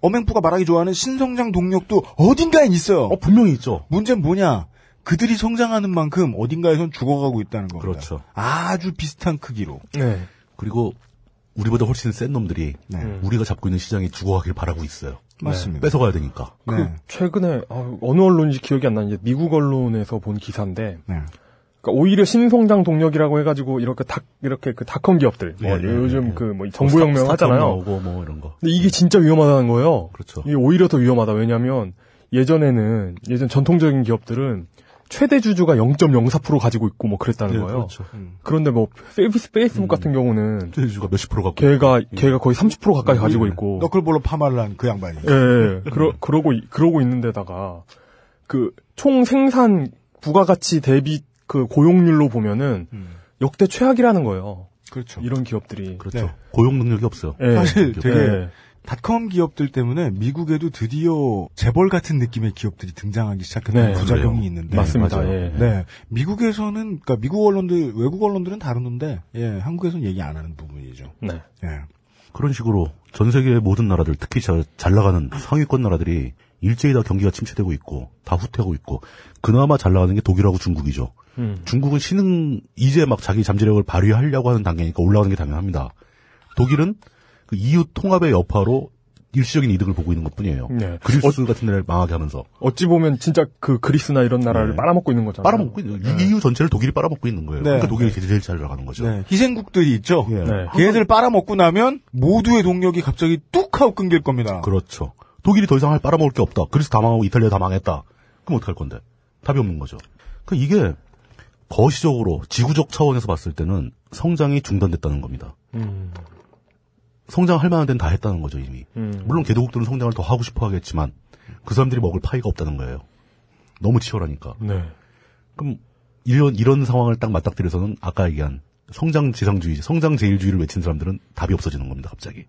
Speaker 1: 어맹부가 말하기 좋아하는 신성장 동력도 어딘가에 있어요.
Speaker 4: 어, 분명히 있죠.
Speaker 1: 문제는 뭐냐? 그들이 성장하는 만큼 어딘가에선 죽어가고 있다는 겁니다.
Speaker 4: 그렇죠.
Speaker 1: 아주 비슷한 크기로.
Speaker 2: 네.
Speaker 4: 그리고 우리보다 훨씬 센 놈들이
Speaker 2: 음.
Speaker 4: 네. 우리가 잡고 있는 시장이 죽어가길 바라고 있어요.
Speaker 1: 맞습니다.
Speaker 4: 네. 뺏어가야 되니까.
Speaker 2: 그 네. 최근에 아, 어느 언론인지 기억이 안 나는데 미국 언론에서 본 기사인데
Speaker 1: 네.
Speaker 2: 그러니까 오히려 신성장 동력이라고 해가지고 이렇게 다 이렇게 그 닷컴 기업들 뭐 예, 요즘 예. 그뭐 정보혁명 하잖아요.
Speaker 4: 뭐 이런 거.
Speaker 2: 근데 이게 진짜 위험하다는 거예요.
Speaker 4: 그렇죠.
Speaker 2: 이게 오히려 더 위험하다. 왜냐하면 예전에는 예전 전통적인 기업들은 최대 주주가 0.04% 가지고 있고 뭐 그랬다는 예, 거예요.
Speaker 4: 그렇죠. 음.
Speaker 2: 그런데 뭐 페이스 페이스북 음. 같은 경우는
Speaker 4: 최대 주주가 몇십 프로 갖고
Speaker 2: 걔가 있고. 걔가 거의 30% 가까이 가지고 있고
Speaker 1: 너클볼로 파마를 한 그 양반이.
Speaker 2: 예. 그러 그러고 그러고 있는데다가 그 총 생산 부가가치 대비 그 고용률로 보면은 음. 역대 최악이라는 거예요.
Speaker 1: 그렇죠.
Speaker 2: 이런 기업들이 예,
Speaker 4: 그렇죠. 네. 고용 능력이 없어요.
Speaker 1: 네. 사실 되게 네. 닷컴 기업들 때문에 미국에도 드디어 재벌 같은 느낌의 기업들이 등장하기 시작하는 부작용이 있는데
Speaker 2: 네. 맞습니다.
Speaker 1: 예. 네, 미국에서는 그러니까 미국 언론들 외국 언론들은 다루는데 예, 한국에서는 얘기 안 하는 부분이죠.
Speaker 2: 네.
Speaker 1: 예.
Speaker 4: 그런 식으로 전 세계의 모든 나라들 특히 잘 나가는 상위권 나라들이 일제히 다 경기가 침체되고 있고 다 후퇴하고 있고 그나마 잘 나가는 게 독일하고 중국이죠. 음. 중국은 신흥 이제 막 자기 잠재력을 발휘하려고 하는 단계니까 올라가는 게 당연합니다. 독일은 그 EU 통합의 여파로 일시적인 이득을 보고 있는 것 뿐이에요.
Speaker 2: 네.
Speaker 1: 어,
Speaker 4: 그리스 같은 데를 망하게 하면서.
Speaker 2: 어찌 보면 진짜 그 그리스나 이런 나라를 빨아먹고 있는 거잖아요.
Speaker 4: 네. 빨아먹고 있는 거예요. EU 전체를 독일이 빨아먹고 있는 거예요.
Speaker 1: 네.
Speaker 4: 그러니까 독일이 제일 잘 나가는 거죠.
Speaker 1: 네, 희생국들이 있죠.
Speaker 4: 네.
Speaker 1: 걔들 빨아먹고 나면 모두의 동력이 갑자기 뚝 하고 끊길 겁니다.
Speaker 4: 그렇죠. 독일이 더 이상 할 빨아먹을 게 없다. 그리스 다 망하고 이탈리아 다 망했다. 그럼 어떡할 건데? 답이 없는 거죠. 그 이게 거시적으로 지구적 차원에서 봤을 때는 성장이 중단됐다는 겁니다.
Speaker 2: 음.
Speaker 4: 성장할 만한 데는 다 했다는 거죠, 이미.
Speaker 2: 음.
Speaker 4: 물론 개도국들은 성장을 더 하고 싶어 하겠지만 그 사람들이 먹을 파이가 없다는 거예요. 너무 치열하니까.
Speaker 2: 네.
Speaker 4: 그럼 이런 이런 상황을 딱 맞닥뜨려서는 아까 얘기한 성장 지상주의, 성장 제일주의를 외친 사람들은 답이 없어지는 겁니다, 갑자기.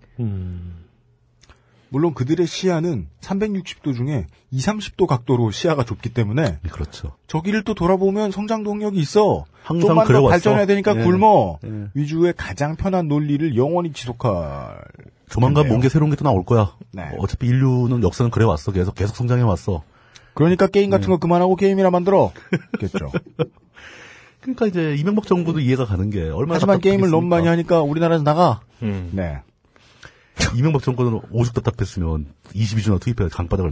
Speaker 1: 물론 그들의 시야는 360도 중에 2, 30도 각도로 시야가 좁기 때문에
Speaker 4: 그렇죠.
Speaker 1: 저기를 또 돌아보면 성장 동력이 있어.
Speaker 4: 항상
Speaker 1: 좀만 더
Speaker 4: 그래왔어.
Speaker 1: 발전해야 되니까
Speaker 4: 예.
Speaker 1: 굶어.
Speaker 4: 예.
Speaker 1: 위주의 가장 편한 논리를 영원히 지속할.
Speaker 4: 조만간
Speaker 1: 텐데요.
Speaker 4: 뭔 게 새로운 게 또 나올 거야.
Speaker 1: 네.
Speaker 4: 어, 어차피 인류는 역사는 그래 왔어. 계속 계속 성장해 왔어.
Speaker 1: 그러니까 게임
Speaker 4: 네.
Speaker 1: 같은 거 그만하고 게임이나 만들어. 겠죠.
Speaker 4: 그러니까 이제 이명박 정부도 이해가 가는 게 얼마나
Speaker 1: 음. 하지만 게임을 너무 많이 하니까 우리나라에서 나가.
Speaker 2: 음.
Speaker 1: 네.
Speaker 4: 이명박 정권은 오죽 답답했으면 22주나 투입해서 강바닥을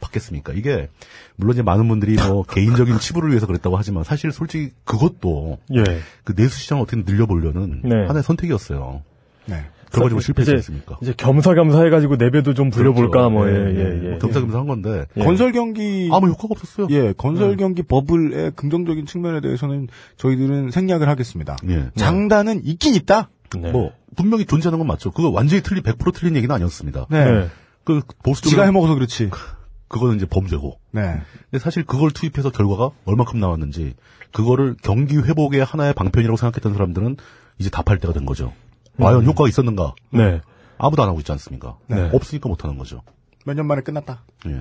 Speaker 4: 받겠습니까? 이게 물론 이제 많은 분들이 뭐 개인적인 치부를 위해서 그랬다고 하지만 사실 솔직히 그것도
Speaker 2: 예.
Speaker 4: 그 내수 시장을 어떻게 늘려보려는
Speaker 2: 네.
Speaker 4: 하나의 선택이었어요.
Speaker 1: 네.
Speaker 4: 그거 가지고 실패했지
Speaker 2: 이제-
Speaker 4: 않습니까?
Speaker 2: 이제 겸사겸사 해가지고 내배도 좀 불려볼까
Speaker 4: 그렇죠.
Speaker 2: 뭐 예,
Speaker 4: 예,
Speaker 2: 예,
Speaker 4: 예.
Speaker 2: 예.
Speaker 4: 겸사겸사 한 건데
Speaker 2: 예.
Speaker 1: 건설 경기
Speaker 4: 아무 뭐, 효과가 없었어요.
Speaker 1: 예, 건설
Speaker 4: 음.
Speaker 1: 경기 버블의 긍정적인 측면에 대해서는 저희들은 생략을 하겠습니다.
Speaker 4: 예.
Speaker 1: 장단은 있긴 있다.
Speaker 2: 네.
Speaker 4: 뭐 분명히 존재하는 건 맞죠. 그거 완전히 틀린 100% 틀린 얘기는 아니었습니다.
Speaker 1: 네.
Speaker 2: 네.
Speaker 4: 그 보수
Speaker 1: 지가
Speaker 4: 쪽은
Speaker 1: 해먹어서 그렇지.
Speaker 4: 그거는 이제 범죄고.
Speaker 1: 네.
Speaker 4: 근데 사실 그걸 투입해서 결과가 얼마큼 나왔는지 그거를 경기 회복의 하나의 방편이라고 생각했던 사람들은 이제 답할 때가 된 거죠. 과연 효과가 있었는가?
Speaker 2: 네.
Speaker 4: 아무도 안 하고 있지 않습니까?
Speaker 1: 음. 네.
Speaker 4: 없으니까 못 하는 거죠.
Speaker 1: 몇 년 만에 끝났다.
Speaker 4: 예.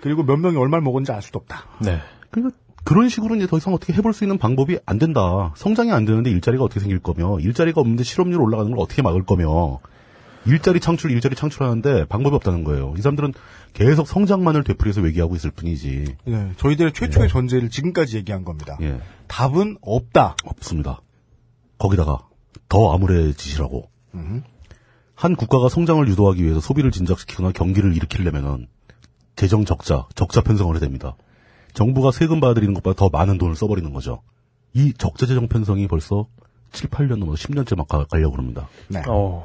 Speaker 1: 그리고 몇 명이 얼마를 먹었는지 알 수도 없다.
Speaker 2: 네.
Speaker 4: 그러니까 그런 식으로 이제 더 이상 어떻게 해볼 수 있는 방법이 안 된다. 성장이 안 되는데 일자리가 어떻게 생길 거며, 일자리가 없는데 실업률 올라가는 걸 어떻게 막을 거며, 일자리 창출, 일자리 창출하는데 방법이 없다는 거예요. 이 사람들은 계속 성장만을 되풀이해서 외기하고 있을 뿐이지.
Speaker 1: 네, 저희들의 최초의 전제를 지금까지 얘기한 겁니다.
Speaker 4: 예,
Speaker 1: 답은 없다.
Speaker 4: 없습니다. 거기다가 더 암울해지시라고.
Speaker 1: 음.
Speaker 4: 한 국가가 성장을 유도하기 위해서 소비를 진작시키거나 경기를 일으키려면은 재정 적자, 적자 편성을 해야 됩니다. 정부가 세금 받아들이는 것보다 더 많은 돈을 써버리는 거죠. 이 적자 재정 편성이 벌써 7, 8년 넘어서 10년째 막 가- 가려고 그럽니다.
Speaker 1: 네.
Speaker 2: 어.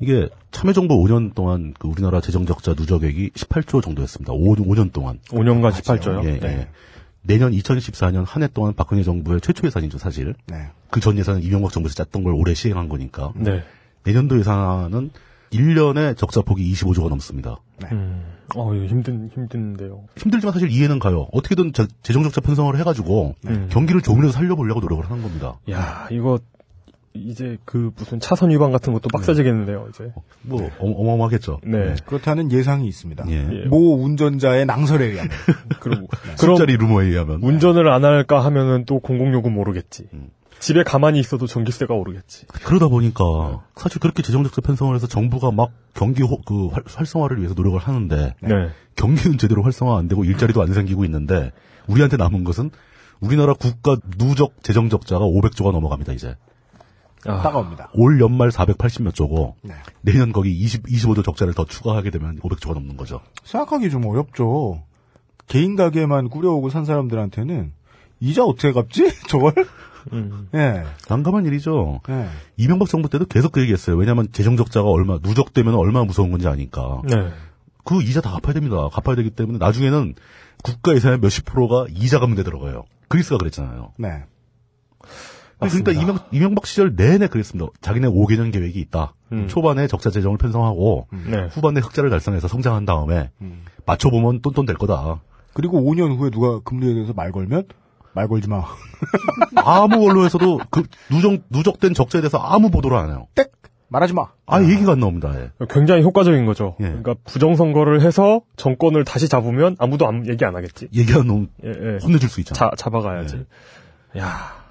Speaker 4: 이게 참여정부 5년 동안 그 우리나라 재정 적자 누적액이 18조 정도였습니다. 5, 5년 동안.
Speaker 2: 5년간 18조요. 네.
Speaker 4: 예, 예. 내년 2014년 한 해 동안 박근혜 정부의 최초 예산이죠, 사실.
Speaker 1: 네.
Speaker 4: 그 전 예산은 이명박 정부에서 짰던 걸 올해 시행한 거니까.
Speaker 2: 네.
Speaker 4: 내년도 예산은 1년에 적자 폭이 25조가 넘습니다.
Speaker 2: 음. 어, 이거 힘든 힘든데요.
Speaker 4: 힘들지만 사실 이해는 가요. 어떻게든 재- 재정적자 편성을 해가지고
Speaker 2: 음.
Speaker 4: 경기를 조금이라도 살려보려고 노력을 하는 겁니다.
Speaker 2: 야, 이거 이제 그 무슨 차선 위반 같은 것도 빡세지겠는데요, 이제.
Speaker 4: 뭐 어, 마어마하겠죠
Speaker 2: 네.
Speaker 1: 그렇다는 예상이 있습니다.
Speaker 4: 예.
Speaker 2: 예.
Speaker 1: 모 운전자의 낭설에 의하면.
Speaker 2: 그리고 그럼
Speaker 4: 술자리 루머에 의하면
Speaker 2: 운전을 안 할까 하면은 또 공공요금 오르겠지. 집에 가만히 있어도 전기세가 오르겠지.
Speaker 4: 그러다 보니까
Speaker 2: 네.
Speaker 4: 사실 그렇게 재정적자 편성을 해서 정부가 막 경기 호- 그 활- 활성화를 위해서 노력을 하는데
Speaker 2: 네.
Speaker 4: 경기는 제대로 활성화 안 되고 일자리도 안 생기고 있는데 우리한테 남은 것은 우리나라 국가 누적 재정 적자가 500조가 넘어갑니다 이제
Speaker 2: 아,
Speaker 1: 따가웁니다.
Speaker 4: 올 연말 480몇 조고
Speaker 1: 네.
Speaker 4: 내년 거기 20, 25조 적자를 더 추가하게 되면 500조가 넘는 거죠.
Speaker 1: 생각하기 좀 어렵죠. 개인 가게만 꾸려오고 산 사람들한테는 이자 어떻게 갚지? 저걸?
Speaker 2: 음.
Speaker 1: 예.
Speaker 4: 난감한 일이죠.
Speaker 1: 예.
Speaker 4: 이명박 정부 때도 계속 그 얘기했어요. 왜냐하면 재정 적자가 얼마 누적되면 얼마나 무서운 건지 아니까.
Speaker 2: 네.
Speaker 4: 그 이자 다 갚아야 됩니다. 갚아야 되기 때문에 나중에는 국가 예산의 몇십 프로가 이자 갚는 데 들어가요. 그리스가 그랬잖아요.
Speaker 1: 네.
Speaker 4: 그러니까 이명, 이명박 시절 내내 그랬습니다. 자기네 5개년 계획이 있다.
Speaker 2: 음.
Speaker 4: 초반에 적자 재정을 편성하고
Speaker 2: 네.
Speaker 4: 후반에 흑자를 달성해서 성장한 음. 다음에 맞춰보면 똔똔 될 거다.
Speaker 1: 그리고 5년 후에 누가 금리에 대해서 말 걸면 말 걸지 마.
Speaker 4: 아무 언론에서도 그 누적, 누적된 적자에 대해서 아무 보도를 안 해요.
Speaker 1: 땡! 말하지 마.
Speaker 4: 아 얘기가 안 나옵니다. 아예.
Speaker 2: 굉장히 효과적인 거죠.
Speaker 4: 예.
Speaker 2: 그러니까 부정선거를 해서 정권을 다시 잡으면 아무도 안- 얘기 안 하겠지.
Speaker 4: 얘기가 너무
Speaker 2: 예, 예.
Speaker 4: 혼내줄 수 있잖아.
Speaker 2: 자, 잡아가야지. 야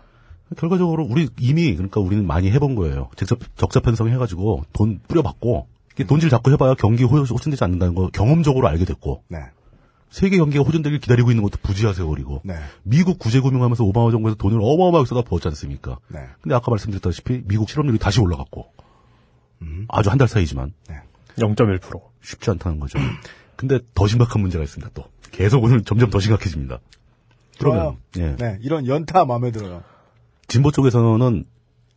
Speaker 4: 결과적으로 우리 이미 그러니까 우리는 많이 해본 거예요. 직접 적자 편성 해가지고 돈 뿌려봤고 이게 돈질 자꾸 해봐야 경기 호- 호전되지 않는다는 거 경험적으로 알게 됐고
Speaker 1: 네.
Speaker 4: 세계 경기가 호전되길 기다리고 있는 것도 부지하 세월이고
Speaker 1: 네.
Speaker 4: 미국 구제금융하면서 오바마 정부에서 돈을 어마어마하게 쏟아 부었지 않습니까?
Speaker 1: 네.
Speaker 4: 근데 아까 말씀드렸다시피 미국 실업률이 다시 올라갔고 아주 한 달 사이지만
Speaker 1: 네.
Speaker 2: 0.1%.
Speaker 4: 쉽지 않다는 거죠. 근데 더 심각한 문제가 있습니다. 또 계속 오늘 점점 더 심각해집니다.
Speaker 2: 아,
Speaker 4: 그러면 예.
Speaker 1: 네, 이런 연타 마음에 들어요.
Speaker 4: 진보 쪽에서는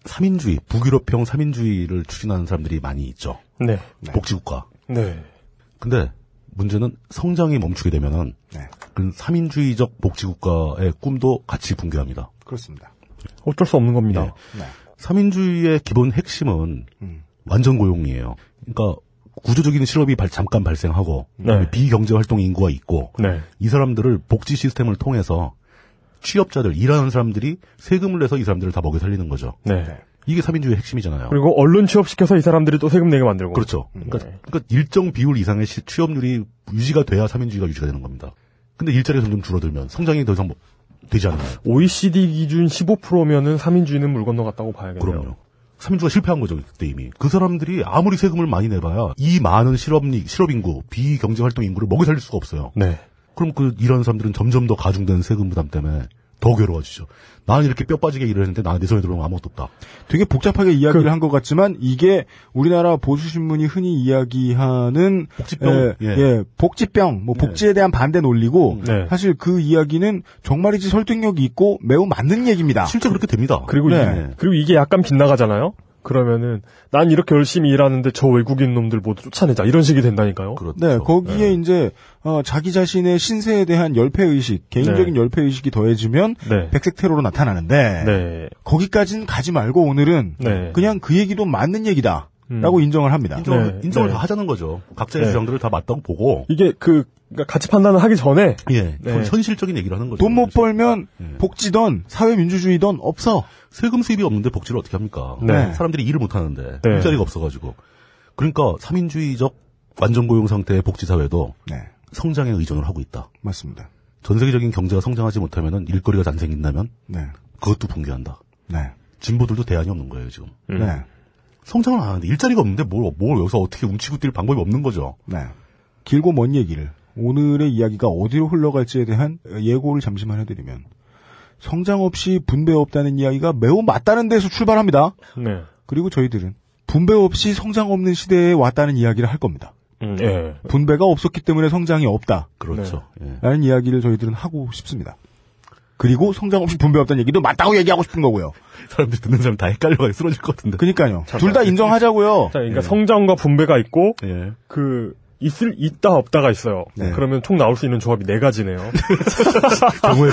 Speaker 4: 3인주의, 북유럽형 3인주의를 추진하는 사람들이 많이 있죠.
Speaker 2: 네.
Speaker 4: 복지국가.
Speaker 2: 네.
Speaker 4: 근데 문제는 성장이 멈추게 되면은
Speaker 1: 네,
Speaker 4: 그 3인주의적 복지국가의 꿈도 같이 붕괴합니다.
Speaker 1: 그렇습니다.
Speaker 2: 어쩔 수 없는 겁니다.
Speaker 1: 네.
Speaker 4: 3인주의의 기본 핵심은
Speaker 2: 음.
Speaker 4: 완전 고용이에요. 그러니까 구조적인 실업이 발- 잠깐 발생하고
Speaker 2: 네.
Speaker 4: 비경제 활동 인구가 있고
Speaker 2: 네.
Speaker 4: 이 사람들을 복지 시스템을 통해서 취업자들 일하는 사람들이 세금을 내서 이 사람들을 다 먹여 살리는 거죠.
Speaker 2: 네.
Speaker 4: 이게 3인주의 핵심이잖아요.
Speaker 2: 그리고 네. 언론 취업시켜서 이 사람들이 또 세금 내게 만들고.
Speaker 4: 그렇죠. 그러니까, 그러니까 일정 비율 이상의 시- 취업률이 유지가 돼야 3인주의가 유지가 되는 겁니다. 근데 일자리가 점점 줄어들면 성장이 더 이상 뭐- 되지 않아요.
Speaker 2: OECD 기준 15%면은 3인주의는 물 건너갔다고 봐야겠네요.
Speaker 4: 그럼요. 3인주가 실패한 거죠, 그때 이미. 그 사람들이 아무리 세금을 많이 내봐야 이 많은 실업리, 실업인구, 비경제활동 인구를 먹여 살릴 수가 없어요.
Speaker 2: 네.
Speaker 4: 그럼 그 일하는 사람들은 점점 더 가중되는 세금 부담 때문에 더 괴로워지죠. 나는 이렇게 뼈 빠지게 일을 했는데 나는 내 손에 들어오면 아무것도 없다.
Speaker 1: 되게 복잡하게 이야기를 한 것 같지만 이게 우리나라 보수 신문이 흔히 이야기하는
Speaker 4: 복지병,
Speaker 1: 예,
Speaker 4: 예.
Speaker 1: 예, 복지병, 뭐 복지에 대한 반대 논리고
Speaker 2: 네.
Speaker 1: 사실 그 이야기는 정말이지 설득력이 있고 매우 맞는 얘기입니다.
Speaker 4: 실제 그렇게 됩니다.
Speaker 2: 아.
Speaker 4: 네.
Speaker 2: 그리고 이게, 그리고 이게 약간 빗나가잖아요. 그러면은 난 이렇게 열심히 일하는데 저 외국인 놈들 모두 쫓아내자 이런 식이 된다니까요.
Speaker 4: 그, 그렇죠.
Speaker 1: 네, 거기에 이제 어, 자기 자신의 신세에 대한 열패 의식, 개인적인 열패 의식이 더해지면
Speaker 2: 네.
Speaker 1: 백색 테러로 나타나는데
Speaker 2: 네.
Speaker 1: 거기까진 가지 말고 오늘은
Speaker 2: 네.
Speaker 1: 그냥 그 얘기도 맞는 얘기다.
Speaker 2: 음.
Speaker 1: 라고 인정을 합니다.
Speaker 4: 인정을,
Speaker 2: 네,
Speaker 4: 인정을
Speaker 2: 네.
Speaker 4: 다 하자는 거죠. 각자의
Speaker 2: 네.
Speaker 4: 주장들을 다 맞다고 보고.
Speaker 2: 이게 그 그러니까 가치 판단을 하기 전에
Speaker 4: 예.
Speaker 2: 네.
Speaker 4: 현- 현실적인 얘기를 하는 거죠.
Speaker 1: 돈 못 벌면 복지던 사회민주주의던 없어.
Speaker 4: 세금 수입이 없는데 복지를 어떻게 합니까?
Speaker 2: 네.
Speaker 4: 사람들이 일을 못 하는데
Speaker 2: 네.
Speaker 4: 일자리가 없어가지고. 그러니까 3인주의적 완전 고용 상태의 복지 사회도
Speaker 1: 네.
Speaker 4: 성장에 의존을 하고 있다.
Speaker 1: 맞습니다.
Speaker 4: 전 세계적인 경제가 성장하지 못하면 일거리가 안 생긴다면
Speaker 1: 네.
Speaker 4: 그것도 붕괴한다.
Speaker 1: 네.
Speaker 4: 진보들도 대안이 없는 거예요 지금.
Speaker 1: 음. 네.
Speaker 4: 성장을 안 하는데 일자리가 없는데 뭘, 뭘 여기서 어떻게 움치고 뛸 방법이 없는 거죠.
Speaker 1: 네. 길고 먼 얘기를 오늘의 이야기가 어디로 흘러갈지에 대한 예고를 잠시만 해드리면 성장 없이 분배 없다는 이야기가 매우 맞다는 데서 출발합니다.
Speaker 2: 네.
Speaker 1: 그리고 저희들은 분배 없이 성장 없는 시대에 왔다는 이야기를 할 겁니다.
Speaker 2: 음, 예.
Speaker 1: 분배가 없었기 때문에 성장이 없다. 네.
Speaker 4: 그렇죠. 예.
Speaker 1: 라는 이야기를 저희들은 하고 싶습니다. 그리고 성장 없이 분배 없다는 얘기도 맞다고 얘기하고 싶은 거고요.
Speaker 4: 사람들 듣는 사람 다 헷갈려가지고 쓰러질 것 같은데.
Speaker 1: 그러니까요. 둘 다 인정하자고요.
Speaker 2: 자,
Speaker 4: 네.
Speaker 2: 그러니까 성장과 분배가 있고
Speaker 4: 예.
Speaker 2: 그 있을 있다 없다가 있어요.
Speaker 1: 네.
Speaker 2: 그러면 총 나올 수 있는 조합이 네 가지네요.
Speaker 4: 경우의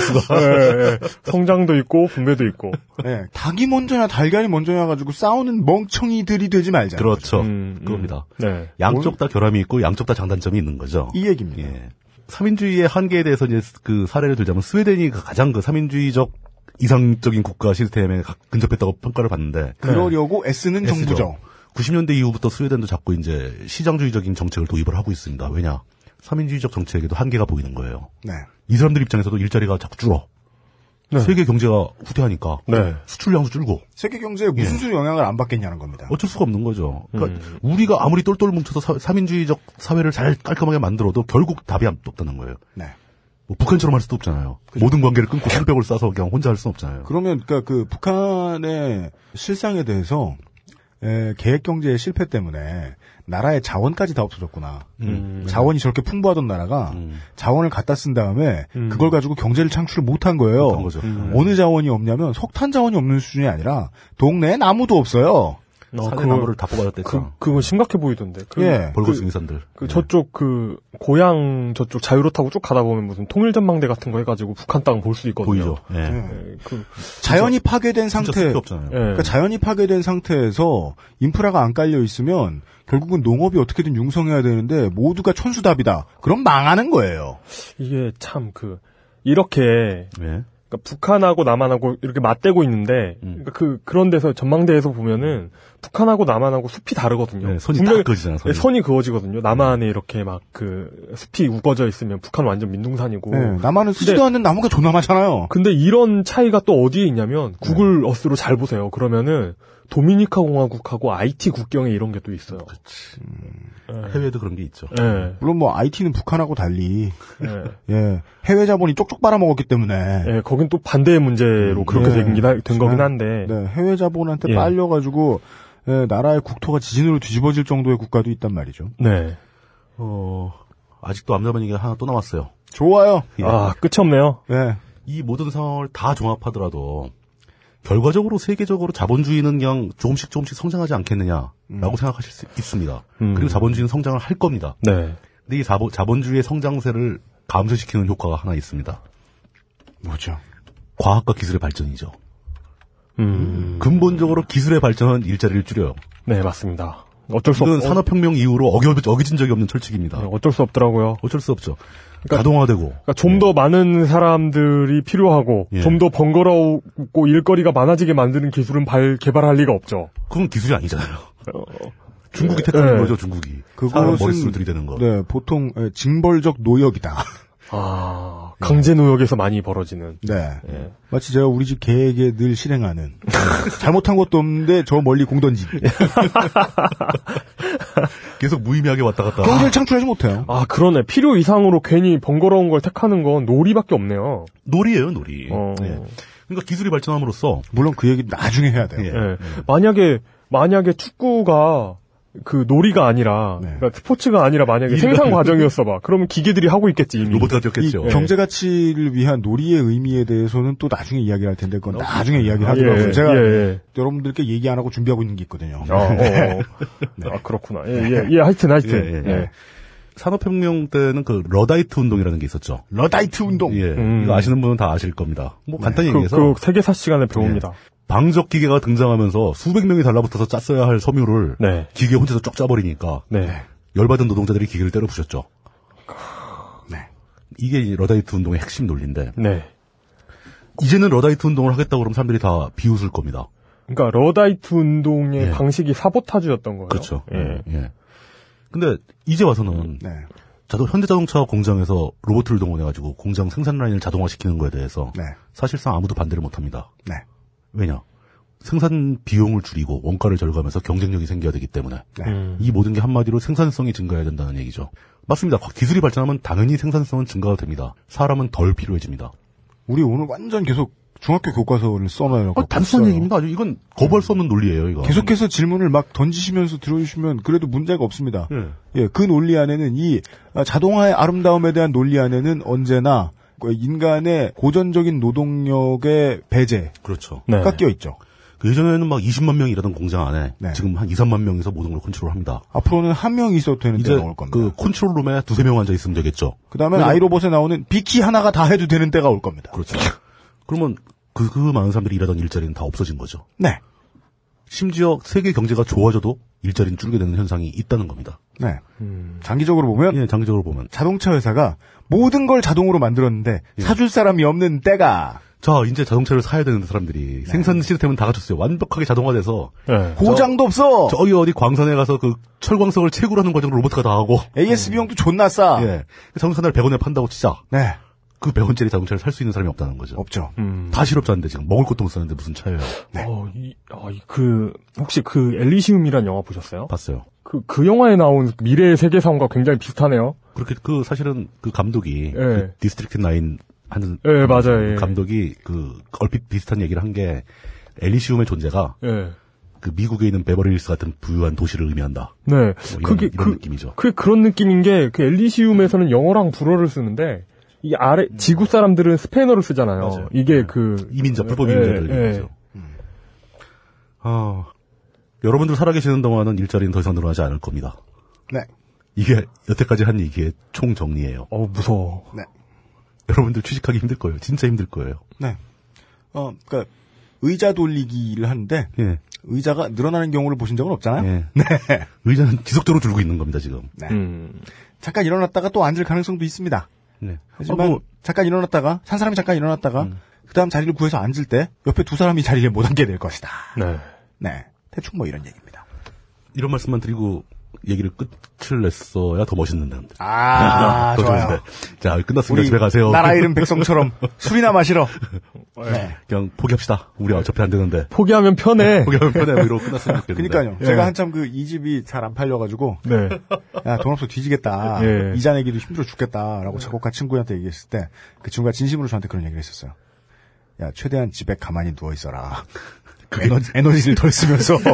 Speaker 4: 수가.
Speaker 2: 예, 예. 성장도 있고 분배도 있고.
Speaker 1: 예, 닭이 먼저냐 달걀이 먼저냐 가지고 싸우는 멍청이들이 되지 말자.
Speaker 4: 그렇죠.
Speaker 2: 음, 음.
Speaker 4: 그겁니다.
Speaker 2: 네.
Speaker 4: 양쪽 다 결함이 있고 양쪽 다 장단점이 있는 거죠.
Speaker 1: 이 얘기입니다.
Speaker 4: 예. 3인주의의 한계에 대해서 이제 그 사례를 들자면 스웨덴이 가장 그 3인주의적 이상적인 국가 시스템에 가- 근접했다고 평가를 받는데
Speaker 2: 네.
Speaker 1: 그러려고 애쓰는
Speaker 4: S죠.
Speaker 1: 정부죠.
Speaker 4: 90년대 이후부터 스웨덴도 자꾸 이제 시장주의적인 정책을 도입을 하고 있습니다. 왜냐? 3인주의적 정책에도 한계가 보이는 거예요.
Speaker 1: 네.
Speaker 4: 이 사람들 입장에서도 일자리가 자꾸 줄어.
Speaker 2: 네.
Speaker 4: 세계 경제가 후퇴하니까
Speaker 2: 네.
Speaker 4: 수출량도 줄고
Speaker 1: 세계 경제에 무슨 수로 영향을 안 받겠냐는 겁니다.
Speaker 4: 예. 어쩔 수가 없는 거죠. 그러니까 우리가 아무리 똘똘 뭉쳐서 사, 3인주의적 사회를 잘 깔끔하게 만들어도 결국 답이 안- 없다는 거예요.
Speaker 1: 네.
Speaker 4: 뭐 북한처럼 할 수도 없잖아요. 모든 관계를 끊고 손뼉을 싸서 그냥 혼자 할 수는 없잖아요.
Speaker 1: 그러면 그러니까 그 북한의 실상에 대해서 에, 계획 경제의 실패 때문에 나라의 자원까지 다 없어졌구나.
Speaker 4: 음.
Speaker 1: 음. 자원이 저렇게 풍부하던 나라가 자원을 갖다 쓴 다음에 그걸 가지고 경제를 창출을 못한 거예요.
Speaker 4: 못한 거죠. 음.
Speaker 1: 어느 자원이 없냐면 석탄 자원이 없는 수준이 아니라 동네에 나무도 없어요.
Speaker 2: 어,
Speaker 4: 산에
Speaker 2: 그거-
Speaker 4: 나무를 다 뽑아놨댔죠.
Speaker 2: 그 그거 심각해 보이던데. 그,
Speaker 1: 예.
Speaker 4: 벌거숭이 산들.
Speaker 2: 그 저쪽 그 고향 저쪽 자유로 타고 쭉 가다 보면 무슨 통일전망대 같은 거 해가지고 북한 땅 볼 수 있거든요.
Speaker 4: 보이죠. 예.
Speaker 2: 예, 그,
Speaker 1: 자연이 파괴된
Speaker 4: 진짜
Speaker 1: 상태.
Speaker 4: 쓸게 없잖아요. 네.
Speaker 2: 예.
Speaker 1: 그러니까 자연이 파괴된 상태에서 인프라가 안 깔려 있으면 결국은 농업이 어떻게든 융성해야 되는데 모두가 천수답이다. 그럼 망하는 거예요.
Speaker 2: 이게 참 그 이렇게
Speaker 4: 예.
Speaker 2: 그러니까 북한하고 남한하고 이렇게 맞대고 있는데 그러니까 그 그런 데서 전망대에서 보면은 북한하고 남한하고 숲이 다르거든요.
Speaker 4: 예, 손이
Speaker 2: 네. 분명히-
Speaker 4: 딱 그지잖아.
Speaker 2: 예, 선이 그어지거든요. 남한에 이렇게 막 그 숲이 우거져 있으면 북한 완전 민둥산이고.
Speaker 1: 네, 남한은 쓰지도
Speaker 2: 근데-
Speaker 1: 않는 나무가 존나 많잖아요.
Speaker 2: 근데 이런 차이가 또 어디에 있냐면 구글 어스로 잘 보세요. 그러면은 도미니카 공화국하고 IT 국경에 이런 게 또 있어요.
Speaker 4: 해외도 그런 게 있죠.
Speaker 2: 예.
Speaker 1: 물론 뭐 IT는 북한하고 달리
Speaker 2: 예.
Speaker 1: 예, 해외 자본이 쪽쪽 빨아먹었기 때문에
Speaker 2: 예, 거긴 또 반대의 문제로 그렇게
Speaker 1: 예.
Speaker 2: 된긴 하- 된 거긴
Speaker 4: 예.
Speaker 1: 네.
Speaker 2: 한데.
Speaker 1: 네, 해외 자본한테
Speaker 2: 예.
Speaker 1: 빨려가지고 예, 나라의 국토가 지진으로 뒤집어질 정도의 국가도 있단 말이죠.
Speaker 2: 네.
Speaker 4: 어, 아직도 암담한 얘기가 하나 또 남았어요.
Speaker 1: 좋아요.
Speaker 4: 예.
Speaker 2: 아, 끝이 없네요.
Speaker 1: 네.
Speaker 4: 이 모든 상황을 다 종합하더라도 결과적으로 세계적으로 자본주의는 그냥 조금씩 조금씩 성장하지 않겠느냐라고 생각하실 수 있습니다.
Speaker 2: 음.
Speaker 4: 그리고 자본주의는 성장을 할 겁니다.
Speaker 2: 네.
Speaker 4: 근데 이 자본, 자본주의의 성장세를 감소시키는 효과가 하나 있습니다.
Speaker 1: 뭐죠?
Speaker 4: 과학과 기술의 발전이죠.
Speaker 2: 음.
Speaker 4: 음. 근본적으로 기술의 발전은 일자리를 줄여요.
Speaker 2: 네, 맞습니다. 어쩔 수
Speaker 4: 이건
Speaker 2: 없-
Speaker 4: 산업혁명 이후로 어겨, 어겨진 적이 없는 철칙입니다.
Speaker 2: 어쩔 그러니까 수 없더라고요.
Speaker 4: 어쩔 수 없죠. 자동화되고.
Speaker 2: 좀 더 많은 사람들이 필요하고
Speaker 4: 예.
Speaker 2: 좀 더 번거롭고 일거리가 많아지게 만드는 기술은 발, 개발할 리가 없죠.
Speaker 4: 그건 기술이 아니잖아요.
Speaker 2: 어,
Speaker 4: 중국이
Speaker 2: 네.
Speaker 4: 택하는 거죠, 중국이. 사람 머릿수를 들이대는 거.
Speaker 1: 네, 보통 예, 징벌적 노역이다.
Speaker 2: 아, 강제 노역에서 많이 벌어지는.
Speaker 1: 네.
Speaker 4: 예.
Speaker 1: 마치 제가 우리 집 개에게 늘 실행하는. 잘못한 것도 없는데 저 멀리 공 던지기.
Speaker 4: 예. 계속 무의미하게 왔다 갔다.
Speaker 2: 그러니까
Speaker 1: 경제를 창출하지 못해요.
Speaker 2: 아, 그러네. 필요 이상으로 괜히 번거로운 걸 택하는 건 놀이밖에 없네요.
Speaker 4: 놀이에요, 놀이.
Speaker 2: 어.
Speaker 4: 예. 그러니까 기술이 발전함으로써
Speaker 1: 물론 그 얘기 나중에 해야 돼요.
Speaker 2: 예. 만약에 만약에 축구가 그 놀이가 아니라 그러니까 스포츠가 아니라 만약에 생산 과정이었어 봐. 그러면 기계들이 하고 있겠지 이미. 예.
Speaker 4: 로봇 같았겠죠.
Speaker 1: 이 예. 경제 가치를 위한 놀이의 의미에 대해서는 또 나중에 이야기를 할 텐데 그건 나중에 이야기를 하더라고요.
Speaker 2: 예,
Speaker 1: 제가
Speaker 2: 예, 예.
Speaker 1: 여러분들께 얘기 안 하고 준비하고 있는 게 있거든요.
Speaker 2: 아, 어, 어. 아, 그렇구나. 예, 예, 예, 하여튼, 하여튼.
Speaker 4: 예, 예,
Speaker 2: 예.
Speaker 4: 예. 산업혁명 때는 그 러다이트 운동이라는 게 있었죠.
Speaker 1: 러다이트 운동.
Speaker 4: 예.
Speaker 2: 음.
Speaker 4: 이거 아시는 분은 다 아실 겁니다. 뭐 간단히
Speaker 2: 그,
Speaker 4: 얘기해서
Speaker 2: 그 세계사 시간에 배웁니다.
Speaker 4: 방적 기계가 등장하면서 수백 명이 달라붙어서 짰어야 할 섬유를
Speaker 2: 네.
Speaker 4: 기계 혼자서 쫙 짜버리니까
Speaker 2: 네.
Speaker 4: 열받은 노동자들이 기계를 때려 부셨죠.
Speaker 1: 네.
Speaker 4: 이게 이 러다이트 운동의 핵심 논리인데
Speaker 2: 네.
Speaker 4: 이제는 러다이트 운동을 하겠다고 그러면 사람들이 다 비웃을 겁니다.
Speaker 2: 그러니까 러다이트 운동의 방식이 사보타주였던 거예요.
Speaker 4: 그렇죠.
Speaker 2: 예.
Speaker 4: 예. 근데 이제 와서는
Speaker 1: 네.
Speaker 4: 자동 현대자동차 공장에서 로봇을 동원해가지고 공장 생산 라인을 자동화시키는 거에 대해서
Speaker 1: 네.
Speaker 4: 사실상 아무도 반대를 못합니다.
Speaker 1: 네.
Speaker 4: 왜냐? 생산 비용을 줄이고 원가를 절감해서 경쟁력이 생겨야 되기 때문에
Speaker 1: 네.
Speaker 4: 이 모든 게 한마디로 생산성이 증가해야 된다는 얘기죠. 맞습니다. 기술이 발전하면 당연히 생산성은 증가가 됩니다. 사람은 덜 필요해집니다.
Speaker 1: 우리 오늘 완전 계속 중학교 교과서를 써놔요.
Speaker 4: 어, 단순한 얘기입니다. 아주 이건 거부할 수 없는 논리예요. 이거.
Speaker 1: 어. 계속해서 질문을 막 던지시면서 들어주시면 그래도 문제가 없습니다.
Speaker 4: 예.
Speaker 1: 예, 그 논리 안에는 이 아, 자동화의 아름다움에 대한 논리 안에는 언제나 그 인간의 고전적인 노동력의 배제가
Speaker 4: 그렇죠.
Speaker 1: 끼어 있죠.
Speaker 4: 그 예전에는 막 20만 명이 일하던 공장 안에
Speaker 1: 네.
Speaker 4: 지금 한 2, 3만 명에서 모든 걸 컨트롤합니다.
Speaker 1: 앞으로는 한 명이 있어도 되는
Speaker 4: 이제
Speaker 1: 때가 올 겁니다.
Speaker 4: 그 컨트롤룸에 두세 명 앉아 있으면 되겠죠.
Speaker 1: 그, 다음에 아이로봇에 나오는 비키 하나가 다 해도 되는 때가 올 겁니다.
Speaker 4: 그렇죠. 그러면 그, 그 많은 사람들이 일하던 일자리는 다 없어진 거죠.
Speaker 1: 네.
Speaker 4: 심지어 세계 경제가 좋아져도 일자리는 줄게 되는 현상이 있다는 겁니다.
Speaker 1: 네.
Speaker 2: 음.
Speaker 1: 장기적으로 보면
Speaker 4: 예, 장기적으로 보면.
Speaker 1: 자동차 회사가 모든 걸 자동으로 만들었는데
Speaker 4: 예.
Speaker 1: 사줄 사람이 없는 때가
Speaker 4: 자, 이제 자동차를 사야 되는데
Speaker 1: 네.
Speaker 4: 사람들이 생산 시스템은 다 갖췄어요. 완벽하게 자동화돼서
Speaker 2: 예.
Speaker 1: 고장도 없어.
Speaker 4: 저기 어디 광산에 가서 그 철광석을 채굴 하는 과정을 로봇가 다 하고
Speaker 1: AS 비용도 존나 싸.
Speaker 4: 예. 자동차를 100원에 판다고 치자.
Speaker 1: 아. 네.
Speaker 4: 그 100원짜리 자동차를 살 수 있는 사람이 없다는 거죠.
Speaker 1: 없죠.
Speaker 2: 음.
Speaker 4: 다 실업자인데 지금 먹을 것도 못 사는데 무슨 차예요.
Speaker 2: 어, 이, 어, 이, 그, 혹시 그 엘리시움이란 영화 보셨어요?
Speaker 4: 봤어요.
Speaker 2: 그, 그 영화에 나온 미래의 세계상과 굉장히 비슷하네요.
Speaker 4: 그렇게 그 사실은 그 감독이 그 디스트릭트 9 하는
Speaker 2: 예, 맞아요, 예.
Speaker 4: 감독이 그 얼핏 비슷한 얘기를 한 게 엘리시움의 존재가
Speaker 2: 예.
Speaker 4: 그 미국에 있는 베버리힐스 같은 부유한 도시를 의미한다.
Speaker 2: 네.
Speaker 4: 뭐 이런,
Speaker 2: 그게,
Speaker 4: 이런
Speaker 2: 그,
Speaker 4: 느낌이죠.
Speaker 2: 그게 그런 느낌인 게, 그 엘리시움에서는 영어랑 불어를 쓰는데, 이 아래, 지구 사람들은 스페인어를 쓰잖아요.
Speaker 4: 음. 맞아요. 네.
Speaker 2: 이게 그.
Speaker 4: 이민자 불법
Speaker 2: 예,
Speaker 4: 이민자들
Speaker 2: 예.
Speaker 4: 얘기죠. 아 여러분들 살아계시는 동안은 일자리는 더 이상 늘어나지 않을 겁니다.
Speaker 1: 네.
Speaker 4: 이게 여태까지 한 얘기의 총 정리예요.
Speaker 2: 어우, 무서워.
Speaker 1: 네.
Speaker 4: 여러분들 취직하기 힘들 거예요. 진짜 힘들 거예요.
Speaker 1: 네. 어, 그니까, 의자 돌리기를 하는데,
Speaker 4: 예.
Speaker 1: 의자가 늘어나는 경우를 보신 적은 없잖아요?
Speaker 4: 예. 의자는 지속적으로 줄고 있는 겁니다 지금.
Speaker 1: 네.
Speaker 2: 음.
Speaker 1: 잠깐 일어났다가 또 앉을 가능성도 있습니다.
Speaker 4: 네.
Speaker 1: 하지만, 잠깐 일어났다가, 한 사람이 잠깐 일어났다가, 그 다음 자리를 구해서 앉을 때, 옆에 두 사람이 자리를 못 앉게 될 것이다.
Speaker 2: 네.
Speaker 1: 네. 대충 뭐 이런 얘기입니다.
Speaker 4: 이런 말씀만 드리고 얘기를 끝을 냈어야 더 멋있는데.
Speaker 1: 아,
Speaker 4: 더
Speaker 1: 좋아요.
Speaker 4: 좋은데. 자, 끝났습니다. 집에 가세요. 어, 예.
Speaker 1: 나라 이름 백성처럼 술이나 마시러. 네.
Speaker 4: 그냥 포기합시다. 우리 어차피 안 되는데.
Speaker 2: 포기하면 편해.
Speaker 4: 포기하면 편해. 뭐 이러고 끝났으면 좋겠는데.
Speaker 1: 그니까요.
Speaker 2: 예.
Speaker 1: 제가 한참 그 이 집이 잘 안 팔려가지고,
Speaker 2: 네.
Speaker 1: 야, 돈 없어 뒤지겠다.
Speaker 2: 예.
Speaker 1: 이자 내기도 힘들어 죽겠다라고 작곡가 친구한테 얘기했을 때, 그 친구가 진심으로 저한테 그런 얘기를 했었어요. 그 야, 최대한 집에 가만히 누워있어라. 에너지, 에너지를 덜 쓰면서.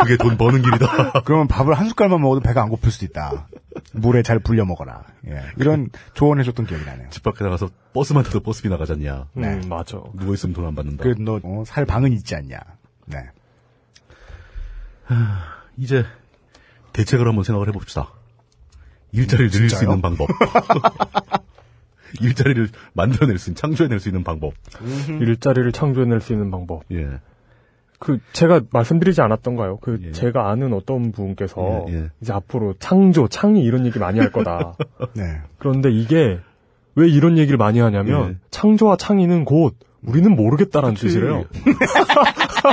Speaker 4: 그게 돈 버는 길이다.
Speaker 1: 그러면 밥을 한 숟갈만 먹어도 배가 안 고플 수도 있다. 물에 잘 불려 먹어라. 예. 이런 조언해줬던 기억이 나네요.
Speaker 4: 집 밖에 나가서 버스만 타도 버스비 나가지 않냐.
Speaker 2: 네. 음, 맞아.
Speaker 4: 누워있으면 돈 안 받는다.
Speaker 1: 그래도 너, 어, 살 방은 있지 않냐. 네.
Speaker 4: 하, 이제 대책을 한번 생각을 해봅시다. 일자리를 늘릴 수 있는 방법. 일자리를 만들어낼 수 있는, 창조해낼 수 있는 방법. 음.
Speaker 2: 일자리를 창조해낼 수 있는 방법.
Speaker 4: 예.
Speaker 2: 그 제가 말씀드리지 않았던가요? 그 예. 제가 아는 어떤 분께서
Speaker 4: 예, 예.
Speaker 2: 이제 앞으로 창조, 창의 이런 얘기 많이 할 거다.
Speaker 1: 네.
Speaker 2: 그런데 이게 왜 이런 얘기를 많이
Speaker 4: 예.
Speaker 2: 하냐면 창조와 창의는 곧 우리는 모르겠다라는 뜻이래요.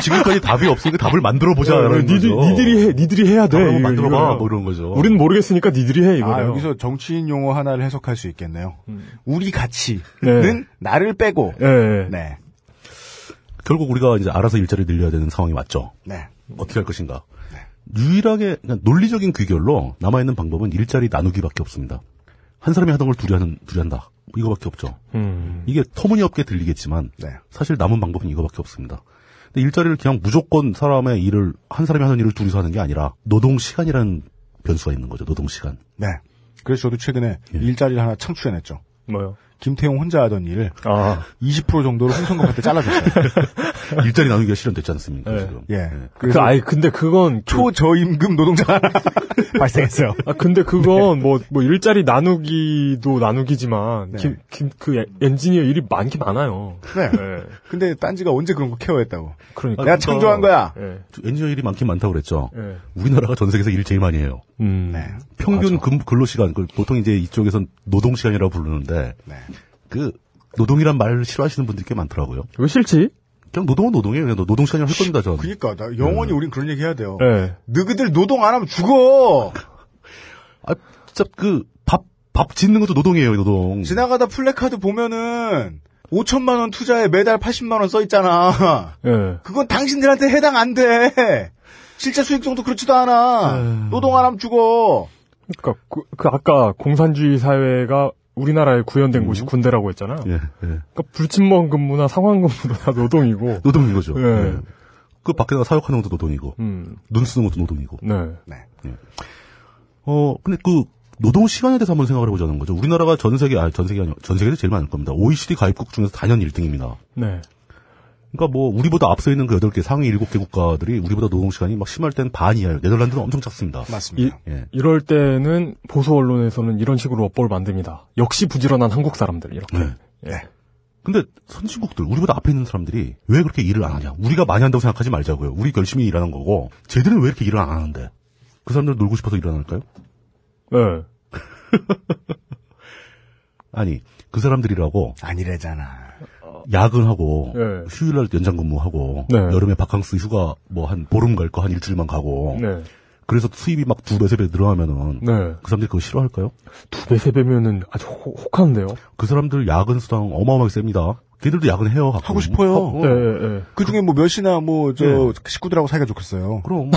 Speaker 4: 지금까지 답이 없으니까 답을 만들어 예. 보자라는
Speaker 2: 니들,
Speaker 4: 거죠.
Speaker 2: 니들이 해, 니들이 해야 돼.
Speaker 4: 답을 만들어 봐. 뭐 이런 거죠.
Speaker 2: 우리는 모르겠으니까 니들이 해 이거예요.
Speaker 1: 아, 여기서 정치인 용어 하나를 해석할 수 있겠네요.
Speaker 2: 음.
Speaker 1: 우리 같이는
Speaker 2: 네.
Speaker 1: 나를 빼고.
Speaker 2: 예, 예.
Speaker 1: 네.
Speaker 4: 결국 우리가 이제 알아서 일자리 늘려야 되는 상황이 왔죠.
Speaker 1: 네.
Speaker 4: 어떻게 할 것인가. 유일하게 그냥 논리적인 귀결로 남아 있는 방법은 일자리 나누기밖에 없습니다. 한 사람이 하던 걸 둘이 하는 둘이 한다. 이거밖에 없죠.
Speaker 2: 음.
Speaker 4: 이게 터무니없게 들리겠지만
Speaker 1: 네.
Speaker 4: 사실 남은 방법은 이거밖에 없습니다. 근데 일자리를 그냥 무조건 사람의 일을 한 사람이 하는 일을 둘이서 하는 게 아니라 노동 시간이라는 변수가 있는 거죠. 노동 시간.
Speaker 1: 네. 그래서 저도 최근에
Speaker 4: 예.
Speaker 1: 일자리를 하나 창출해냈죠.
Speaker 2: 뭐요?
Speaker 1: 김태용 혼자 하던 일을
Speaker 2: 아.
Speaker 1: 20% 정도로 홍성갑한테 잘라줬어요.
Speaker 4: 일자리 나누기가 실현됐지 않습니까?
Speaker 2: 예.
Speaker 4: 지금.
Speaker 1: 예.
Speaker 2: 그, 아니 근데 그건 그-
Speaker 1: 초저임금 노동자 하나 발생했어요.
Speaker 2: 아 근데
Speaker 1: 네.
Speaker 2: 그건 뭐 뭐 일자리 나누기도 나누기지만 김김그 엔지니어 일이 많긴 많아요.
Speaker 1: 네.
Speaker 2: 예.
Speaker 1: 근데 딴지가 언제 그런 거 케어했다고.
Speaker 2: 그러니까
Speaker 1: 내가 창조한 거야. 네.
Speaker 2: 예.
Speaker 4: 엔지니어 일이 많긴 많다고 그랬죠.
Speaker 2: 예.
Speaker 4: 우리나라가 전 세계에서 일 제일 많이 해요.
Speaker 2: 음.
Speaker 1: 네.
Speaker 4: 평균 근- 근로 시간, 그 보통 이제 이쪽에선 노동 시간이라고 부르는데
Speaker 1: 네.
Speaker 4: 그 노동이란 말을 싫어하시는 분들이 꽤 많더라고요.
Speaker 2: 왜 싫지?
Speaker 4: 그냥 노동은 노동이에요. 그냥 노동 시간이라고 할 겁니다. 저는.
Speaker 1: 그니까 나 영원히 우린 그런 얘기 해야 돼요.
Speaker 2: 예.
Speaker 1: 너희들 노동 안 하면 죽어.
Speaker 4: 아, 진짜 그 밥, 밥 짓는 것도 노동이에요, 노동.
Speaker 1: 지나가다 플래카드 보면은 5천만 원 투자에 매달 80만 원 써 있잖아.
Speaker 2: 예.
Speaker 1: 그건 당신들한테 해당 안 돼. 실제 수익성도 그렇지도 않아. 노동 안 하면 죽어.
Speaker 2: 그러니까 그, 그 아까 공산주의 사회가 우리나라에 구현된 곳이 군대라고 했잖아.
Speaker 4: 예, 예.
Speaker 2: 그러니까 불침번 근무나 상황 근무도 다 노동이고.
Speaker 4: 노동인 거죠.
Speaker 2: 예.
Speaker 4: 예. 그 밖에다가 사역하는 것도 노동이고,
Speaker 2: 음.
Speaker 4: 눈 쓰는 것도 노동이고.
Speaker 2: 네.
Speaker 4: 어, 근데 그 노동 시간에 대해서 한번 생각을 해보자는 거죠. 우리나라가 전 세계, 아, 전 세계 아니요. 전 세계에서 제일 많을 겁니다. OECD 가입국 중에서 단연 1등입니다.
Speaker 2: 네.
Speaker 4: 그러니까 뭐, 우리보다 앞서 있는 그 8개, 상위 7개 국가들이 우리보다 노동 시간이 막 심할 땐 반 이하예요. 네덜란드는 엄청 작습니다.
Speaker 2: 이,
Speaker 1: 맞습니다.
Speaker 4: 예.
Speaker 2: 이럴 때는 보수 언론에서는 이런 식으로 업보를 만듭니다. 역시 부지런한 한국 사람들 이렇게.
Speaker 4: 네.
Speaker 2: 예.
Speaker 4: 근데 선진국들, 우리보다 앞에 있는 사람들이 왜 그렇게 일을 안 하냐. 우리가 많이 한다고 생각하지 말자고요. 우리 열심히 일하는 거고, 쟤들은 왜 이렇게 일을 안 하는데. 그 사람들 놀고 싶어서 일안 할까요?
Speaker 2: 예.
Speaker 4: 아니, 그 사람들이라고
Speaker 1: 아니래잖아.
Speaker 4: 야근하고
Speaker 2: 예.
Speaker 4: 휴일날 연장 근무하고
Speaker 2: 네.
Speaker 4: 여름에 바캉스 휴가 뭐 한 보름 갈 거 한 일주일만 가고
Speaker 2: 네.
Speaker 4: 그래서 수입이 막 두 배 세 배 늘어나면은
Speaker 2: 네.
Speaker 4: 그 사람들이 그거 싫어할까요?
Speaker 2: 두 배, 세 배면은 아주 혹, 혹한데요?
Speaker 4: 그 사람들 야근 수당 어마어마하게 셉니다. 걔들도 야근 해요. 가끔.
Speaker 1: 하고 싶어요.
Speaker 4: 하고.
Speaker 2: 네, 예, 예.
Speaker 1: 그 중에 뭐 몇이나 뭐 저
Speaker 4: 예.
Speaker 1: 식구들하고 사이가 좋겠어요.
Speaker 4: 그럼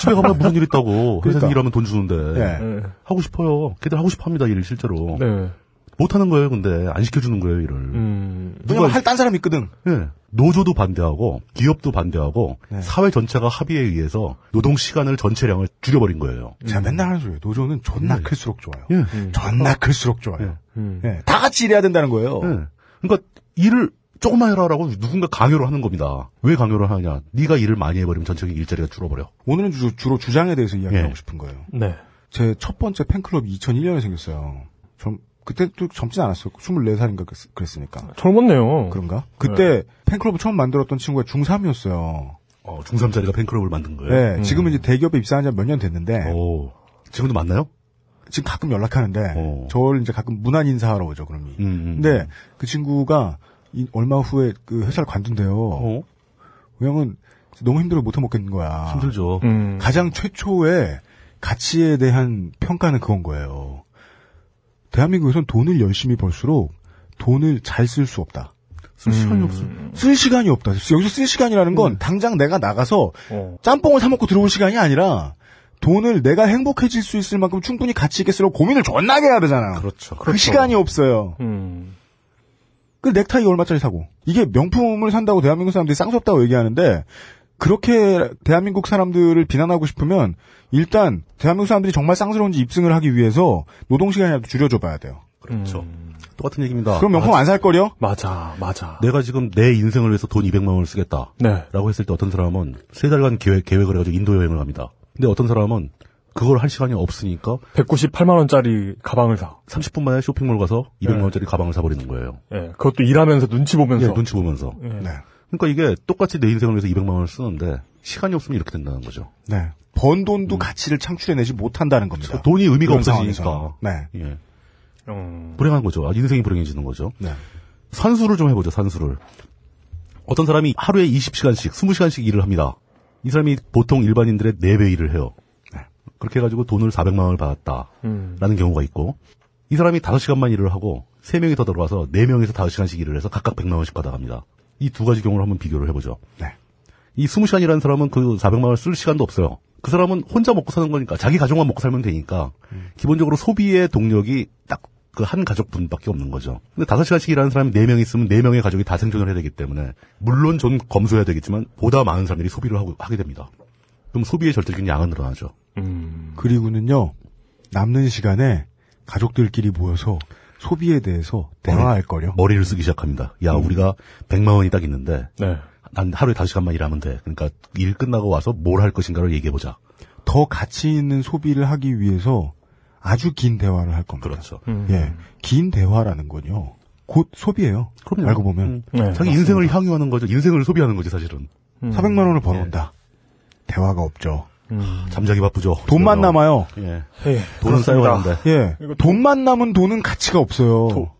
Speaker 4: 집에 가면 무슨 일 있다고 회사
Speaker 1: 그러니까.
Speaker 4: 일하면 돈 주는데
Speaker 1: 예.
Speaker 2: 네.
Speaker 4: 하고 싶어요. 걔들 하고 싶어합니다 일을 실제로
Speaker 2: 네.
Speaker 4: 못 하는 거예요. 근데 안 시켜주는 거예요 일을.
Speaker 2: 음.
Speaker 1: 왜냐면 할딴 사람 있거든.
Speaker 4: 예. 노조도 반대하고 기업도 반대하고
Speaker 1: 네.
Speaker 4: 사회 전체가 합의에 의해서 노동 시간을 전체량을 줄여버린 거예요.
Speaker 1: 제가 맨날 하는 음. 소리예요. 노조는 존나 클수록 좋아요.
Speaker 4: 예.
Speaker 1: 존나 클수록 좋아요.
Speaker 2: 음.
Speaker 1: 예. 다 같이 일해야 된다는 거예요.
Speaker 4: 예. 그러니까 일을 조금만 해라라고 누군가 강요를 하는 겁니다. 왜 강요를 하냐? 네가 일을 많이 해버리면 전체적인 일자리가 줄어버려.
Speaker 1: 오늘은 주, 로 주장에 대해서 이야기하고
Speaker 4: 예.
Speaker 1: 싶은 거예요.
Speaker 2: 네.
Speaker 1: 제 첫 번째 팬클럽이 2001년에 생겼어요. 좀 그때 또 젊진 않았어요. 24살인가 그랬으니까.
Speaker 2: 젊었네요.
Speaker 1: 그런가? 그때 팬클럽을 처음 만들었던 친구가 중3이었어요.
Speaker 4: 어, 중3짜리가 팬클럽을 만든 거예요.
Speaker 1: 네,
Speaker 2: 음.
Speaker 1: 지금은 이제 대기업에 입사한 지 몇 년 됐는데,
Speaker 4: 오. 지금도 만나요?
Speaker 1: 지금 가끔 연락하는데,
Speaker 4: 오.
Speaker 1: 저를 이제 가끔 문안 인사하러 오죠, 그럼이.
Speaker 4: 음, 음.
Speaker 1: 근데 그 친구가 이- 얼마 후에 그 회사를 관둔대요.
Speaker 4: 어,
Speaker 1: 왜냐면 너무 힘들어 못 해먹겠는 거야.
Speaker 4: 힘들죠.
Speaker 2: 음.
Speaker 1: 가장 최초의 가치에 대한 평가는 그건 거예요. 대한민국에선 돈을 열심히 벌수록 돈을 잘 쓸 수 없다.
Speaker 4: 쓸 시간이
Speaker 2: 음.
Speaker 4: 없어.
Speaker 1: 쓸 시간이 없다. 여기서 쓸 시간이라는
Speaker 4: 음.
Speaker 1: 건 당장 내가 나가서
Speaker 2: 어.
Speaker 1: 짬뽕을 사 먹고 들어올 시간이 아니라 돈을 내가 행복해질 수 있을 만큼 충분히 가치 있게 쓰려고 고민을 존나게 해야 되잖아요.
Speaker 4: 그렇죠.
Speaker 1: 그 시간이 없어요.
Speaker 2: 음.
Speaker 1: 그 넥타이 얼마짜리 사고 이게 명품을 산다고 대한민국 사람들이 쌍스럽다고 얘기하는데 그렇게 대한민국 사람들을 비난하고 싶으면 일단 대한민국 사람들이 정말 쌍스러운지 입증을 하기 위해서 노동 시간이라도 줄여줘 봐야 돼요.
Speaker 4: 그렇죠. 똑같은 얘기입니다.
Speaker 1: 그럼 명품 안 살 거려?
Speaker 2: 맞아, 맞아.
Speaker 4: 내가 지금 내 인생을 위해서 돈 200만 원을 쓰겠다.
Speaker 2: 네.
Speaker 4: 라고 했을 때 어떤 사람은 세 달간 계획, 계획을 해가지고 인도 여행을 갑니다. 근데 어떤 사람은 그걸 할 시간이 없으니까
Speaker 2: 198만 원짜리 가방을 사.
Speaker 4: 30분 만에 쇼핑몰 가서
Speaker 1: 네.
Speaker 4: 200만 원짜리 가방을 사버리는 거예요.
Speaker 2: 예, 그것도 일하면서 눈치 보면서.
Speaker 4: 예, 눈치 보면서.
Speaker 2: 예.
Speaker 1: 네.
Speaker 4: 그러니까 이게 똑같이 내 인생을 위해서 200만 원을 쓰는데 시간이 없으면 이렇게 된다는 거죠.
Speaker 1: 네. 번 돈도 가치를 창출해내지 못한다는 겁니다.
Speaker 4: 돈이 의미가
Speaker 1: 그런
Speaker 4: 음. 그렇죠. 없어지니까.
Speaker 1: 상황에서는. 네.
Speaker 4: 예.
Speaker 2: 음.
Speaker 4: 불행한 거죠. 아, 인생이 불행해지는 거죠. 산수를 좀 해보죠, 산수를. 어떤 사람이 하루에 20시간씩, 20시간씩 일을 합니다. 이 사람이 보통 일반인들의 4배 일을 해요. 네. 그렇게 해가지고 돈을 400만 원을 받았다.
Speaker 2: 음.
Speaker 4: 라는 경우가 있고, 이 사람이 5시간만 일을 하고, 3명이 더 들어와서 4명에서 5시간씩 일을 해서 각각 100만 원씩 받아갑니다. 이 두 가지 경우를 한번 비교를 해보죠.
Speaker 1: 네.
Speaker 4: 이 20시간이라는 사람은 그 400만 원 쓸 시간도 없어요. 그 사람은 혼자 먹고 사는 거니까, 자기 가족만 먹고 살면 되니까, 기본적으로 소비의 동력이 딱 그 한 가족분밖에 없는 거죠. 근데 5시간씩 일하는 사람이 4명 있으면 4명의 가족이 다 생존을 해야 되기 때문에, 물론 좀 검소해야 되겠지만, 보다 많은 사람들이 소비를 하고, 하게 됩니다. 그럼 소비의 절대적인 양은 늘어나죠.
Speaker 2: 음,
Speaker 1: 그리고는요 남는 시간에 가족들끼리 모여서 소비에 대해서 대화할
Speaker 4: 네.
Speaker 1: 거려.
Speaker 4: 머리를 쓰기 시작합니다. 야, 우리가 100만 원이 딱 있는데,
Speaker 2: 네.
Speaker 4: 난 하루에 5시간만 일하면 돼. 그러니까 일 끝나고 와서 뭘 할 것인가를 얘기해보자.
Speaker 1: 더 가치 있는 소비를 하기 위해서 아주 긴 대화를 할 겁니다.
Speaker 4: 그렇죠.
Speaker 1: 예, 긴 대화라는 건요 곧 소비예요.
Speaker 4: 그럼요. 음.
Speaker 1: 알고 보면
Speaker 4: 자기 인생을 향유하는 거죠. 인생을 소비하는 거지, 사실은.
Speaker 2: 음,
Speaker 1: 400만 원을 벌어온다. 대화가 없죠.
Speaker 2: 음.
Speaker 4: 잠자기 바쁘죠.
Speaker 1: 돈만 남아요.
Speaker 4: 예.
Speaker 2: 예, 그렇습니다.
Speaker 4: 돈은 쌓여야 한다.
Speaker 1: 예, 돈만 남은 돈은 가치가 없어요.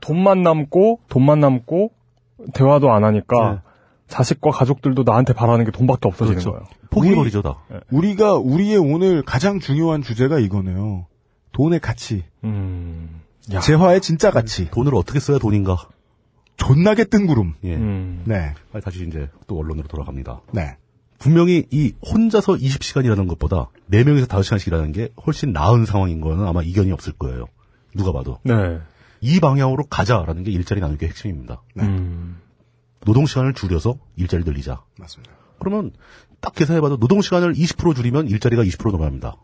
Speaker 2: 돈만 남고 돈만 남고 대화도 안
Speaker 4: 예.
Speaker 2: 하니까 자식과 가족들도 나한테 바라는 게 돈밖에 없어지는
Speaker 4: 그렇죠.
Speaker 2: 거예요.
Speaker 4: 포기버리죠, 다.
Speaker 1: 우리가 우리의 오늘 가장 중요한 주제가 이거네요. 돈의 가치,
Speaker 2: 음.
Speaker 1: 재화의 진짜 가치.
Speaker 4: 돈을 어떻게 써야 돈인가?
Speaker 1: 존나게 뜬구름.
Speaker 4: 예.
Speaker 2: 음.
Speaker 1: 네,
Speaker 4: 아, 다시 이제 또 언론으로 돌아갑니다.
Speaker 1: 네.
Speaker 4: 분명히 이 혼자서 20시간 일하는 것보다 4명에서 5시간씩 일하는 게 훨씬 나은 상황인 거는 아마 이견이 없을 거예요. 누가 봐도.
Speaker 2: 네.
Speaker 4: 이 방향으로 가자라는 게 일자리 나누기의 핵심입니다.
Speaker 2: 음.
Speaker 4: 노동 시간을 줄여서 일자리 늘리자.
Speaker 1: 맞습니다.
Speaker 4: 그러면 딱 계산해봐도 노동 시간을 20% 줄이면 일자리가 20% 넘어갑니다.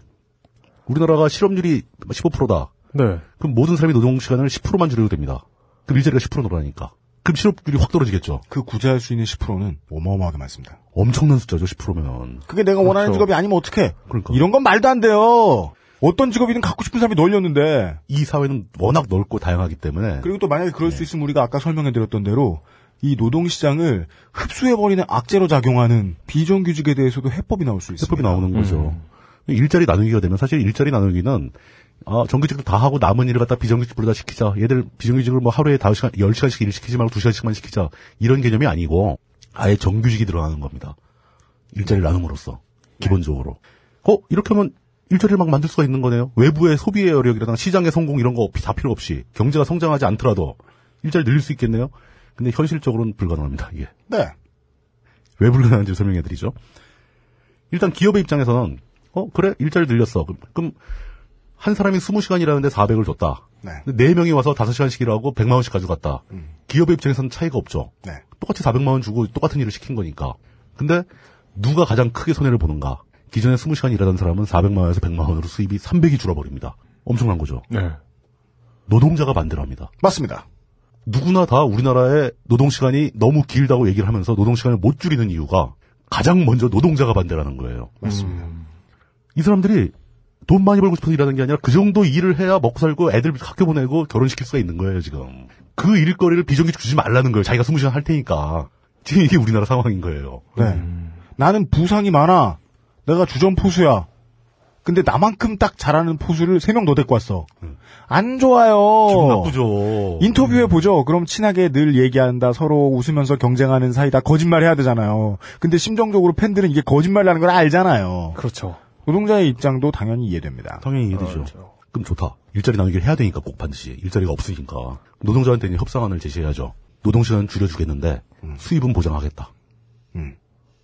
Speaker 4: 우리나라가 실업률이 15%다.
Speaker 2: 네.
Speaker 4: 그럼 모든 사람이 노동 시간을 10%만 줄여도 됩니다. 그럼 일자리가 10% 늘어나니까. 그럼 실업률이 확 떨어지겠죠.
Speaker 1: 그 구제할 수 있는 10%는 어마어마하게 많습니다. 그렇죠.
Speaker 4: 엄청난 숫자죠. 10%면.
Speaker 1: 그게 내가 원하는 직업이 아니면 어떡해?
Speaker 4: 그러니까.
Speaker 1: 이런 건 말도 안 돼요. 어떤 직업이든 갖고 싶은 사람이 널렸는데.
Speaker 4: 이 사회는 워낙 넓고 다양하기 때문에
Speaker 1: 그리고 또 만약에
Speaker 4: 네.
Speaker 1: 그럴 수 있으면 우리가 아까 설명해드렸던 대로 이 노동시장을 흡수해버리는 악재로 작용하는 비정규직에 대해서도 해법이 나올 수 있습니다. 음.
Speaker 4: 세법이 나오는 거죠. 일자리 나누기가 되면 사실 일자리 나누기는 아, 정규직도 다 하고 남은 일을 갖다 비정규직으로 다 시키자. 얘들 비정규직을 뭐 하루에 5시간, 10시간씩 일 시키지 말고 2시간씩만 시키자. 이런 개념이 아니고 아예 정규직이 들어가는 겁니다. 일자리 나눔으로써
Speaker 1: 네.
Speaker 4: 기본적으로. 어, 이렇게 하면 일자리를 막 만들 수가 있는 거네요. 외부의 소비의 여력이라든가 시장의 성공 이런 거 다 필요 없이 경제가 성장하지 않더라도 일자리 늘릴 수 있겠네요. 근데 현실적으로는 불가능합니다. 이게.
Speaker 1: 네.
Speaker 4: 왜 불가능한지 설명해드리죠. 일단 기업의 입장에서는 어 그래 일자리 늘렸어. 그럼, 그럼 한 사람이 20시간 일하는데 400을 줬다.
Speaker 1: 네. 음.
Speaker 4: 근데 4명이 와서 5시간씩 일하고 100만 원씩 가져갔다. 기업의 입장에서는 차이가 없죠.
Speaker 1: 네.
Speaker 4: 똑같이 400만 원 주고 똑같은 일을 시킨 거니까. 근데 누가 가장 크게 손해를 보는가? 기존에 20시간 일하던 사람은 400만 원에서 100만 원으로 수입이 300이 줄어버립니다. 엄청난 거죠.
Speaker 2: 네.
Speaker 4: 노동자가 반대를 합니다.
Speaker 1: 맞습니다.
Speaker 4: 누구나 다 우리나라의 노동시간이 너무 길다고 얘기를 하면서 노동시간을 못 줄이는 이유가 가장 먼저 노동자가 반대라는 거예요.
Speaker 1: 맞습니다.
Speaker 4: 이 사람들이 돈 많이 벌고 싶어서 일하는 게 아니라 그 정도 일을 해야 먹고 살고 애들 학교 보내고 결혼시킬 수가 있는 거예요, 지금. 그 일거리를 비정규직 주지 말라는 거예요. 자기가 20시간 할 테니까. 지금 이게 우리나라 상황인 거예요.
Speaker 1: 네.
Speaker 4: 음.
Speaker 1: 나는 부상이 많아. 내가 주전 포수야. 근데 나만큼 딱 잘하는 포수를 3명 더 데리고 왔어. 안 좋아요.
Speaker 4: 음. 기분 나쁘죠. 음.
Speaker 1: 인터뷰해 보죠. 그럼 친하게 늘 얘기한다. 서로 웃으면서 경쟁하는 사이다. 거짓말 해야 되잖아요. 근데 심정적으로 팬들은 이게 거짓말이라는 걸 알잖아요.
Speaker 2: 그렇죠.
Speaker 1: 노동자의 입장도 당연히 이해됩니다.
Speaker 4: 당연히 이해되죠. 아, 그럼 좋다. 일자리 나누기를 해야 되니까 꼭 반드시. 일자리가 없으니까. 노동자한테는 협상안을 제시해야죠. 노동시간은 줄여주겠는데 수입은 보장하겠다.
Speaker 1: 음.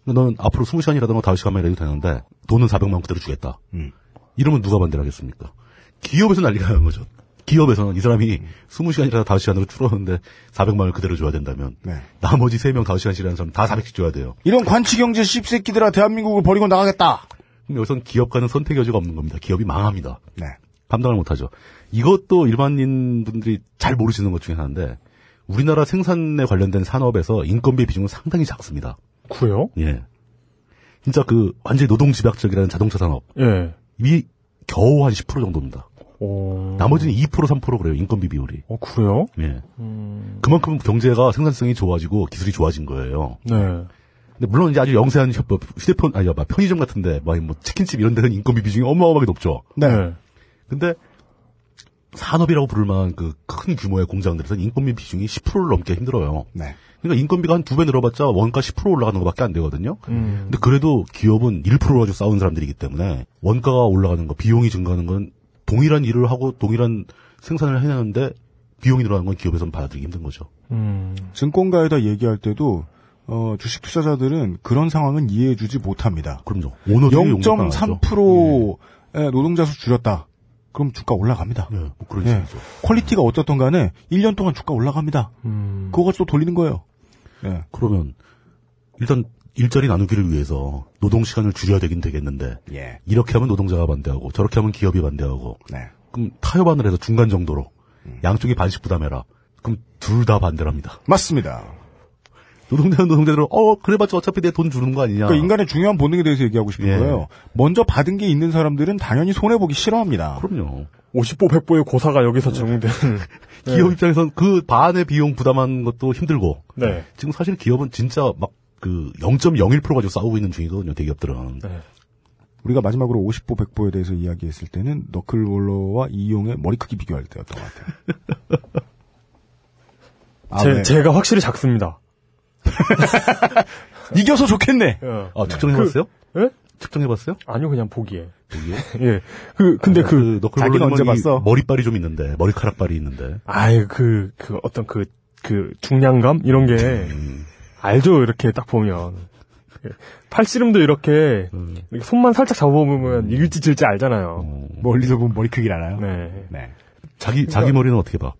Speaker 4: 근데 너는 앞으로 20시간이라든가 5시간만 일해도 되는데 돈은 400만 원 그대로 주겠다.
Speaker 1: 음.
Speaker 4: 이러면 누가 반대를 하겠습니까? 기업에서 난리가 나는 거죠. 기업에서는 이 사람이 20시간이라 5시간으로 줄었는데 400만 원을 그대로 줘야 된다면 나머지 3명 5시간씩 일하는 사람 다 400씩 줘야 돼요.
Speaker 1: 이런 관치경제 씹새끼들아 대한민국을 버리고 나가겠다.
Speaker 4: 그럼 여기선 기업가는 선택 여지가 없는 겁니다. 기업이 망합니다.
Speaker 1: 네.
Speaker 4: 감당을 못하죠. 이것도 일반인 분들이 잘 모르시는 것 중에 하나인데 우리나라 생산에 관련된 산업에서 인건비 비중은 상당히 작습니다.
Speaker 2: 그래요?
Speaker 4: 예. 진짜 그 완전히 노동 집약적이라는 자동차 산업.
Speaker 2: 예.
Speaker 4: 이 겨우 한 10% 정도입니다.
Speaker 2: 오.
Speaker 4: 나머지는 2% 3% 그래요. 인건비 비율이.
Speaker 2: 어, 그래요?
Speaker 4: 예.
Speaker 2: 음.
Speaker 4: 그만큼 경제가 생산성이 좋아지고 기술이 좋아진 거예요.
Speaker 2: 네.
Speaker 4: 근데 물론 이제 아주 영세한 협- 휴대폰 아니 막 편의점 같은데 막 뭐 치킨집 이런 데는 인건비 비중이 어마어마하게 높죠.
Speaker 1: 네.
Speaker 4: 근데 산업이라고 부를 만한 그 큰 규모의 공장들에서 인건비 비중이 10%를 넘게 힘들어요.
Speaker 1: 네.
Speaker 4: 그러니까 인건비가 한 두 배 늘어봤자 원가 10% 올라가는 것밖에 안 되거든요.
Speaker 2: 음.
Speaker 4: 근데 그래도 기업은 1% 가지고 싸우는 사람들이기 때문에 원가가 올라가는 거, 비용이 증가하는 건 동일한 일을 하고 동일한 생산을 해내는데 비용이 늘어나는 건 기업에서는 받아들이기 힘든 거죠.
Speaker 2: 음.
Speaker 1: 증권가에다 얘기할 때도 어, 주식 투자자들은 그런 상황은 이해해주지 못합니다.
Speaker 4: 그럼요. 오너들이 용납 안 하죠.
Speaker 1: 0.3%의 노동자 수 줄였다. 그럼 주가 올라갑니다. 음.
Speaker 4: 뭐 그런
Speaker 1: 예. 예.
Speaker 4: 식이죠.
Speaker 1: 퀄리티가 어떻든 간에 1년 동안 주가 올라갑니다.
Speaker 2: 음.
Speaker 1: 그거 가지고 또 돌리는 거예요. 예.
Speaker 4: 그러면 일단 일자리 나누기를 위해서 노동 시간을 줄여야 되긴 되겠는데
Speaker 1: 예.
Speaker 4: 이렇게 하면 노동자가 반대하고 저렇게 하면 기업이 반대하고
Speaker 1: 네.
Speaker 4: 그럼 타협안을 해서 중간 정도로
Speaker 1: 음.
Speaker 4: 양쪽이 반씩 부담해라. 그럼 둘 다 반대랍니다.
Speaker 1: 맞습니다.
Speaker 4: 노동자는 노동자대로 어 그래봤자 어차피 내 돈 주는 거 아니냐.
Speaker 1: 그러니까 인간의 중요한 본능에 대해서 얘기하고 싶은 거예요. 먼저 받은 게 있는 사람들은 당연히 손해보기 싫어합니다.
Speaker 4: 그럼요.
Speaker 2: 50보 100보의 고사가 여기서 적용되는. 네.
Speaker 4: 기업 입장에선 그 반의 비용 부담하는 것도 힘들고
Speaker 2: 네.
Speaker 4: 지금 사실 기업은 진짜 막 그 0.01% 가지고 싸우고 있는 중이거든요. 대기업들은.
Speaker 1: 네. 우리가 마지막으로 50보 100보에 대해서 이야기했을 때는 너클롤러와 이용의 머리 크기 비교할 때였던 것 같아요. 아,
Speaker 2: 제,
Speaker 1: 네.
Speaker 2: 제가 확실히 작습니다.
Speaker 1: 이겨서 좋겠네.
Speaker 4: 아, 측정해봤어요?
Speaker 2: 그, 예?
Speaker 4: 측정해봤어요?
Speaker 2: 아니요, 그냥 보기에.
Speaker 4: 보기에?
Speaker 2: 예. 그, 근데
Speaker 4: 아,
Speaker 2: 그,
Speaker 4: 너클볼로 머리- 머리빨이 뭐 좀 있는데 머리카락빨이 있는데.
Speaker 2: 아유, 그, 그 어떤 그, 그 중량감? 이런 게,
Speaker 4: 음.
Speaker 2: 알죠, 이렇게 딱 보면. 예. 팔씨름도 이렇게,
Speaker 4: 음.
Speaker 2: 이렇게 손만 살짝 잡아보면 이길지 질지 알잖아요.
Speaker 1: 멀리서 보면 머리 크기를 알아요?
Speaker 2: 네.
Speaker 4: 어. 자기
Speaker 1: 그러니까-
Speaker 4: 자기 머리는 어떻게 봐?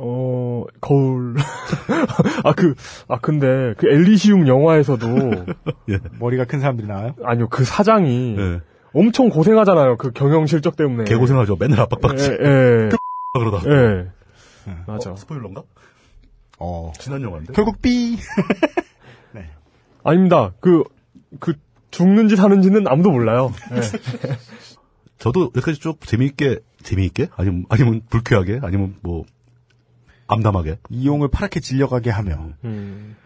Speaker 2: 어, 거울. 아, 그, 아, 근데, 그 엘리시움 영화에서도,
Speaker 1: 머리가 큰 사람들이 나와요?
Speaker 2: 아니요, 그 사장이,
Speaker 1: 네.
Speaker 2: 엄청 고생하잖아요, 그 경영 실적 때문에.
Speaker 4: 네. 개고생하죠. 맨날
Speaker 1: 네.
Speaker 2: 예,
Speaker 4: 압박받지.
Speaker 2: 예.
Speaker 4: 그러다.
Speaker 2: 예. 맞아.
Speaker 4: 스포일러인가?
Speaker 1: 어.
Speaker 4: 지난 영화인데.
Speaker 1: 결국 삐.
Speaker 2: 아닙니다. 그, 그, 죽는지 사는지는 아무도 몰라요. 예.
Speaker 4: 저도 여기까지 쭉 재미있게 재미있게 아니면 아니면 불쾌하게 아니면 뭐 암담하게
Speaker 1: 이용을 파랗게 질려가게 하며
Speaker 2: 음.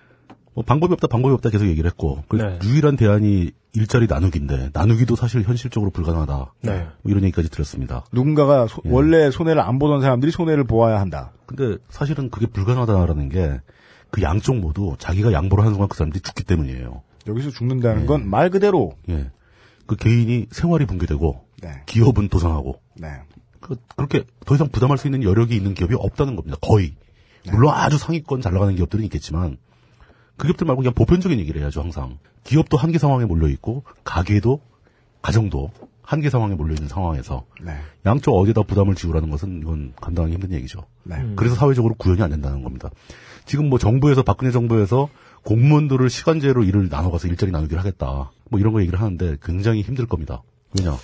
Speaker 4: 뭐 방법이 없다 방법이 없다 계속 얘기를 했고 그
Speaker 2: 네.
Speaker 4: 유일한 대안이 일자리 나누기인데 나누기도 사실 현실적으로 불가능하다
Speaker 2: 네.
Speaker 4: 뭐 이런 얘기까지 들었습니다.
Speaker 1: 누군가가 소- 원래 손해를 안 보던 사람들이 손해를 보아야 한다.
Speaker 4: 근데 사실은 그게 불가능하다라는 게 그 양쪽 모두 자기가 양보를 하는 순간 그 사람들이 죽기 때문이에요.
Speaker 1: 여기서 죽는다는 건 말 그대로
Speaker 4: 예. 그 개인이 생활이 붕괴되고
Speaker 1: 네.
Speaker 4: 기업은 도상하고
Speaker 1: 네.
Speaker 4: 그, 그렇게 더 이상 부담할 수 있는 여력이 있는 기업이 없다는 겁니다. 거의. 물론 아주 상위권 잘 나가는 기업들은 있겠지만 그 기업들 말고 그냥 보편적인 얘기를 해야죠 항상. 기업도 한계 상황에 몰려 있고 가게도 가정도 한계 상황에 몰려 있는 상황에서
Speaker 1: 네.
Speaker 4: 양쪽 어디에다 부담을 지우라는 것은 이건 감당하기 힘든 얘기죠.
Speaker 1: 네. 음.
Speaker 4: 그래서 사회적으로 구현이 안 된다는 겁니다. 지금 뭐 정부에서 박근혜 정부에서 공무원들을 시간제로 일을 나눠가서 일자리 나누기를 하겠다. 뭐 이런 거 얘기를 하는데 굉장히 힘들 겁니다. 왜냐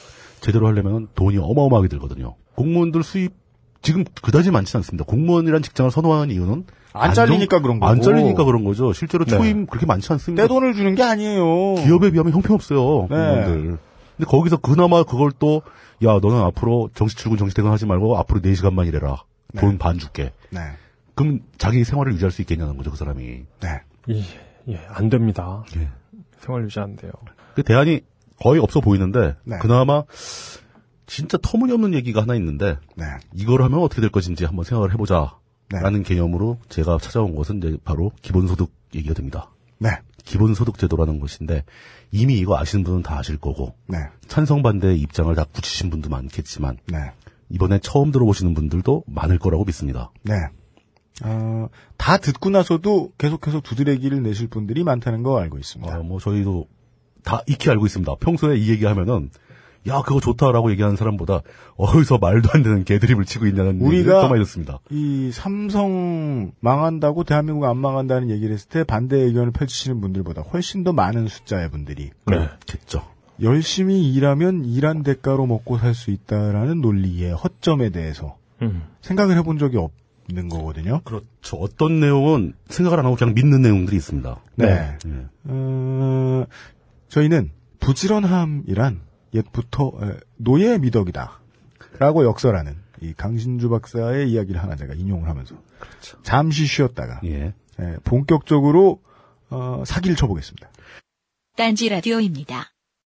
Speaker 4: 제대로 하려면 돈이 어마어마하게 들거든요. 공무원들 수입 지금 그다지 많지는 않습니다. 공무원이란 직장을 선호하는 이유는
Speaker 1: 안
Speaker 4: 안정-
Speaker 1: 잘리니까 그런 거고.
Speaker 4: 안 잘리니까 그런 거죠. 실제로
Speaker 1: 네.
Speaker 4: 초임 그렇게 많지 않습니다.
Speaker 1: 떼돈을 주는 게 아니에요.
Speaker 4: 기업에 비하면 형편없어요.
Speaker 1: 네.
Speaker 4: 공무원들. 근데 거기서 그나마 그걸 또, 야, 너는 앞으로 정시 출근, 정시 퇴근 하지 말고 앞으로 4시간만 일해라. 돈 반 줄게.
Speaker 1: 네.
Speaker 4: 그럼 자기 생활을 유지할 수 있겠냐는 거죠, 그 사람이.
Speaker 1: 네.
Speaker 2: 이, 예, 안 됩니다.
Speaker 4: 예.
Speaker 2: 생활 유지 안 돼요.
Speaker 4: 그 대안이 거의 없어 보이는데,
Speaker 2: 네.
Speaker 4: 그나마 진짜 터무니없는 얘기가 하나 있는데,
Speaker 1: 네.
Speaker 4: 이걸 하면 어떻게 될 것인지 한번 생각을 해보자.
Speaker 1: 네.
Speaker 4: 라는 개념으로 제가 찾아온 것은 이제 바로 기본소득 얘기가 됩니다.
Speaker 1: 네.
Speaker 4: 기본소득제도라는 것인데, 이미 이거 아시는 분은 다 아실 거고,
Speaker 1: 네.
Speaker 4: 찬성 반대의 입장을 다 굳히신 분도 많겠지만
Speaker 1: 네.
Speaker 4: 이번에 처음 들어보시는 분들도 많을 거라고 믿습니다.
Speaker 1: 네. 어, 다 듣고 나서도 계속해서 두드레기를 내실
Speaker 4: 아, 어, 네.
Speaker 1: 분들이 많다는 거 알고 있습니다.
Speaker 4: 뭐 저희도 다 익히 알고 있습니다. 평소에 이 얘기하면은 야 그거 좋다라고 얘기하는 사람보다 어디서 말도 안 되는 개드립을 치고 있냐는
Speaker 1: 우리가
Speaker 4: 네, 더 많이 듣습니다.
Speaker 1: 이 삼성 망한다고 대한민국 안 망한다는 얘기를 했을 때 반대 의견을 펼치시는 분들보다 훨씬 더 많은 숫자의 분들이
Speaker 4: 네. 그렇겠죠.
Speaker 1: 열심히 일하면 일한 대가로 먹고 살 수 있다라는 논리의 허점에 대해서
Speaker 2: 음.
Speaker 1: 생각을 해본 적이 없는 거거든요.
Speaker 4: 그렇죠. 어떤 내용은 생각을 안 하고 그냥 믿는 내용들이 있습니다.
Speaker 1: 네. 어, 저희는 부지런함이란 옛부터 에, 노예의 미덕이다. 라고 역설하는 이 강신주 박사의 이야기를 하나 제가 인용을 하면서 잠시 쉬었다가
Speaker 4: 예.
Speaker 1: 에, 본격적으로 어, 사기를 쳐보겠습니다.
Speaker 6: 딴지 라디오입니다.